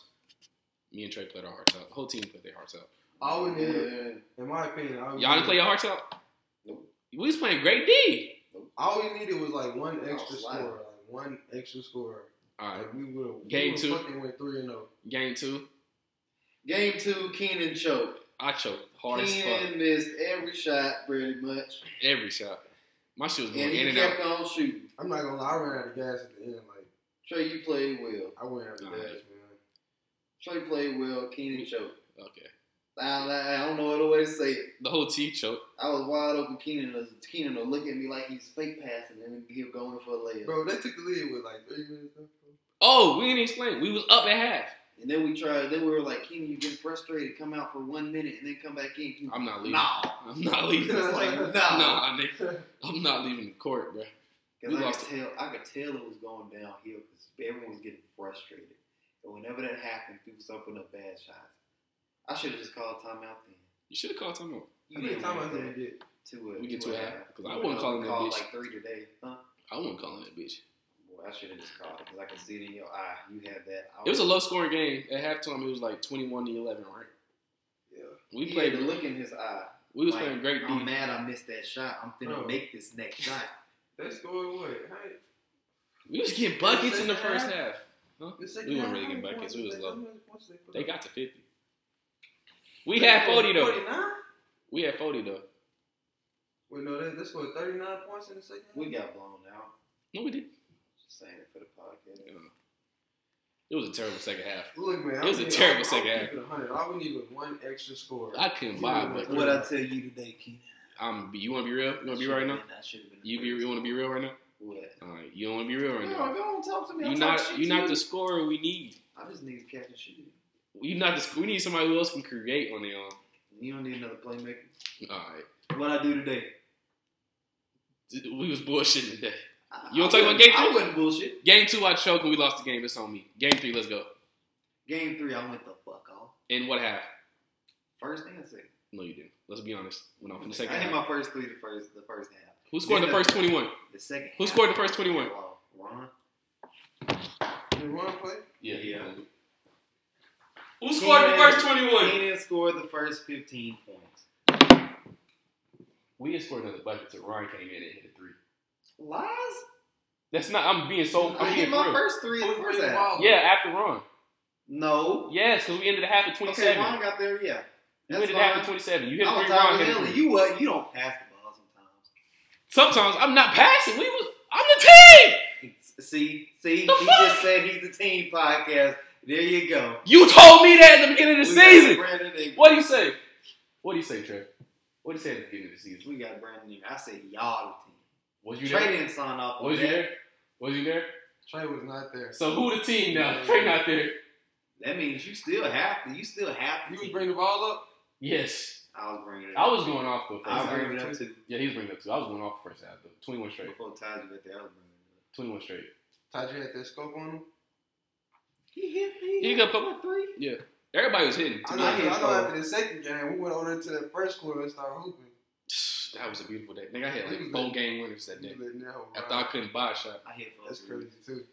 S2: Me and Trey played our hearts out. The whole team played their hearts out.
S4: All we
S3: Yeah,
S4: did,
S3: yeah.
S4: in my opinion, all we,
S2: Y'all didn't
S4: needed,
S2: play your hearts out?
S3: Nope.
S2: We was playing great D.
S4: all we needed was like one
S3: Oh,
S4: extra
S3: slide.
S4: scorer, like one extra scorer.
S2: All right.
S4: Like we would have.
S2: Game
S4: we
S2: two.
S4: would've Fucking went three and oh. zero.
S2: Game two,
S3: Game two, Keenan choked.
S2: I choked hard as fuck.
S3: Keenan missed every shot pretty much,
S2: Every shot. My shit was going
S3: and
S2: in
S3: he
S2: and out.
S3: kept on shooting.
S4: I'm not gonna lie. I ran out of gas at the end. Like
S3: Trey, you played well.
S4: I ran out of
S2: Nah.
S4: gas, man.
S3: Trey played well. Keenan choked.
S2: Okay.
S3: I, I, I don't know other way to say it.
S2: The whole team choked.
S3: I was wide open. Keenan was Keenan will look at me like he's fake passing, and he'll go in for a layup.
S4: Bro, they took the lead with like three minutes left. bro.
S2: Oh, we didn't explain. We was up at half.
S3: And then we tried. Then we were like, Keenan, you get frustrated. Come out for one minute, and then come back in. He was
S2: I'm not leaving.
S3: Nah.
S2: I'm not leaving.
S3: It's like, nah.
S2: nah, nigga. I'm not leaving the court, bro.
S3: Because
S2: We
S3: I
S2: lost
S3: could tell, I could tell it was going downhill because everyone was getting frustrated. And whenever that happened, people started putting up bad shots. I should have just called timeout then.
S2: You should have called timeout.
S4: How many
S3: didn't
S4: timeouts
S3: want
S4: did we
S3: that.
S4: get?
S3: Two a-
S2: We get
S3: two
S2: two
S3: and
S2: a
S3: a
S2: half, 'cause I
S3: We
S2: wasn't
S3: would've
S2: calling that bitch.
S3: called like three today, huh?
S2: I wasn't calling that bitch.
S3: Boy, I should have just called because I can see it in your eye. You had that. I
S2: It was a low scoring game. At halftime, it was like 21 to 11, right?
S4: Yeah.
S2: We
S3: he
S2: played.
S3: had the look in his eye.
S2: we was
S3: like, oh,
S2: playing great
S3: I'm
S2: D.
S3: mad I missed that shot. I'm finna
S4: Bro.
S3: make this next shot.
S4: They scored what? Hey,
S2: We was getting buckets in the first
S4: Second
S2: half. Huh?
S4: the second
S2: We weren't
S4: half,
S2: really
S4: how
S2: getting
S4: many points
S2: buckets. We
S4: did
S2: was
S4: they-
S2: low.
S4: how many points did put
S2: They
S4: up?
S2: got to 50. We had 40 though.
S4: 49?
S2: We had 40 though.
S4: Wait, no, they, they scored 39 points in the second half?
S3: we got blown out.
S2: No, we did.
S3: Just saying it for the podcast.
S2: It was a terrible second half.
S4: Look, man,
S2: It was
S4: I'm
S2: a
S4: being-
S2: terrible
S4: I'm-
S2: second
S4: I'm
S2: half.
S4: keeping it 100. All we need was one extra score.
S2: I couldn't buy, but
S4: What I
S3: tell you today, Keenan?
S2: I'm. You want to be real? You want to be right now?
S3: I should have been.
S2: You be. You want to be real right now?
S3: What?
S2: All right. You don't want to be real right now.
S3: don't talk to me.
S2: You not. You not the scorer we need.
S3: I just need to catch and shoot.
S2: You not the. sc- We need somebody who else can create on their own.
S3: You don't need another playmaker.
S2: All right.
S3: What I do today?
S2: We was bullshitting today.
S3: I,
S2: You wanna talk
S3: I
S2: about
S3: wouldn't-
S2: game
S3: I
S2: three?
S3: wouldn't bullshit.
S2: Game two, I choked and we lost the game. It's on me. Game three, let's go.
S3: Game three, I went the fuck off.
S2: In what half?
S3: First and second.
S2: No, you didn't. Let's be honest. Went off in the
S3: I
S2: second
S3: hit
S2: half.
S3: my first three the first the first half.
S2: Who scored the
S3: Then
S2: first 21?
S3: The second.
S2: Who
S3: half, uh,
S2: scored the first 21?
S3: Ron.
S4: Did Ron play?
S3: Yeah.
S2: Who scored the first 21?
S3: Keenan scored the first fifteen points.
S2: We didn't score another bucket till Ryan came in and hit a three.
S3: Lies.
S2: That's not. I'm being so. I'm
S3: I hit
S2: being
S3: my
S2: real.
S3: first three the
S4: Who
S3: first
S4: played the ball?
S3: half.
S2: Yeah, after Ron.
S3: No.
S2: Yes, because we ended the half at 27.
S3: Okay, Ron got there. Yeah.
S2: you
S3: That's
S2: ended the half
S3: fine.
S2: at 27. You hit a
S3: I'm
S2: three.
S3: Tyler
S2: Ron hit a
S3: Henley.
S2: three.
S3: You what? You don't pass the ball sometimes.
S2: Sometimes I'm not passing. We was. I'm the team.
S3: See, see,
S2: The
S3: he
S2: fuck?
S3: just said he's the team podcast. There you go.
S2: You told me that at the beginning
S3: We
S2: of the
S3: got
S2: season.
S3: Brandon Ingram.
S2: What do you say? What do you say, Trey? What do you say at the beginning of the season?
S3: We got Brandon Ingram. I said y'all
S2: Was
S3: the
S2: you
S3: team. Trey
S2: there?
S3: didn't sign off. on
S2: Was you
S3: that.
S2: there? Was you there?
S4: Trey was not there.
S2: So who the team now? Trey not there.
S3: That means you still have to. You still have to.
S4: You was bringing the ball up?
S2: Yes.
S3: I was bringing it.
S2: I was going off the first
S3: I was
S2: half.
S3: bringing it up too.
S2: Yeah, he was bringing it up too. I was going off the first half though. Twenty one straight.
S3: Before Taj got there, I was bringing it up.
S2: Twenty one straight.
S4: Tajay had that scope on him.
S3: He hit me.
S2: He got put three? Yeah. Everybody was hitting.
S4: I
S2: To
S4: know, I
S2: me.
S4: know
S3: so-
S4: after the second game, we went over there to that first quarter and started hooping.
S2: That was a beautiful day. Nigga, I had like four game winners that day.
S4: You letting that hoe
S2: After I
S4: ride.
S2: couldn't buy a shot.
S3: I hit for
S4: That's crazy, too.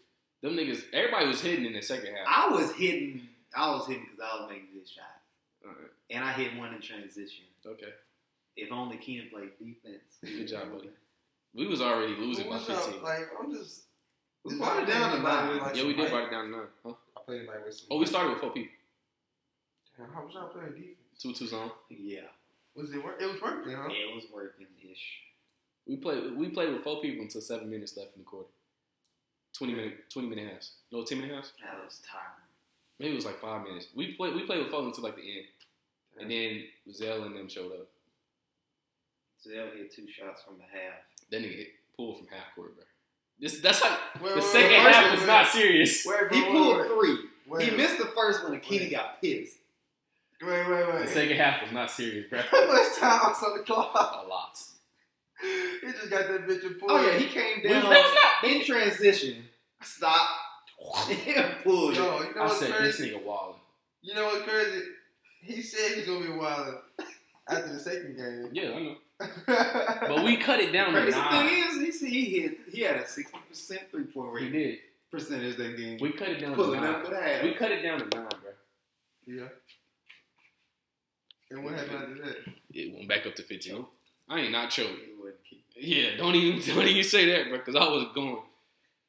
S2: Them niggas, everybody was hitting in the second half.
S3: I was hitting. I was hitting because I was making good shots,
S2: Alright,
S3: and I hit one in transition.
S2: okay.
S3: If only Ken played defense.
S2: Good job, buddy. We was already losing by
S4: What's up?
S2: 15.
S4: Like, I'm just.
S3: We brought it down to nine.
S4: Like,
S2: Yeah, we did
S4: like-
S2: write it down to nine. Huh?
S4: I played like with some.
S2: Oh, we started with four people.
S4: Damn, How was y'all playing defense?
S2: Two two zone.
S3: Yeah,
S4: Was it work? It was working, huh?
S3: it was working ish.
S2: We played we played with four people until seven minutes left in the quarter. Twenty minute twenty minute halves. No ten minute halves?
S3: I was tired.
S2: Maybe it was like five minutes. We played we played with four until like the end. And then Zell and them showed up.
S3: So they hit two shots from the half.
S2: That nigga hit pulled from half court, bro. This that's like
S4: Wait,
S2: the
S4: wait,
S2: second
S4: wait,
S2: half
S4: wait,
S2: was
S4: wait.
S2: not serious.
S4: Wait,
S3: He
S4: wait,
S3: pulled
S4: wait,
S3: three.
S4: wait.
S3: He missed the first one, and Kenny
S4: Wait.
S3: got pissed.
S4: Wait, wait,
S2: The
S4: wait.
S2: second half was not serious, bro.
S4: How much time was on the clock?
S2: A lot.
S4: He just got that bitch and pulled.
S3: Oh yeah, he came
S2: We- that
S3: down
S2: was not-
S3: in transition. Stop and pulled. it.
S4: Yo, you know
S2: I
S4: what's
S2: said
S4: crazy?
S2: this nigga walling.
S4: You know what's crazy? He said he's gonna be wild after the second game.
S2: Yeah, I know. But we cut it down to
S3: Crazy
S2: nine.
S3: thing is, he he hit he had a sixty percent three point
S2: We
S3: rate
S2: did.
S3: percentage that game.
S2: We cut it down to
S3: pulling
S2: nine.
S3: up for that.
S2: We cut it down to nine, bro.
S4: yeah. And what happened after that?
S2: It went back up to fifteen. I ain't not choking.
S3: It wouldn't keep-
S2: Yeah, don't even don't even say that, bro, because I was going.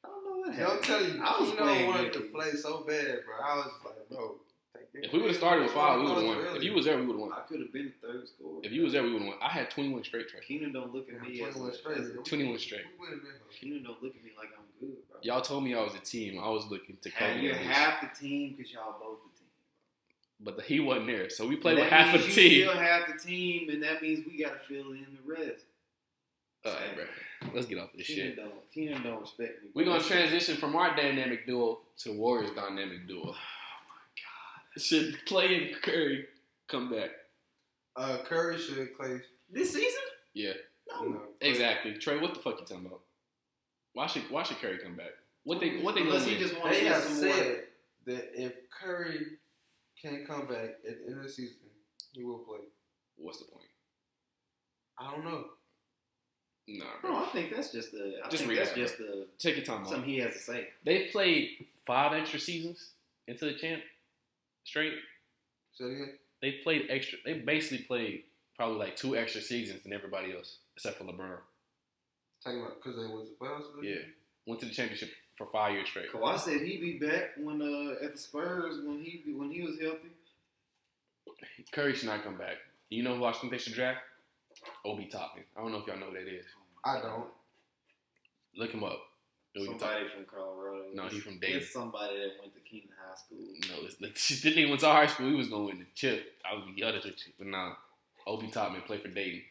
S3: I don't know what
S4: Yo, I'm
S3: happened.
S4: telling you,
S3: I was
S4: you know I
S3: playing
S4: wanted to
S3: good.
S4: play so bad, bro. I was like, bro, take that.
S2: If we would have started with five, we would have
S4: Oh,
S2: won.
S4: really?
S2: If you was there, we would have won.
S3: I could have been the third scorer.
S2: If you was there, we would have won. I had twenty one straight trade.
S3: Keenan don't look at me
S4: Yeah,
S3: as
S4: 21 straight.
S3: as-
S2: 21 straight.
S4: We would've been-
S3: Keenan don't look at me like I'm good, bro.
S2: Y'all told me I was a team. I was looking to cover
S3: Have you
S2: the least.
S3: half the team because y'all both the team.
S2: but the, he wasn't there, so we played
S3: That
S2: with half a
S3: means you
S2: team.
S3: Still half the team, and that means we got to fill in the rest.
S2: All right, bro. Let's get off this
S3: Keenan
S2: shit.
S3: don't. Keenan don't respect me.
S2: We're gonna transition from our dynamic duo to Warriors' dynamic duo. Oh my god! Should Clay and Curry come back?
S4: Uh, Curry should play.
S3: this season.
S2: Yeah,
S4: You
S3: No.
S4: know,
S2: exactly. Trey, what the fuck you talking about? Why should Why should Curry come back? What they What they gonna
S3: Unless he
S2: win?
S3: just wants
S4: They
S3: to get
S4: have
S3: some more.
S4: said that if Curry can come back at the end of the season, he will play.
S2: What's the point?
S4: I don't know.
S2: Nah, bro.
S3: No, I think that's just the. I
S2: Just
S3: think
S2: read
S3: that's
S2: that,
S3: just the
S2: Take your time.
S3: something
S2: On.
S3: he has to say.
S2: They've played five extra seasons into the champ straight.
S4: Say it again.
S2: They played extra. They basically played probably like two extra seasons than everybody else except for LeBron.
S4: Talking about because they was the playoffs. this
S2: Yeah,
S4: year?
S2: went to the championship for five years straight.
S3: Kawhi said he'd be back when uh at the Spurs when he when he was healthy.
S2: Curry should not come back. You know who I think they should draft? Obi Toppin. I don't know if y'all know who that is.
S4: I don't.
S2: Look him up. Obi Toppin.
S3: Somebody from Colorado.
S2: No, he from Dayton.
S3: It's somebody that went to Keenan High School.
S2: No, it's, this nigga went to our high school. He was gonna win the chip. I was the other chip, but nah. Obi Toppin played for Dayton.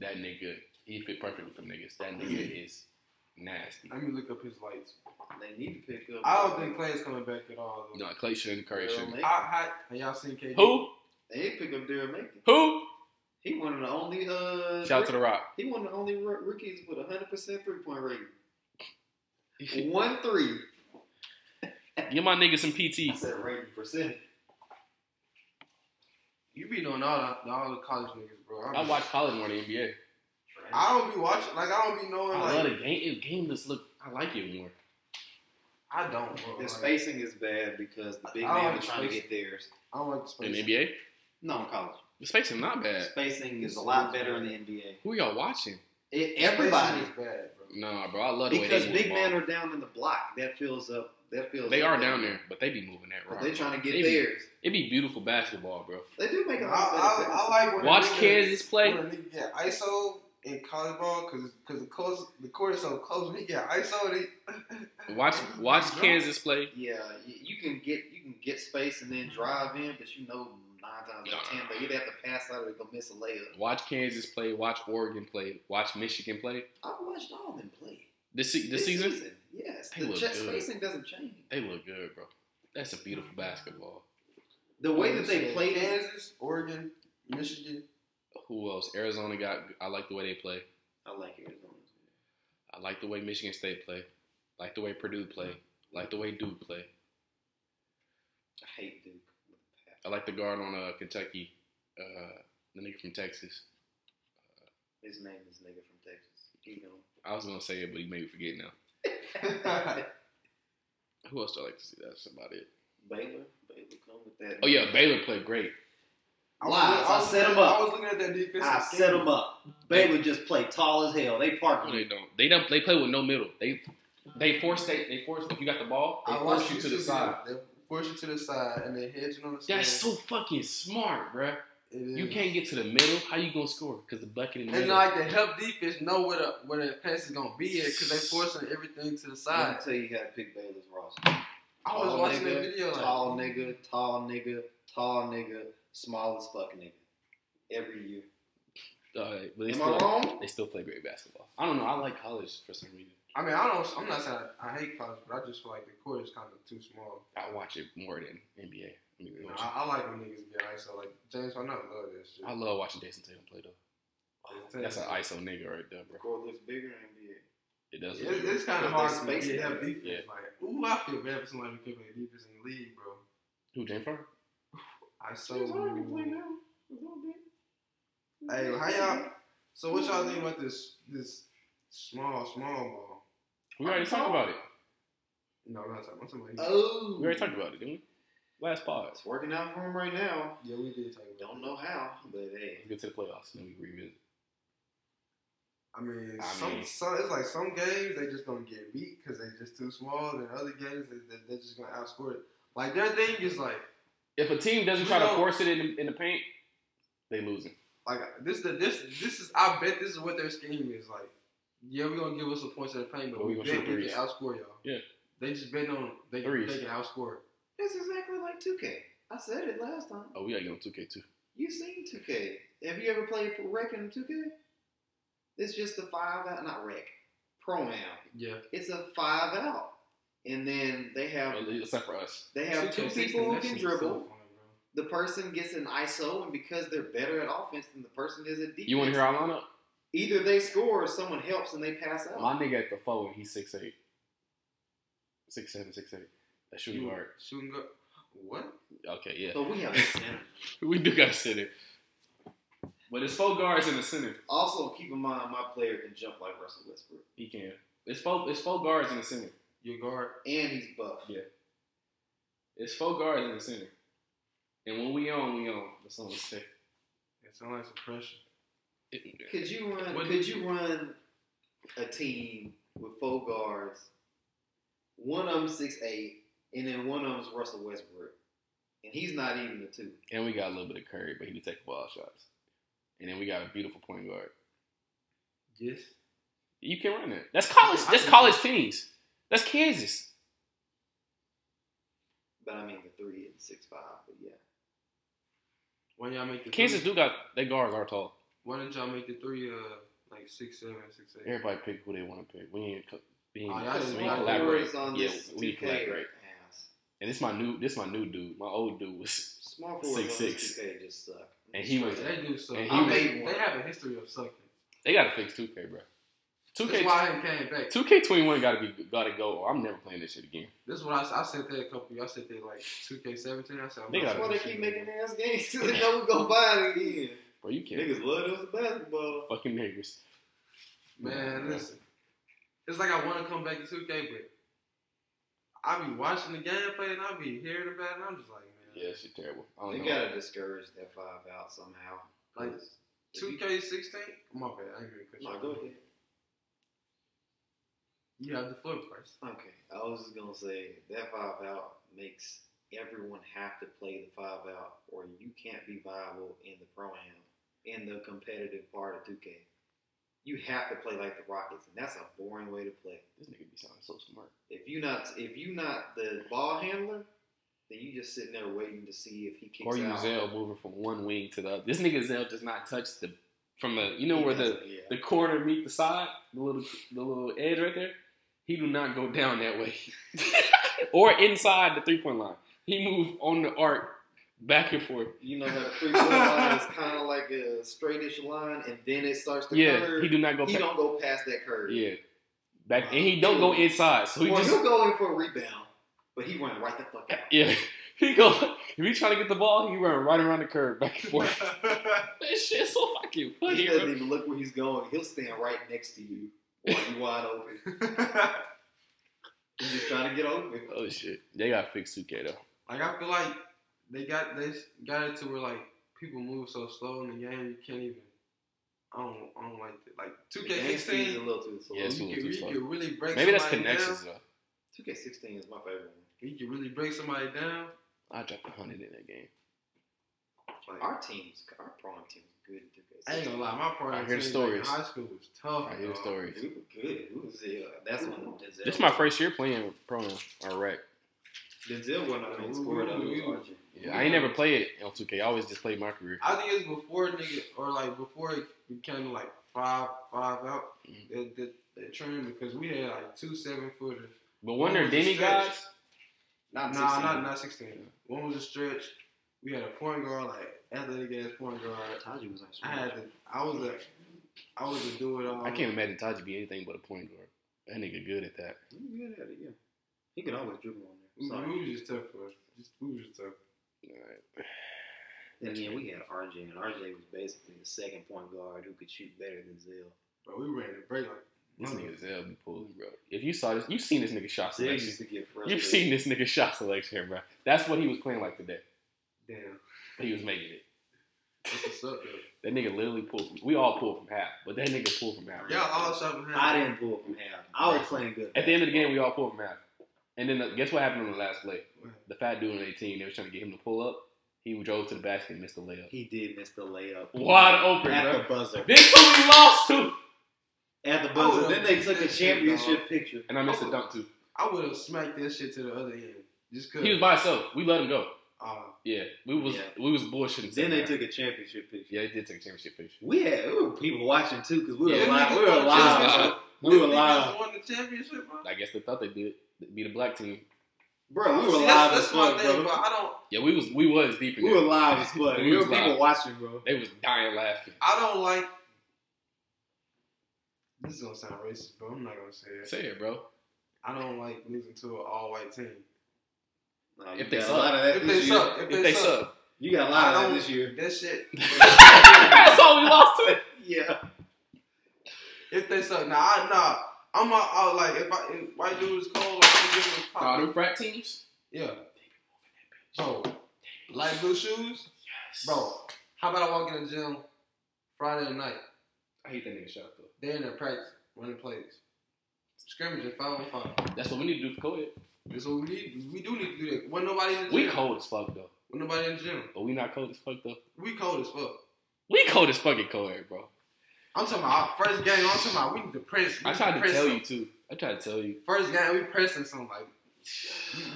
S2: That nigga, he fit perfect with them niggas. That nigga is nasty.
S4: Let me look up his lights.
S3: They need to pick up. uh,
S4: I don't think Clay is coming back at all. Though.
S2: No, Clay shouldn't. Curry shouldn't.
S4: I, I, have y'all seen KD?
S2: Who?
S3: They did pick up Daryl Macon.
S2: Who?
S3: He one of the only uh.
S2: Shout out to the Rock.
S3: He one of the only ro- rookies with a hundred percent three point rating. One three.
S2: Give my nigga some
S3: I
S2: PT.
S3: said rating percent.
S4: You be doing all the all the college niggas, bro. I,
S2: I watch college more than NBA.
S4: I don't be watching. Like I don't be knowing.
S2: I love
S4: like
S2: the game. The game just look. I like it more.
S4: I don't, bro.
S3: The
S4: Like,
S3: spacing is bad because the big
S4: I don't
S3: man
S4: like
S3: is trying to
S4: spacing.
S3: get theirs.
S4: I don't like the
S2: In
S4: space.
S2: the NBA,
S3: No, in college.
S2: the spacing not bad.
S3: Spacing is a lot better in the NBA.
S2: Who y'all watching?
S3: It,
S4: The spacing
S3: everybody.
S4: is bad, bro.
S2: Nah, bro. I love the way they
S3: Because
S2: move
S3: big
S2: the ball.
S3: men are down in the block. That fills up. That fills
S2: They
S3: up
S2: are down there, but they be moving that rock.
S3: But they're trying to get
S2: They be-
S3: theirs.
S2: It be beautiful basketball, bro.
S3: They do make
S4: I,
S3: a lot
S4: I,
S3: better.
S4: I like when a
S2: Watch
S4: nigga-
S2: Kansas play.
S4: When a nigga get ISO in college ball because the close the court is so close. When he get ISO, they
S2: Watch watch
S4: Bro.
S2: Kansas play.
S3: Yeah, you, you can get you can get space and then drive in, but you know nine times out of ten they either have to pass out or they gonna miss a layup.
S2: Watch Kansas play. Watch Oregon play. Watch Michigan play.
S3: I watched all of them play
S2: This se- this season,
S3: Yes,
S2: They
S3: the
S2: look
S3: jet
S2: good.
S3: spacing doesn't change.
S2: they look good, Mm-hmm. bro. That's a beautiful basketball.
S3: The way that they played it,
S4: Kansas, Oregon, Michigan.
S2: Who else? Arizona got. I like the way they play.
S3: I like Arizona.
S2: I like the way Michigan State play. Like the way Purdue play. Like the way Duke play.
S3: I hate Duke. with a passion.
S2: I like the guard on uh, Kentucky. Uh, the nigga from Texas.
S3: His name is nigga from Texas. You
S2: I was gonna say it, but he made me forget now.
S3: know.
S2: Who else do I like to see? That's about it.
S3: Baylor. Baylor come with that.
S2: Oh yeah, Baylor played great.
S3: Lies. I, set them up.
S4: I was looking at that defense.
S3: I set them up. Baylor just played tall as hell. They parked
S2: No,
S3: me.
S2: they don't. They don't. They play with no middle. They they force they they force if you got the ball, they
S4: I
S2: force
S4: watched
S2: you to the side.
S4: They force you to the side and they hedging on the side.
S2: That's so fucking smart, bruh.
S4: It is.
S2: You can't get to the middle. How you gonna score? Because the bucket in the
S4: And
S2: middle.
S4: like the help defense know where the where the pass is gonna be at because they forcing everything to the
S3: Let
S4: side.
S3: me tell you how to pick Baylor's roster.
S4: I was
S3: Tall
S4: watching
S3: nigga,
S4: that video like,
S3: Tall nigga, tall nigga, tall nigga, small as fuck nigga. Every year.
S2: Uh, but they
S3: Am
S2: still,
S3: I wrong?
S2: they still play great basketball. I don't know. I like college for some reason.
S4: I mean, I don't. I'm not saying I, I hate college, but I just feel like the court is kind of too small.
S2: I watch it more than NBA. I, mean,
S4: You know,
S2: watch it.
S4: I, I like when niggas be ISO. Like James, I know love that shit.
S2: I love watching Jason Tatum play though.
S4: Jason
S2: That's an
S4: Tatum.
S2: ISO nigga right there, bro.
S3: court looks bigger in NBA.
S2: It does.
S4: It, it's kind of
S3: They
S4: hard
S3: space
S4: to
S3: it
S4: get help
S3: better.
S4: defense.
S2: Yeah.
S4: Like, ooh, I feel bad for somebody who can play defense in the league, bro.
S2: Who James Harden?
S4: I so. Hey, how y'all? So what y'all think about this this small small ball?
S2: We already talked about it.
S4: No, I'm not talking. I'm talking about.
S3: Oh.
S2: We already talked about it, didn't we? Last pod.
S3: It's working out for him right now.
S4: yeah, we did talk about.
S3: Don't know how, but hey.
S2: Let's get to the playoffs and then we revisit.
S4: I mean,
S2: I
S4: some,
S2: mean-
S4: some it's like some games they just gonna get beat because they just too small, and other games they, they, they're just gonna outscore it. Like their thing is like
S2: If a team doesn't
S4: You
S2: try to
S4: know-
S2: force it in the, in the paint, they losing.
S4: like this the this this is I bet this is what their scheme is like. Yeah, we are gonna give us some points at the paint, but
S2: But we
S4: we,
S2: gonna
S4: bet
S2: shoot
S4: we
S2: threes.
S4: can outscore y'all.
S2: Yeah.
S4: they just bet on they,
S2: Threes.
S4: they can outscore. it.
S3: It's exactly like 2K. I said it last time.
S2: Oh, we gotta get on 2K too.
S3: You've seen 2K. Have you ever played Rec in 2K? It's just a five out, not Rec, Pro-Am.
S4: Yeah,
S3: It's a five out. And then they have
S2: Well, Except for us.
S3: they have two
S4: 2K16,
S3: people who
S4: that
S3: can
S4: shit is so
S3: dribble.
S4: fun, bro.
S3: The person gets an ISO, and because they're better at offense than the person is at defense,
S2: You want to hear our lineup?
S3: either they score or someone helps and they pass out.
S2: My nigga at the four and he's six eight. Six seven, six eight. That shooting
S4: You-
S2: guard.
S4: Shooting guard. What?
S2: Okay, yeah.
S3: but we have a center.
S2: We do got a center. But it's four guards in the center.
S3: also, keep in mind my player can jump like Russell Westbrook,
S2: He can. It's four it's four guards in the center.
S4: Your guard.
S3: and he's buff.
S2: Yeah. It's four guards in the center. And when we on, we on. That's all I'm saying.
S4: It sounds like some pressure.
S2: It-
S3: Could you run?
S4: What-
S3: could you run a team with four guards? One of them six eight, and then one of them's Russell Westbrook, and he's not even the two.
S2: And we got a little bit of Curry, but he can take wild shots. And then we got a beautiful point guard.
S4: Yes.
S2: You can run it. That's college. That's college teams. That's Kansas.
S3: But I mean the three and six five. But yeah,
S4: When y'all
S3: Mm-hmm.
S4: make the
S2: Kansas
S4: three,
S2: do got their guards are tall.
S4: why didn't y'all make the three? Uh, like six seven, six eight.
S2: Everybody pick who they want to pick. We ain't. co- We ain't,
S4: Oh, y'all just
S2: we
S4: want
S2: ain't collaborate.
S3: fours on
S2: yeah,
S3: this
S2: we
S3: 2K
S2: collaborate.
S3: ass.
S2: And this my new. This my new dude. My old dude was.
S3: Small fours
S2: Six,
S3: on
S2: six.
S3: this two K just suck.
S2: And he was-
S4: They do suck.
S2: And
S4: I
S2: he
S4: mean,
S3: was-
S4: they have a history of sucking.
S2: They got to fix two K, bro. Two
S4: That's
S2: K.
S4: why I ain't came back.
S2: Two K twenty one got to be got to go. or I'm never playing this shit again.
S4: This is what I, s- I said that a couple. Y'all said that like two K seventeen. I said I'm
S2: They
S4: not
S2: got it.
S3: That's why they
S4: playing
S3: keep
S4: this
S3: making
S4: shit.
S3: ass games because they know we're gonna buy it again.
S2: Bro, you can't.
S3: Niggas love us basketball.
S2: Fucking niggas.
S4: Man, listen, it's like I want to come back to two K, but I be watching the gameplay and I be hearing about it. and I'm just like,
S2: Yeah,
S4: man,
S2: that shit terrible. I don't
S3: They
S2: know.
S3: gotta discourage that five out somehow.
S4: Like,
S3: 'Cause if
S4: two
S3: you-
S4: K sixteen. My bad. I ain't
S3: No,
S4: gonna cut
S3: go
S4: you. off.
S3: ahead.
S4: You have the floor first.
S3: Okay, I was just gonna say that five out makes everyone have to play the five out, or you can't be viable in the pro am in the competitive part of 2K. You have to play like the Rockets, and that's a boring way to play.
S2: This nigga be sounding so smart.
S3: If you not if you not the ball handler, then you just sitting there waiting to see if he kicks
S2: Corey
S3: out.
S2: Zell moving from one wing to the other. This nigga Zell does not touch the from the you know
S3: He
S2: where the
S3: doesn't, yeah.
S2: the corner meet the side, the little the little edge right there. He do not go down that way, or inside the three point line. He move on the arc Back and forth.
S7: You know how the free throw line is kind of like a straightish line, and then it starts to
S2: yeah,
S7: curve.
S2: he do not go.
S7: He
S2: back.
S7: don't go past that curve.
S2: Yeah, back and he don't go inside. So he
S7: Or
S2: just
S7: he'll go in for a rebound, but he went right the fuck out.
S2: yeah. He go if he trying to get the ball, he run right around the curve back and forth. that shit's so fucking funny.
S7: He
S2: bro.
S7: doesn't even look where he's going. He'll stand right next to you while you wide open. He's just trying to get open.
S2: Oh shit, they got to fix 2K though.
S4: Like I feel like they got they s- got it to where like people move so slow in the game you can't even. I don't I don't like that. Like two
S7: The
S4: K
S7: game speed is a
S4: sixteen.
S7: little too slow.
S2: Yeah, it's a
S4: You
S2: little
S4: can,
S2: too
S4: you
S2: slow.
S4: can really break.
S2: Maybe that's
S4: somebody
S2: connections
S4: Down.
S2: though.
S7: 2K16 is my favorite one.
S4: You can really break somebody down.
S2: I dropped a hundred in that game.
S7: Our teams, our prime team, was
S4: I
S7: good in
S4: ain't
S7: 2K16.
S4: gonna lie, my
S2: I
S4: prime
S2: hear the
S4: team, like, in
S2: stories.
S4: high school was tough.
S2: I hear the
S4: dog.
S2: stories.
S7: We were good. We was, yeah, that's when Denzel.
S2: This is my first year playing pro or rec.
S7: Denzel went out and
S4: Ooh,
S7: scored on
S4: ooh,
S7: his
S4: ooh.
S7: RJ.
S2: Yeah, I ain't never played it on 2K. I always just played my career.
S4: I think it's before nigga or like before it became like five five out
S2: Mhm.
S4: that that, that trend because we had like two seven footers.
S2: But when they're
S4: What was the
S2: Denny
S4: Oh, stretch?
S2: guys,
S7: Not
S4: Nah,
S7: 16.
S4: not not sixteen. One was a stretch. We had a point guard, like athletic ass point guard.
S3: Taji was actually.
S4: I had to. I was a. I was a do it all.
S2: I can't imagine Taji be anything but a point guard. That nigga good at that.
S3: He was good at it, yeah. He could always dribble on
S4: We,
S3: there. Sorry.
S4: we was just tough for us. Just, we was just tough.
S2: Alright.
S3: And then we had RJ, and RJ was basically the second point guard who could shoot better than Zell.
S4: But we ran the break like.
S2: This nigga Zell be pulling, bro. If you saw this, you've seen this nigga shot
S3: Zell
S2: selection.
S3: used to get frustrated.
S2: You've seen this nigga shot selection, bro. That's what he was playing like today.
S4: Damn,
S2: But he was making it.
S4: that's what's up though.
S2: That nigga literally pulled. From, we all pulled from half, but that nigga pulled from half.
S4: Y'all all shopping.
S3: I didn't pull from half. I was playing good.
S2: At the end of the game, we all pulled from half. And then the, guess what happened on the last play? The fat dude on 18, they was trying to get him to pull up. He drove to the basket and missed the layup.
S3: He did miss the layup.
S2: Wide open,
S3: At the
S2: bro.
S3: buzzer.
S2: This is who we lost to.
S3: At the
S4: I
S3: buzzer.
S4: would've
S3: Then they
S4: beat
S3: took a
S4: that shit,
S3: championship picture.
S2: And I missed a dunk too.
S4: I would have smacked that shit to the other end. Just cause.
S2: He was by himself. We let him go.
S4: uh,
S2: Yeah, we was
S3: Yeah.
S2: we was bullshitting.
S3: Then
S2: second
S3: they
S2: half.
S3: took a championship picture.
S2: Yeah, they did take a championship picture.
S3: We had we were people watching too because we were
S4: Yeah,
S3: live.
S4: niggas
S3: We were
S4: watching.
S3: live. We were
S4: Them
S3: live.
S4: niggas Won the championship, bro.
S2: I guess they thought they did be the black team.
S3: Bro, we were
S4: See,
S3: live as
S4: that's, that's my
S3: fuck,
S4: thing,
S3: bro.
S4: bro. I don't.
S2: Yeah, we was we was deep in
S3: We
S2: there.
S3: were live as fuck.
S2: We
S3: We were
S2: was
S3: people
S2: live.
S3: watching, bro.
S2: They was dying laughing.
S4: I don't like. This is gonna sound racist, but I'm not gonna say it.
S2: Say it, bro.
S4: I don't like losing to an all-white team.
S3: Nah,
S2: If
S3: you
S2: they
S3: got a
S2: suck.
S3: lot of that
S4: If
S3: this
S4: they
S3: year.
S4: suck, if,
S2: If they suck,
S3: You got
S4: I
S3: a lot of
S4: don't.
S3: that this year.
S4: That shit.
S2: that's all we lost to.
S3: Yeah.
S4: if they suck, nah, I, nah. I'm all, all like, if I if white dude is cold, like, I'm giving him a
S2: All
S4: pop.
S2: them frat teams.
S4: Yeah. Bro, light blue shoes, bro. How about I walk in the gym Friday night?
S2: I hate that nigga shot though.
S4: They're in their practice, running plays, scrimmaging five on five.
S2: That's what we need to do for COVID.
S4: That's what we need. We do need to do that. When nobody in the gym.
S2: We cold as fuck though,
S4: When nobody in the gym.
S2: but we not cold as fuck though.
S4: We cold as fuck.
S2: We cold as fucking cold, air, bro.
S4: I'm talking about our first game. I'm talking about we need to press. We
S2: I tried to
S4: press
S2: tell
S4: some-
S2: you too. I tried to tell you.
S4: First game, we pressing something. Like,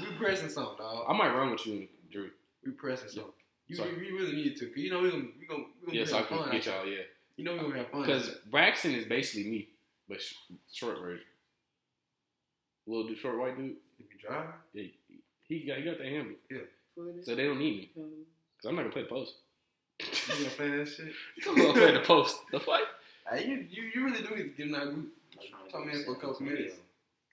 S4: we, we pressing something, dog.
S2: I might run with you, Drew.
S4: We pressing something. You,
S2: Sorry.
S4: you really need to. Cause you know we gonna we gonna we gonna
S2: Yeah,
S4: be
S2: so I
S4: having
S2: can
S4: fun.
S2: get y'all. Yeah,
S4: You know we gonna have fun.
S2: because Braxton is basically me, but sh- short version. Little dude, short white dude.
S4: if you drive,
S2: Yeah, he got he got the handle, so
S3: So
S2: they don't need me. Cause I'm not gonna play the post.
S4: you gonna play that shit.
S2: I'm gonna play the post. The fuck?
S4: Hey, you, you you really do need to get in that group. Come in for a couple minutes.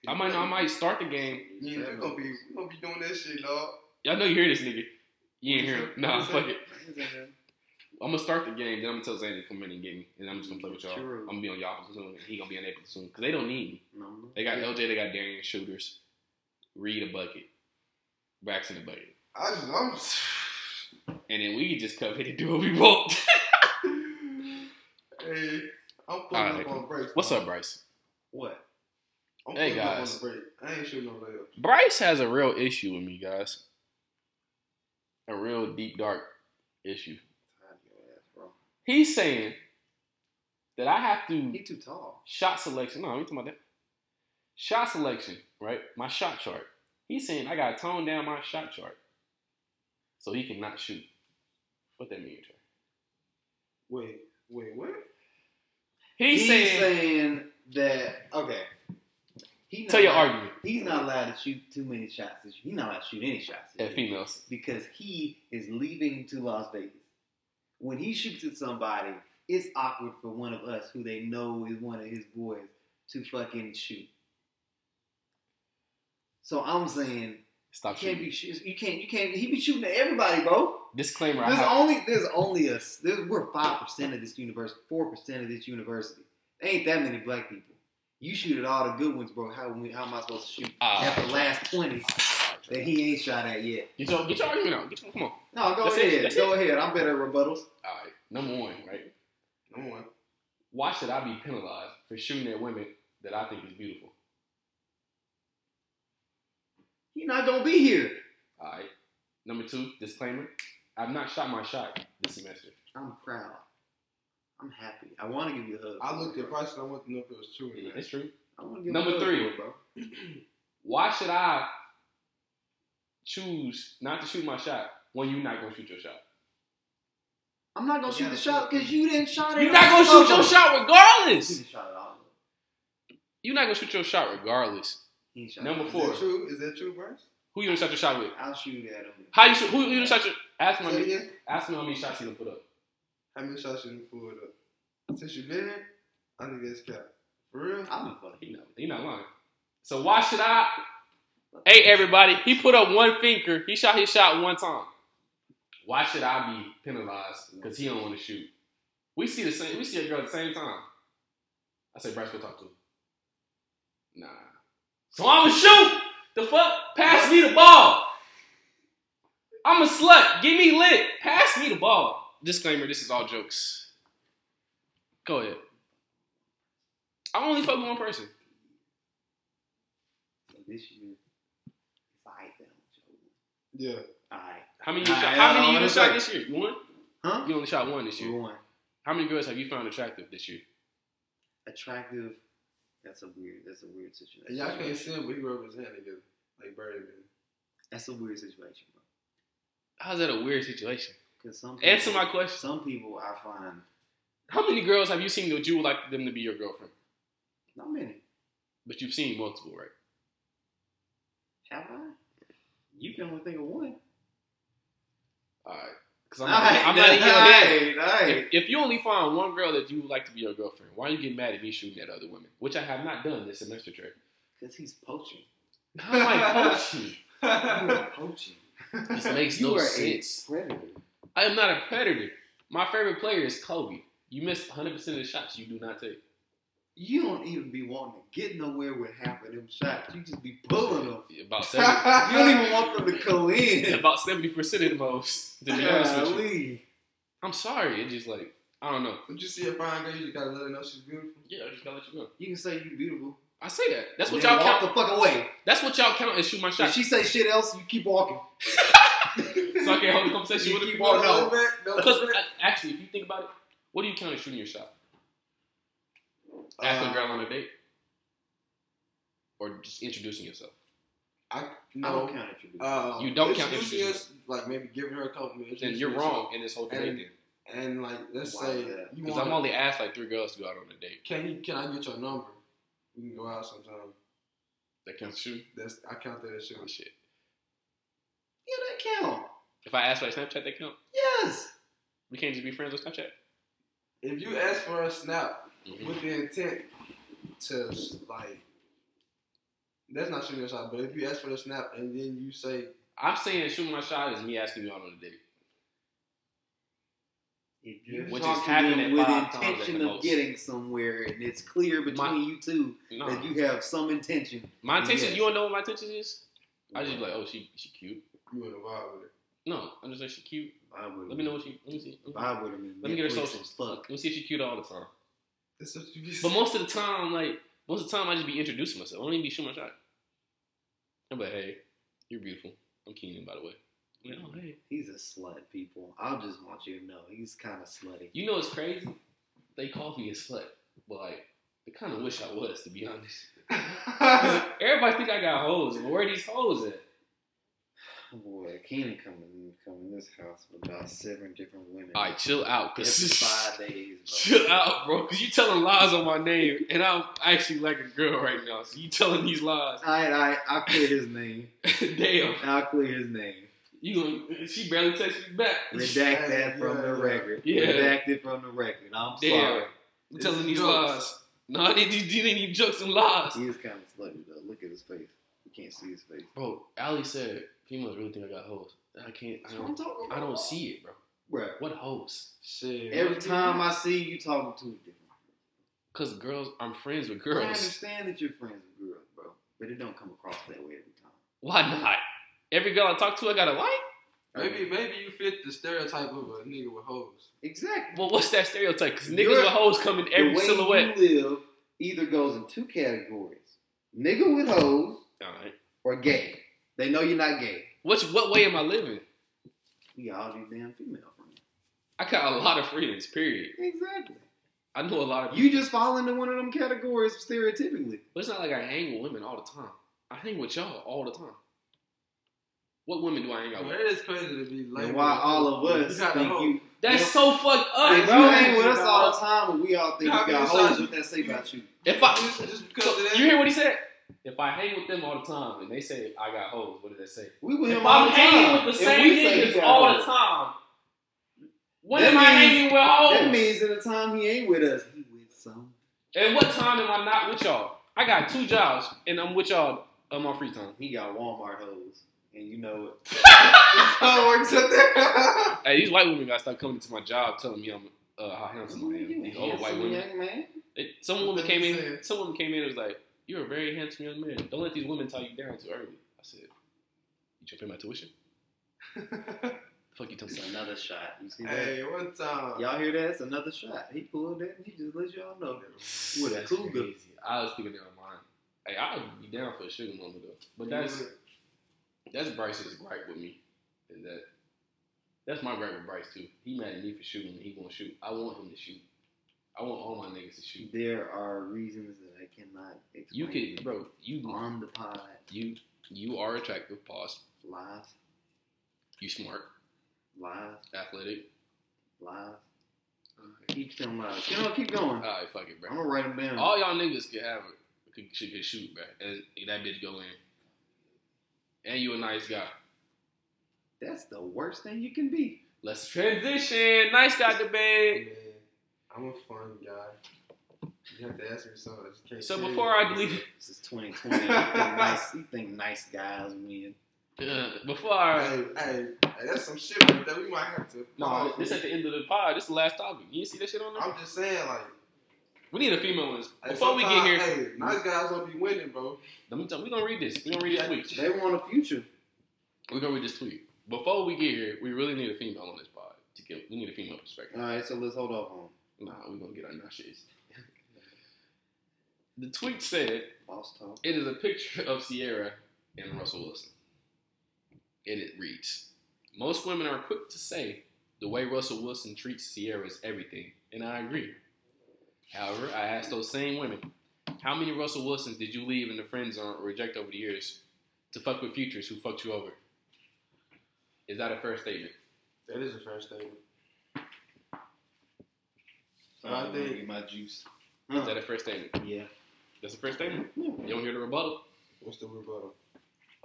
S2: I might I might start the game.
S4: Yeah, we gonna be we gonna be doing that shit, dog.
S2: Y'all know you hear this nigga. You ain't hear him. Nah, fuck it. I'm gonna start the game, then I'm gonna tell Zane to come in and get me, and I'm just gonna play with y'all.
S3: True.
S2: I'm gonna be on y'all platoon, and he gonna be on their platoon because they don't need me.
S3: No, no.
S2: They got LJ, they got Darian shooters, Reed a bucket, Braxton a bucket,
S4: I just I'm.
S2: and then we can just come in and do what we want.
S4: hey, I'm pulling
S2: Alright.
S4: up on breaks.
S2: What's
S4: dog.
S2: up, Bryce?
S3: What?
S4: I'm
S2: Hey,
S4: pulling up on
S2: guys.
S4: the break. I ain't shooting no layup.
S2: Bryce has a real issue with me, guys. A real deep dark issue. He's saying that I have to.
S3: He too tall.
S2: shot selection. No, we talking about that. Shot selection, right? My shot chart. He's saying I gotta tone down my shot chart so he cannot shoot. What that mean, Trey?
S4: Wait, wait, what?
S2: He's, saying
S3: saying that okay. He
S2: Tell your
S3: not-
S2: argument
S3: He's not allowed to shoot too many shots. This year. He's not allowed to shoot any shots. this
S2: at
S3: year.
S2: females.
S3: because he is leaving to Las Vegas. When he shoots at somebody, it's awkward for one of us who they know is one of his boys to fucking shoot. So I'm saying you
S2: Stop
S3: can't
S2: shooting.
S3: be sh- you can't you can't he be shooting at everybody, bro.
S2: Disclaimer: I
S3: There's
S2: have,
S3: only there's only us. There's, we're five percent of this university, four percent of this university. There ain't that many black people. You shoot at all the good ones, bro. How we- how am I supposed to shoot
S2: Ah.
S3: at the last twenty that he ain't shot at yet?
S2: get your get your argument out. Get your, come on.
S3: No, go
S2: That's it,
S3: ahead.
S2: that's
S3: go ahead. I'm better at rebuttals.
S2: All right, number one, right?
S1: No one.
S2: Why should I be penalized for shooting at women that I think is beautiful?
S3: He not gonna be here.
S2: All right. Number two, disclaimer: I've not shot my shot this semester.
S3: I'm proud. I'm happy. I want to give you a hug.
S1: I looked at prices. I want to know if it was true or
S2: Yeah,
S1: not.
S2: that's true.
S3: I wanna give
S2: Number
S3: you a hug
S2: three.
S3: for it, bro.
S2: Why should I choose not to shoot my shot when you're not gonna shoot your shot?
S3: I'm not gonna
S1: You
S3: shoot
S1: gotta
S3: the shot
S1: shoot.
S3: because you didn't shot it.
S2: You're not gonna shoot your shot
S3: He
S2: regardless.
S3: didn't shot at all.
S2: You're not gonna shoot your shot regardless.
S3: He ain't shot.
S2: Number
S1: Is
S2: four,
S1: that true? Is that true, Bryce?
S2: who you gonna shot your shot with?
S3: I'll shoot at him.
S2: How you shoot? Who you gonna shot your? Ask me. How
S1: Say it
S2: many,
S1: again.
S2: ask me how many shots you gonna put up.
S1: How many shots you pulled up? Since you've been here, I think that's cap. For real?
S3: I'm a fucking.
S2: He not, he not lying. So why should I? Hey everybody, he put up one finger. He shot his shot one time. Why should I be penalized because he don't want to shoot? We see the same. We see a girl at the same time. I say, Bryce, go talk to him. Nah. So I'ma shoot. The fuck? Pass me the ball. I'm a slut. Get me lit. Pass me the ball. Disclaimer: This is all jokes. Go ahead. I only fuck with one person.
S3: So this year, it's alright then.
S1: Yeah.
S3: Alright.
S2: How many? You
S3: Nah,
S2: shot,
S3: I
S2: how
S3: don't
S2: many you
S3: wanna
S2: done shot
S3: say.
S2: this year? One.
S3: Huh?
S2: You only shot one this year.
S3: One
S2: How many girls have you found attractive this year?
S3: attractive. That's a weird. That's a weird situation.
S1: And y'all can't see him, but he rub his hand together. Like Birdman.
S3: That's a weird situation, bro.
S2: How's that a weird situation?
S3: Because some people,
S2: Answer my question.
S3: Some people I find
S2: How many girls have you seen that you would like them to be your girlfriend?
S3: not many.
S2: But you've seen multiple, right?
S3: Have I? You can only think of one.
S2: All right. Because I'm, not- I'm not even mad. If, if you only find one girl that you would like to be your girlfriend, why are you getting mad at me shooting at other women? Which I have not done this semester, Trey.
S3: Because he's poaching.
S2: How am I coaching?
S3: You are poaching.
S2: This makes
S3: You
S2: no
S3: are a
S2: sense.
S3: predator.
S2: I am not a predator. My favorite player is Kobe. You miss 100% of the shots you do not take.
S3: You don't even be wanting to get nowhere with half of them shots. You just be pulling them.
S2: About 70,
S3: You don't even want them to go in.
S2: about seventy percent of the most. To be honest with you,
S3: Golly.
S2: I'm sorry. It just like I don't know.
S1: But you see a fine girl, you just gotta let her know she's beautiful.
S2: Yeah, I just gotta let you know.
S3: You can say you beautiful.
S2: I say that. That's what
S3: Then
S2: y'all
S3: walk
S2: count.
S3: the fuck away.
S2: That's what y'all count as shoot my shot.
S3: If she say shit else, you keep walking.
S2: so I can hold a conversation
S3: You
S2: with her.
S3: keep on
S1: Don't
S3: no.
S1: look back, don't
S2: Oh, Because
S1: look back.
S2: uh, actually, if you think about it, what do you count as shooting your shot?
S1: Uh,
S2: Asking a girl on a date, or just introducing yourself.
S1: I,
S3: I
S1: no.
S3: don't count it. You
S1: Uh,
S2: You don't count
S1: introducing
S2: introducing.
S1: us, like maybe giving her a compliment.
S2: Then
S1: introducing
S2: you're
S1: yourself.
S2: wrong in this whole
S1: And-
S2: debate. Then
S1: And like, let's
S3: Why
S1: say
S3: is that?
S1: you
S2: because I'm
S1: want.
S2: only asked like three girls to go out on a date.
S1: can you? Can I get your number? We can go out sometime.
S2: That counts as shooting.
S1: That's I count that as shit.
S2: Oh, shit.
S3: Yeah, that count.
S2: If I ask for like Snapchat, that count.
S3: Yes.
S2: We can't just be friends on Snapchat.
S1: If you ask for a snap
S2: Mhm.
S1: with the intent to like, that's not shooting a shot. But if you ask for the snap and then you say,
S2: I'm saying shooting my shot is me asking you out on a date.
S3: If you
S2: Which is
S3: talk to
S2: happening at
S3: them with
S2: five times at
S3: intention
S2: the
S3: of
S2: most.
S3: getting somewhere, and it's clear between
S2: My-
S3: you two
S2: No,
S3: that you have some intention.
S2: my intention.
S3: Yes.
S2: You don't know what my intention is. I just be like, oh, she she cute.
S1: you in a vibe with it.
S2: No, I'm just like she cute.
S3: Vibe with
S2: Let me know what she. Let me see. Let
S3: Vibe with him.
S2: Let me get her
S3: Netflix
S2: social.
S3: as Fuck.
S2: me see if she cute all the time.
S1: That's what you be
S2: But most of the time, like most of the time, I just be introducing myself. I don't even be shooting my shot. I'm like, hey, you're beautiful. I'm Keenan, by the way. I'm like, oh, hey.
S3: He's a slut, people. I just want you to know he's kind of slutty.
S2: You know what's crazy? They call me a slut, but like, they kind of wish I was, to be honest. 'Cause Everybody think I got hoes, but where are these hoes at?
S3: Oh boy, Keenan coming come in this house with about seven different women.
S2: All right, chill out,
S3: every
S2: cause
S3: five days. bro.
S2: chill out, bro, cause you telling lies on my name, and I'm actually like a girl right now. So you telling these lies?
S3: All right, all right, I'll clear his name.
S2: Damn,
S3: I'll clear his name.
S2: you gonna? She barely texted me back.
S3: Redact that from the record.
S2: Yeah.
S3: Redact it from the record. I'm
S2: Damn.
S3: sorry.
S2: You telling these lies? No, they didn't even jokes and lies.
S3: He is kind of slutty though. Look at his face. You can't see his face,
S2: Bro, Ali said females really think I got hoes. I can't. I don't.
S3: talking
S2: I don't see it, bro.
S3: Bro,
S2: What hoes?
S4: Shit.
S3: every time I see you talking to a different.
S2: Cause girls, I'm friends with
S3: I
S2: girls.
S3: understand that you're friends with girls, bro, but it don't come across that way every time.
S2: Why not? Every girl I talk to, I gotta like.
S4: Maybe maybe you fit the stereotype of a nigga with hoes.
S3: Exactly.
S2: Well, what's that stereotype? Because niggas
S3: You're-
S2: with hoes come in every
S3: the way
S2: silhouette.
S3: you live either goes in two categories: nigga with hoes
S2: All right.
S3: or gay. They know you're not gay.
S2: What's what way am I living?
S3: We got all these damn female friends.
S2: I got a lot of friends. Period.
S3: Exactly.
S2: I know a lot of.
S3: You just fall into one of them categories stereotypically.
S2: But it's not like I hang with women all the time. I hang with y'all all the time. What women do I hang out
S4: Man,
S2: with?
S4: it is crazy to be like.
S3: and why all of us
S4: got
S3: think
S4: hoes.
S3: you.
S2: That's so fucked up.
S3: If you hang with us all the time and we all think
S4: Y'all
S3: you
S4: be
S3: got
S4: inside
S3: hoes,
S4: you.
S3: what that say about you?
S2: If I
S4: Just- just because of that.
S2: you hear what he said? If I hang with them all the time and they say I got hoes, what did that say?
S3: We with
S2: If
S3: him all
S2: I'm
S3: the time.
S2: hanging with the
S3: If
S2: same
S3: we say he
S2: niggas
S3: got
S2: all the
S3: hoes,
S2: time, when
S3: That
S2: am I
S3: means-
S2: hanging with hoes?
S3: That means in the time he ain't with us, he with some.
S2: And what time am I not with y'all? I got two jobs and I'm with y'all on my free time.
S3: He got Walmart hoes, and you know it.
S8: Oh, works up there.
S2: Hey, these white women gotta stop coming to my job telling me I'm uh, how handsome I am.
S3: You
S2: These old
S3: handsome
S2: white women.
S3: young man.
S2: They- some woman came in. Some woman came in and was like, "You're a very handsome young man. Don't let these women tie you down too early." I said, "You trying to pay my tuition? fuck you, telling
S3: It's
S2: me."
S3: another shot. You see that?
S4: Hey, one time.
S3: Y'all hear that? It's another shot. He pulled that and he just let y'all know. With a
S2: That's
S3: cougar.
S2: crazy. I was thinking they were mine. Hey, I would be down for a sugar mama though. But that's that's Bryce's gripe with me. Is that that's my gripe with Bryce too. He mad at me for shooting. He won't shoot. I want him to shoot. I want all my niggas to shoot.
S3: There are reasons that I cannot explain.
S2: You can, bro. You
S3: on the pod
S2: you you are attractive. Pause.
S3: live,
S2: You smart,
S3: live,
S2: athletic.
S3: live. Keep them live. You know, keep going.
S2: All right, fuck it, bro.
S3: I'm gonna write them down.
S2: Uh, All y'all niggas could have it. Could, should get shoot, bro. And that bitch go in. And you a nice guy.
S3: That's the worst thing you can be.
S2: Let's transition. Nice guy debate.
S4: Man, I'm a fun guy. You have to ask me something. I just can't
S2: So
S4: tell you.
S2: before I delete,
S3: This is 2020. you, think nice, you think nice guys win?
S2: uh, before I,
S4: Hey, hey, hey, that's some shit right there. We might have to.
S2: no, this at the end of the pod. This is the last topic. You see that shit on there?
S4: I'm just saying, like,
S2: We need a female one.
S4: hey,
S2: Before we get
S4: sometimes-
S2: here,
S4: hey, nice guys don't be winning, bro.
S2: let me tell, we gonna read this. We gonna read this tweet.
S3: They want a future.
S2: We gonna read this tweet. Before we get here, we really need a female on this pod to get. We need a female perspective.
S3: All right, so let's hold off on 'em.
S2: Nah, we gonna get our notches. the tweet said,
S3: boss talk.
S2: It is a picture of Sierra and Russell Wilson. And it reads Most women are quick to say the way Russell Wilson treats Sierra is everything, and I agree. However, I asked those same women, How many Russell Wilsons did you leave in the friend zone or reject over the years to fuck with futures who fucked you over? Is that a fair statement?
S4: That is a fair statement.
S3: Sorry,
S4: I think-
S3: I'm gonna get my juice.
S2: Is that a fair statement?
S3: Yeah.
S2: That's a fair statement? You don't hear the rebuttal?
S4: What's the rebuttal?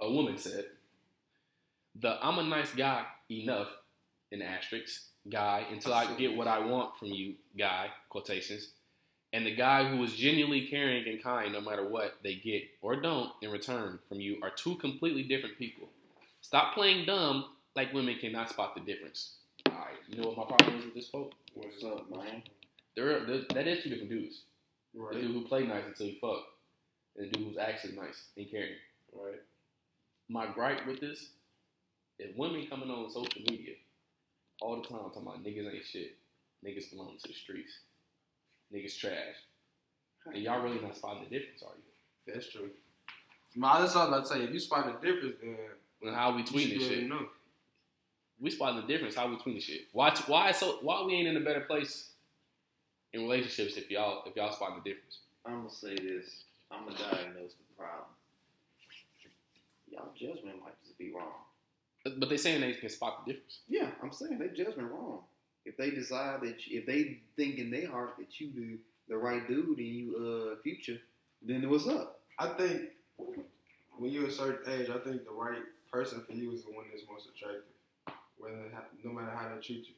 S2: a woman said, the I'm a nice guy enough in asterisks guy until I get what I want from you guy quotations, and the guy who is genuinely caring and kind no matter what they get or don't in return from you are two completely different people. Stop playing dumb like women cannot spot the difference. All right, you know what my problem is with this folk?
S3: What's up, man?
S2: There, are, there that is two different dudes. The
S4: Right,
S2: dude who play nice until he fuck, and the dude who's actually nice and caring
S4: right.
S2: my gripe with this is women coming on social media all the time talking about niggas ain't shit. Niggas belong to the streets. Niggas trash. And y'all really not spotting the difference, are you?
S4: That's true. My, that's all I'm about to say. If you spot the difference, then
S2: And how we
S4: you
S2: tweeting
S4: should
S2: this
S4: already
S2: shit.
S4: know.
S2: We spotting the difference, how we tweeting this shit. Why why so why we ain't in a better place in relationships if y'all if y'all spotting the difference?
S3: I'm gonna say this. I'm gonna diagnose the problem. Y'all judgment might just be wrong.
S2: But but they saying they can spot the difference.
S3: Yeah, I'm saying they judgment wrong. If they decide that you, if they think in their heart that you do the right dude and you uh future, then what's up?
S4: I think when you're a certain age, I think the right person for you is the one that's most attractive. Whether no matter how they treat you.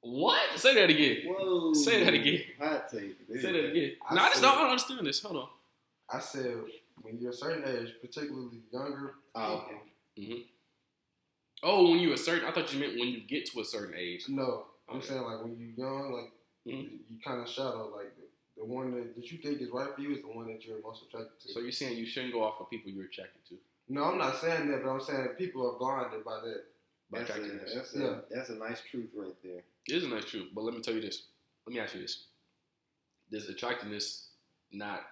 S2: What? Say that again.
S3: Whoa!
S2: Say that again.
S3: Hot take.
S2: Say that again.
S4: I
S2: No, I just
S4: said-
S2: don't, I don't understand this. Hold on.
S4: I said when you're a certain age, particularly younger.
S3: Oh, okay.
S2: Oh, when you a certain, I thought you meant when you get to a certain age.
S4: No, I'm
S2: Okay.
S4: saying like when you're young, like
S2: Mhm.
S4: you kind of shadow. Like the, the one that, that you think is right for you is the one that you're most attracted to.
S2: So you're saying you shouldn't go off of people you're attracted to.
S4: no, I'm not saying that, but I'm saying people are blinded by that.
S2: By
S3: That's a,
S2: attractiveness.
S3: that's, a,
S4: Yeah.
S3: that's a nice truth right there.
S2: It isn't that true? But let me tell you this. Let me ask you this. Does attractiveness not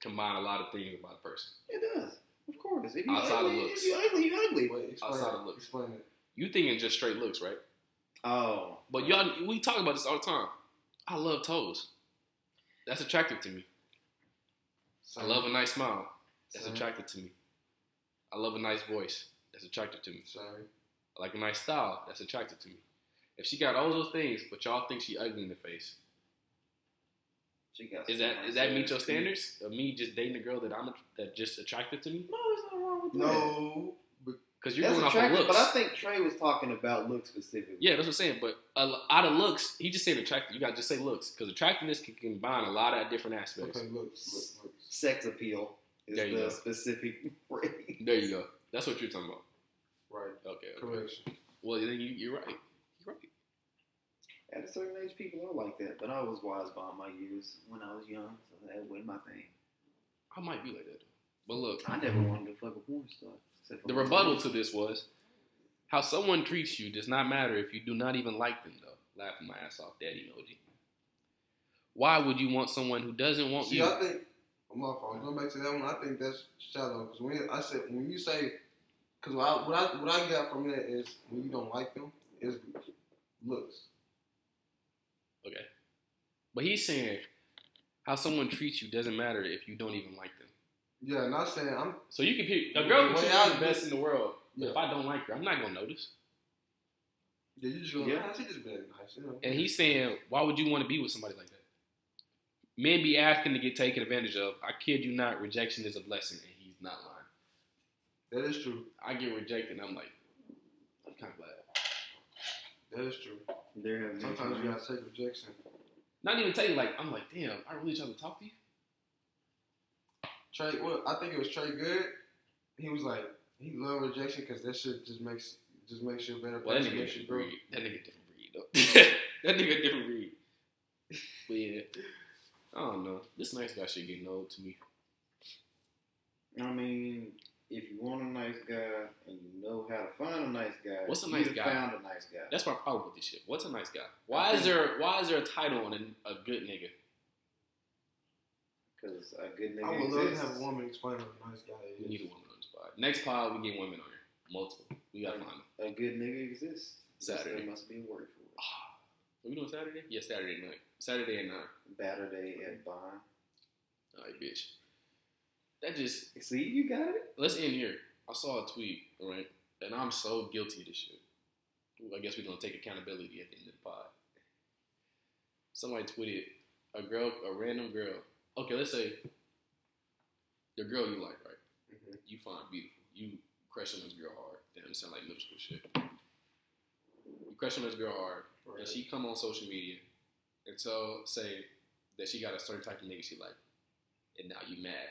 S2: combine a lot of things about a person?
S3: It does, of course. If you
S2: Outside of
S3: ugly,
S2: looks.
S3: if you ugly, you ugly.
S4: Wait, explain
S2: Outside
S4: it.
S2: of looks.
S4: Explain it.
S2: You thinking just straight looks, right?
S3: Oh,
S2: But y'all, we talk about this all the time. I love toes. That's attractive to me. I love a nice smile. That's
S4: Same.
S2: attractive to me. I love a nice voice. That's attractive to me.
S4: Sorry.
S2: I like a nice style. That's attractive to me. If she got all those things, but y'all think she ugly in the face,
S3: she got.
S2: is
S3: some
S2: that
S3: nice
S2: is that meet your
S3: ass.
S2: standards? Of me just dating a girl that I'm that just attractive to me?
S3: No, there's nothing wrong with that.
S4: No, but
S2: Because you're
S3: That's
S2: going off of
S3: attractive,
S2: looks.
S3: but I think Trey was talking about looks specifically.
S2: yeah, that's what I'm saying. But uh, out of looks, he just said attractive. You got to just say looks because attractiveness can combine a lot of different aspects.
S4: okay, look, look, look.
S3: Sex appeal is
S2: There you
S3: the
S2: go.
S3: specific phrase.
S2: There you go. That's what you're talking about.
S4: Right.
S2: Okay. okay.
S4: Correction.
S2: Well, then you, you're right. You're right.
S3: At a certain age, people are like that, but I was wise beyond my years when I was young, so that wasn't my thing.
S2: I might be like that. But look,
S3: I never wanted to fuck a porn star. except
S2: Mm-hmm.
S3: for
S2: The
S3: my
S2: rebuttal
S3: mom.
S2: to this was how someone treats you does not matter if you do not even like them, though. Laughing my ass off, that emoji. Why would you want someone who doesn't want
S4: See,
S2: you?
S4: I think my fault. Going back to that one, I think that's shallow. Because when I said when you say, because what I, what I what I got from that is when you don't like them is looks.
S2: Okay. But he's saying how someone treats you doesn't matter if you don't even like them.
S4: Yeah, not saying I'm.
S2: So you can pick a girl
S4: The
S2: can
S4: way
S2: treat
S4: I
S2: you the
S4: do-
S2: best in the world, but
S4: Yeah.
S2: if I don't like her, I'm not gonna notice.
S4: Yeah, you just going.
S3: Yeah.
S4: Yeah, she just been nice. You know.
S2: And he's saying, why would you want to be with somebody like that? Men be asking to get taken advantage of. I kid you not, rejection is a blessing, and he's not lying.
S4: That is true.
S2: I get rejected, and I'm like, I'm kind of glad.
S4: That is true.
S3: There have been
S4: Sometimes you
S3: times-
S4: gotta take rejection.
S2: Not even tell you, like, I'm like, damn, I really trying to talk to you.
S4: Trey, well, I think it was Trey Good. He was like, he loved rejection because that shit just makes just makes you a better
S2: Well, that
S4: person.
S2: nigga
S4: makes you
S2: different
S4: grow.
S2: breed. That nigga different breed, though. that nigga different breed. But yeah, I don't know. This nice guy shit getting old to me.
S3: I mean, if you want a nice guy and you know how to find a nice guy,
S2: What's a
S3: you
S2: nice
S3: done
S2: guy?
S3: Found a nice guy.
S2: That's my problem with this shit. What's a nice guy? Why is there Why is there a title on a, a good nigga?
S3: Because a good nigga
S4: I would love to
S3: exists.
S4: have a woman explain what a nice guy
S2: We
S4: is.
S2: need a woman on this pod. Next pod, we get women on here. Multiple. We gotta find them.
S3: A good nigga exists. It's just
S2: Saturday.
S3: There must be a word for it.
S2: Ah, What we doing Saturday? Yeah, Saturday night. Saturday at nine.
S3: Batter day at Bond.
S2: All right, bitch. That just
S3: See, you got it.
S2: let's end here. I saw a tweet, all right, and I'm so guilty of this shit. I guess we're gonna take accountability at the end of the pod. Somebody tweeted a girl, a random girl. Okay, let's say the girl you like, right? You find beautiful. You crush on this girl hard. Damn, it sound like middle school shit. You crush on this girl hard, and she come on social media and so say that she got a certain type of nigga she like, and now you mad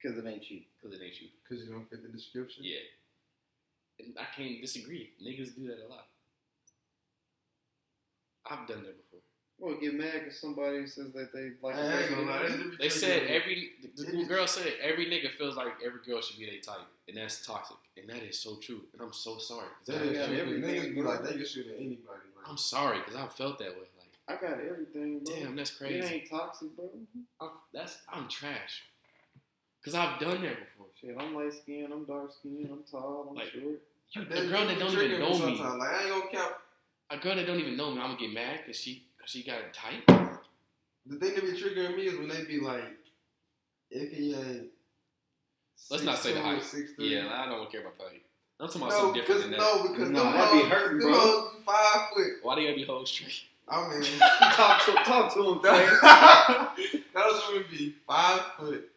S3: Because it ain't you.
S2: because it ain't you.
S4: Because you don't fit the description.
S2: Yeah. And I can't disagree. Niggas do that a lot. I've done that before.
S3: Well, get mad because somebody says that they like.
S4: I ain't
S3: a
S4: gonna lie,
S3: person.
S4: that-
S2: They said every the little girl said every nigga feels like every girl should be their type, and that's toxic, and that is so true. And I'm so sorry. 'cause
S4: That
S2: I-
S4: is
S3: Yeah,
S4: true. 'cause
S3: everything,
S4: Niggas be
S3: bro.
S4: like, they can shoot at anybody. Like,
S2: I'm sorry because I felt that way. Like,
S3: I got everything, bro.
S2: damn, that's
S3: It
S2: crazy.
S3: ain't toxic, bro.
S2: I'm, that's I'm trash. Cause I've done that before.
S3: Shit, I'm light skinned, I'm dark skinned, I'm tall, I'm
S2: Like-
S3: short.
S2: You, a girl
S4: be
S2: that don't even
S4: triggering me
S2: know me,
S4: sometimes. Like, I ain't gonna cap.
S2: a girl that don't even know me, I'm gonna get mad because she cause she got a type.
S4: The thing that be triggering me is when they be like, if he ain't.
S2: Let's not say the height.
S4: 6'2", 6'3",
S2: Mm. Yeah, I don't care about type. I'm talking about
S4: No,
S2: something
S4: because
S2: different than that.
S4: no, because
S3: No,
S4: them
S3: that'd be
S4: hoes-
S3: hurting,
S4: them
S3: bro.
S4: hoes be five foot.
S2: Why do you gotta be whole street?
S4: I mean,
S3: talk to talk to him, player.
S4: that was would be five foot.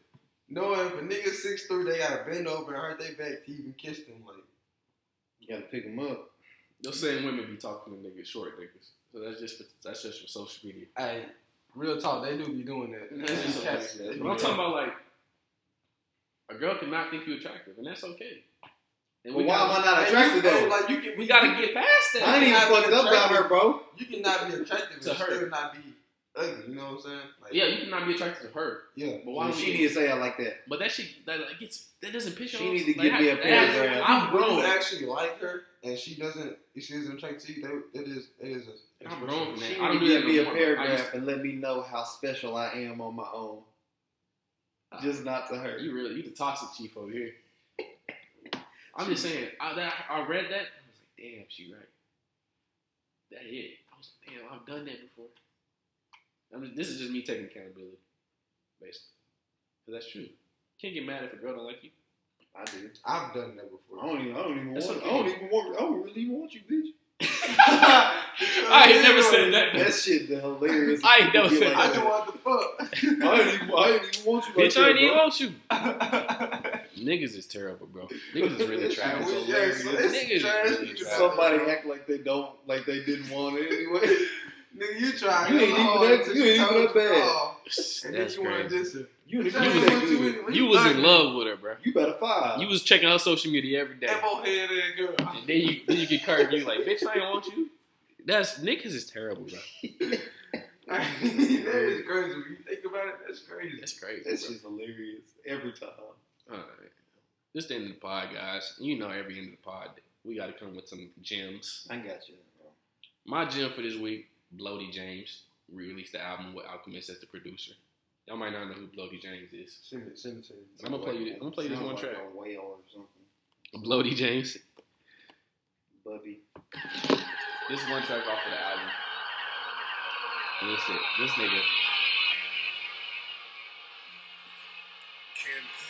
S4: Knowing if a nigga six three, they gotta bend over and hurt their back to even kiss them. Like,
S3: You gotta pick him up.
S2: Those same women be talking to niggas, short niggas. So that's just that's just from social media.
S4: hey, real talk, they do be doing that. That's just cats. They do
S2: But I'm
S4: that.
S2: talking about like a girl cannot think you attractive, and that's okay. And
S3: But
S2: we
S3: why am
S2: gotta,
S3: I not
S4: Hey,
S3: attracted
S4: you-
S3: though?
S4: Like you can,
S2: we gotta get past that.
S3: I ain't even fucked up about her, bro.
S4: You cannot be attractive
S2: To
S4: and
S2: her.
S4: still not be ugly. You know what I'm saying? Like,
S2: Yeah, you cannot be attracted to her,
S4: yeah.
S2: but why
S3: Yeah,
S2: would
S3: she
S2: you-
S3: need to say I like that.
S2: But that shit that like gets that doesn't piss you
S3: She
S2: off.
S3: need to
S2: Like,
S3: give me a
S2: that- that-
S3: paragraph.
S2: I'm
S4: When you
S2: grown.
S4: actually like her and she doesn't, if she isn't attracted to you, that, that is, it is. A,
S2: I'm grown. Man,
S3: She
S2: I
S3: need
S2: don't
S3: to
S2: do that
S3: give me
S2: no
S3: a
S2: more. I
S3: paragraph
S2: used-
S3: and let me know how special I am on my own.
S2: Ah.
S3: Just not to her.
S2: You really you the toxic chief over here. I'm just saying, I that I read that, I was like, damn, she right. That it. I was like, damn, I've done that before. I'm just, this is just me taking accountability, basically. 'Cause that's true. Can't get mad if a girl don't like you.
S3: I do.
S4: I've done that
S3: I
S4: before.
S3: don't even. I don't even
S2: That's
S3: want.
S2: okay.
S3: I don't even want. I don't really even want you, bitch.
S2: I ain't never said that.
S3: That shit the hilarious.
S2: I ain't never
S3: You get
S2: said
S4: I
S3: like
S4: just want the fuck.
S3: that. I didn't even. I didn't even want you. Like
S2: Bitch, I
S3: that,
S2: ain't even
S3: bro.
S2: want you. Niggas is terrible, bro. Niggas is really trash.
S4: We- yeah, so it's
S2: Niggas
S4: trash
S2: really
S4: people.
S2: trash.
S3: Somebody act like they don't. Like they didn't want it anyway.
S4: Nigga, you trying
S3: You ain't even
S4: hard
S3: that-
S4: to
S3: you ain't even
S4: tell
S3: that bad.
S4: all, And then
S2: That's
S4: you want to
S2: crazy.
S4: diss her.
S3: You didn't
S2: You
S3: even
S2: was-
S3: that good.
S2: You was in love with her, bro.
S3: You better five.
S2: You was checking her social media every day.
S4: Emo head and girl.
S2: And then you then you get curved. You like, bitch, I ain't want you. That's niggas is terrible, bro.
S4: that is crazy. When you think about it, that's crazy.
S2: That's crazy.
S3: That's
S2: bro.
S3: just hilarious every time.
S2: All right. This the end of the pod, guys. You know, every end of the pod, we got to come with some gems.
S3: I got you. Bro.
S2: My gem for this week, Bloaty James re-released the album with Alchemist as the producer. Y'all might not know who Bloaty James is.
S4: Send it, send it to me.
S2: I'm gonna play you. I'm gonna play you this
S3: Sounds
S2: one
S3: like
S2: track.
S3: a whale or something.
S2: Bloaty James.
S3: Bubby.
S2: This one track off of the album. And this shit. This nigga.
S9: Candace.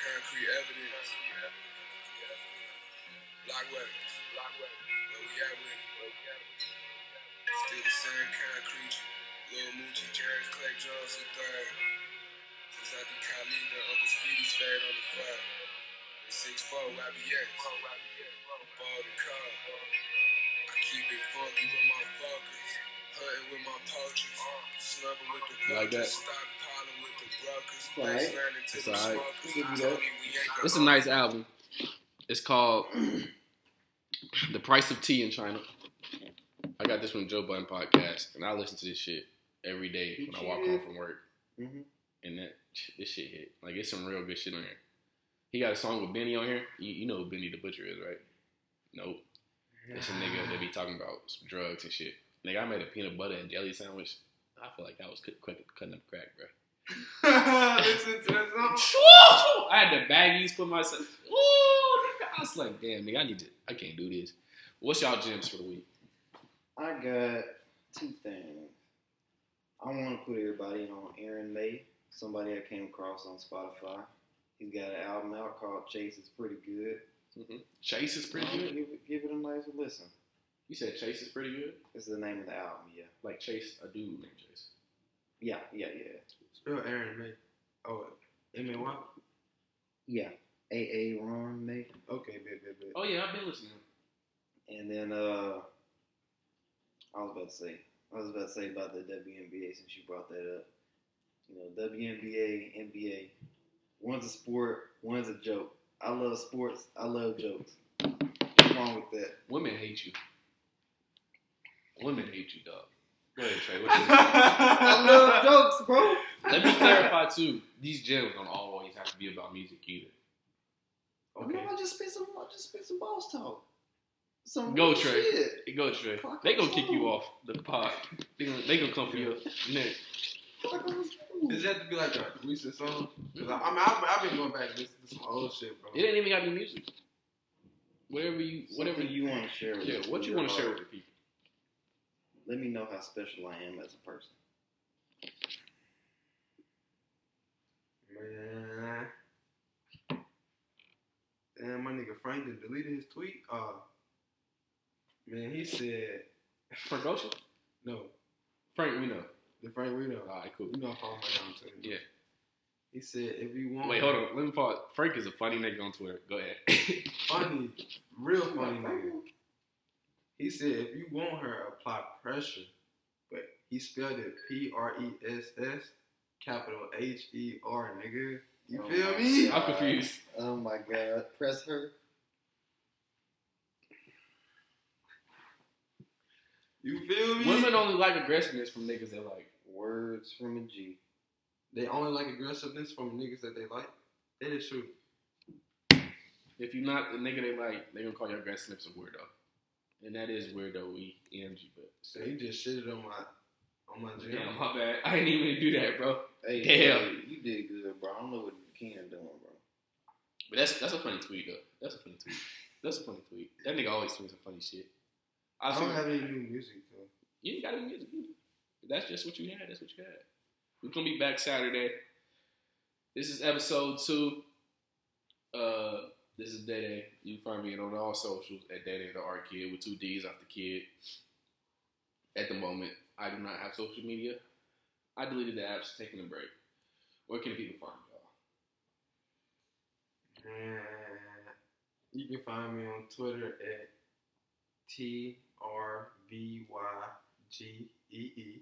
S9: Concrete evidence. Block weapons. Where we at with it. Still the same kind of creature. Lil Moochie, Jerry Clay Johnson, third. Since I be Khalida, Uncle Speedy stayed on the fly. The 6-4 YBX. Ball the car. I keep it funky with my fuckers. Hunting with my poachers. Slumping with the
S2: You like that?
S9: vultures. Stockpiling with the brokers.
S3: Right.
S9: Baseline into
S2: It's
S9: the
S2: alright.
S9: smokers.
S3: Good to
S9: Tell
S3: go.
S9: me we ain't
S2: It's a
S9: the
S2: nice album. It's called The Price of Tea in China. I got this from Joe Budden podcast, and I listen to this shit every day
S3: He
S2: when I walk home
S3: cheated.
S2: from work.
S3: Mhm.
S2: And that this shit hit. Like it's some real good shit on here. He got a song with Benny on here. You, you know who Benny the Butcher is, right? Nope. It's a nigga that be talking about some drugs and shit. Nigga, I made a peanut butter and jelly sandwich. I feel like that was cut, cut, cutting up crack, bro.
S4: Listen to that song.
S2: Woo! I had the baggies put myself. Ooh, nigga. I was like, damn, nigga, I need to. I can't do this. What's y'all gems for the week?
S3: I got two things. I want to put everybody on Aaron May, somebody I came across on Spotify. He's got an album out called Chase. It's pretty good.
S2: Chase is pretty
S3: Um,
S2: good.
S3: Give, it, give it a nice listen.
S2: You said Chase is pretty good.
S3: It's the name of the album. Yeah.
S2: Like Chase, a dude named Chase.
S3: Yeah. Yeah. Yeah.
S4: Spell Aaron May. Oh, M A Y.
S3: Yeah. A. A. Ron May.
S4: Okay, bit, bit, bit.
S2: Oh yeah, I've been listening.
S3: And then uh, I was about to say, I was about to say about the WNBA since you brought that up. You know, WNBA, NBA. One's a sport, one's a joke. I love sports. I love jokes. What's wrong with that?
S2: Women hate you. Women hate you, dog. Go ahead, Trey. What
S3: I love jokes, bro.
S2: you Let me clarify too. These gems don't always have to be about music either.
S3: No, I just spit some. I just spit some boss talk. Some
S2: Go,
S3: real
S2: Trey.
S3: Shit.
S2: Go, Trey. They gonna kick you off the pod. They gonna, they gonna come for your neck.
S3: Like I was
S4: Does
S3: cool.
S4: it have to be like a recent song? Because I, I mean, I've, I've been going back and listening to some old shit, bro.
S2: It ain't even gotta be music. Whatever you, whatever
S3: Something
S2: you,
S3: you want to share. with
S2: yeah,
S3: us
S2: what you
S3: from your
S2: want to share
S3: heart.
S2: with uh, the people.
S3: Let me know how special I am as a person.
S4: Man. and my nigga Frank done deleted his tweet. Uh, man, he said
S2: Frank Ocean?
S4: no.
S2: Frank, we know.
S4: The Frank Reno.
S2: All right, cool.
S4: You know I follow my down to him.
S2: Yeah.
S4: He said if you want
S2: Wait, hold on. Let me pause. Frank is a funny nigga on Twitter. Go ahead.
S4: funny, real funny nigga. He said if you want her, apply pressure. But he spelled it P R E S S capital H E R nigga. You
S3: Oh
S4: feel
S3: my
S4: me?
S2: I'm confused.
S3: Oh my god. Press her.
S4: You feel me?
S2: Women only like aggressiveness from niggas that like.
S3: Words from a G.
S4: They only like aggressiveness from niggas that they like. That is true.
S2: If you're not the nigga they like, they gonna call your aggressiveness a weirdo. And that is weirdo we EMG, but
S4: So he just shitted on my on my gym.
S2: damn, my bad. I didn't even do that, bro.
S3: Hey,
S2: Damn.
S3: bro, you did good, bro. I don't know what Ken doing, bro.
S2: But that's that's a funny tweet though. That's a funny tweet. That's a funny tweet. That nigga always tweets some funny shit. I,
S4: I
S2: feel
S4: don't have any new music though.
S2: you ain't got any music. either. That's just what you had. That's what you had. We're gonna be back Saturday. This is episode two. Uh, this is Day Day. You can find me on all socials at Day Day the Art Kid with two D's off the kid. At the moment, I do not have social media. I deleted the apps, taking a break. Where can people find y'all?
S4: And you can find me on Twitter at T R V Y G E E.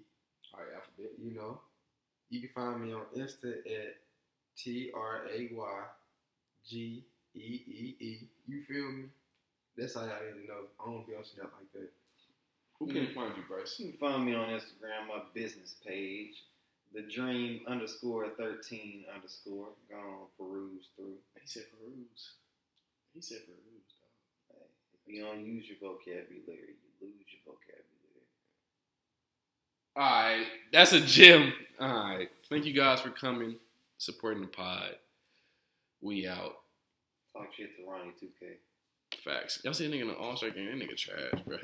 S2: All right, alphabet.
S4: You know, you can find me on Insta at T R A Y G E E E. You feel me? That's all y'all need to know. I don't be on shit like that.
S2: Who can find you, Bryce?
S3: You can find me on Instagram, my business page, the dream underscore thirteen underscore. Go on peruse through.
S2: He said peruse. He said peruse. Dog.
S3: Hey, if you don't use your vocabulary, you lose your vocabulary.
S2: All right, that's a gym. All right, thank you guys for coming, supporting the pod. We out.
S3: Talk shit to Ronnie two K.
S2: Facts. Y'all see a nigga in the All Star game? That nigga trash, bro.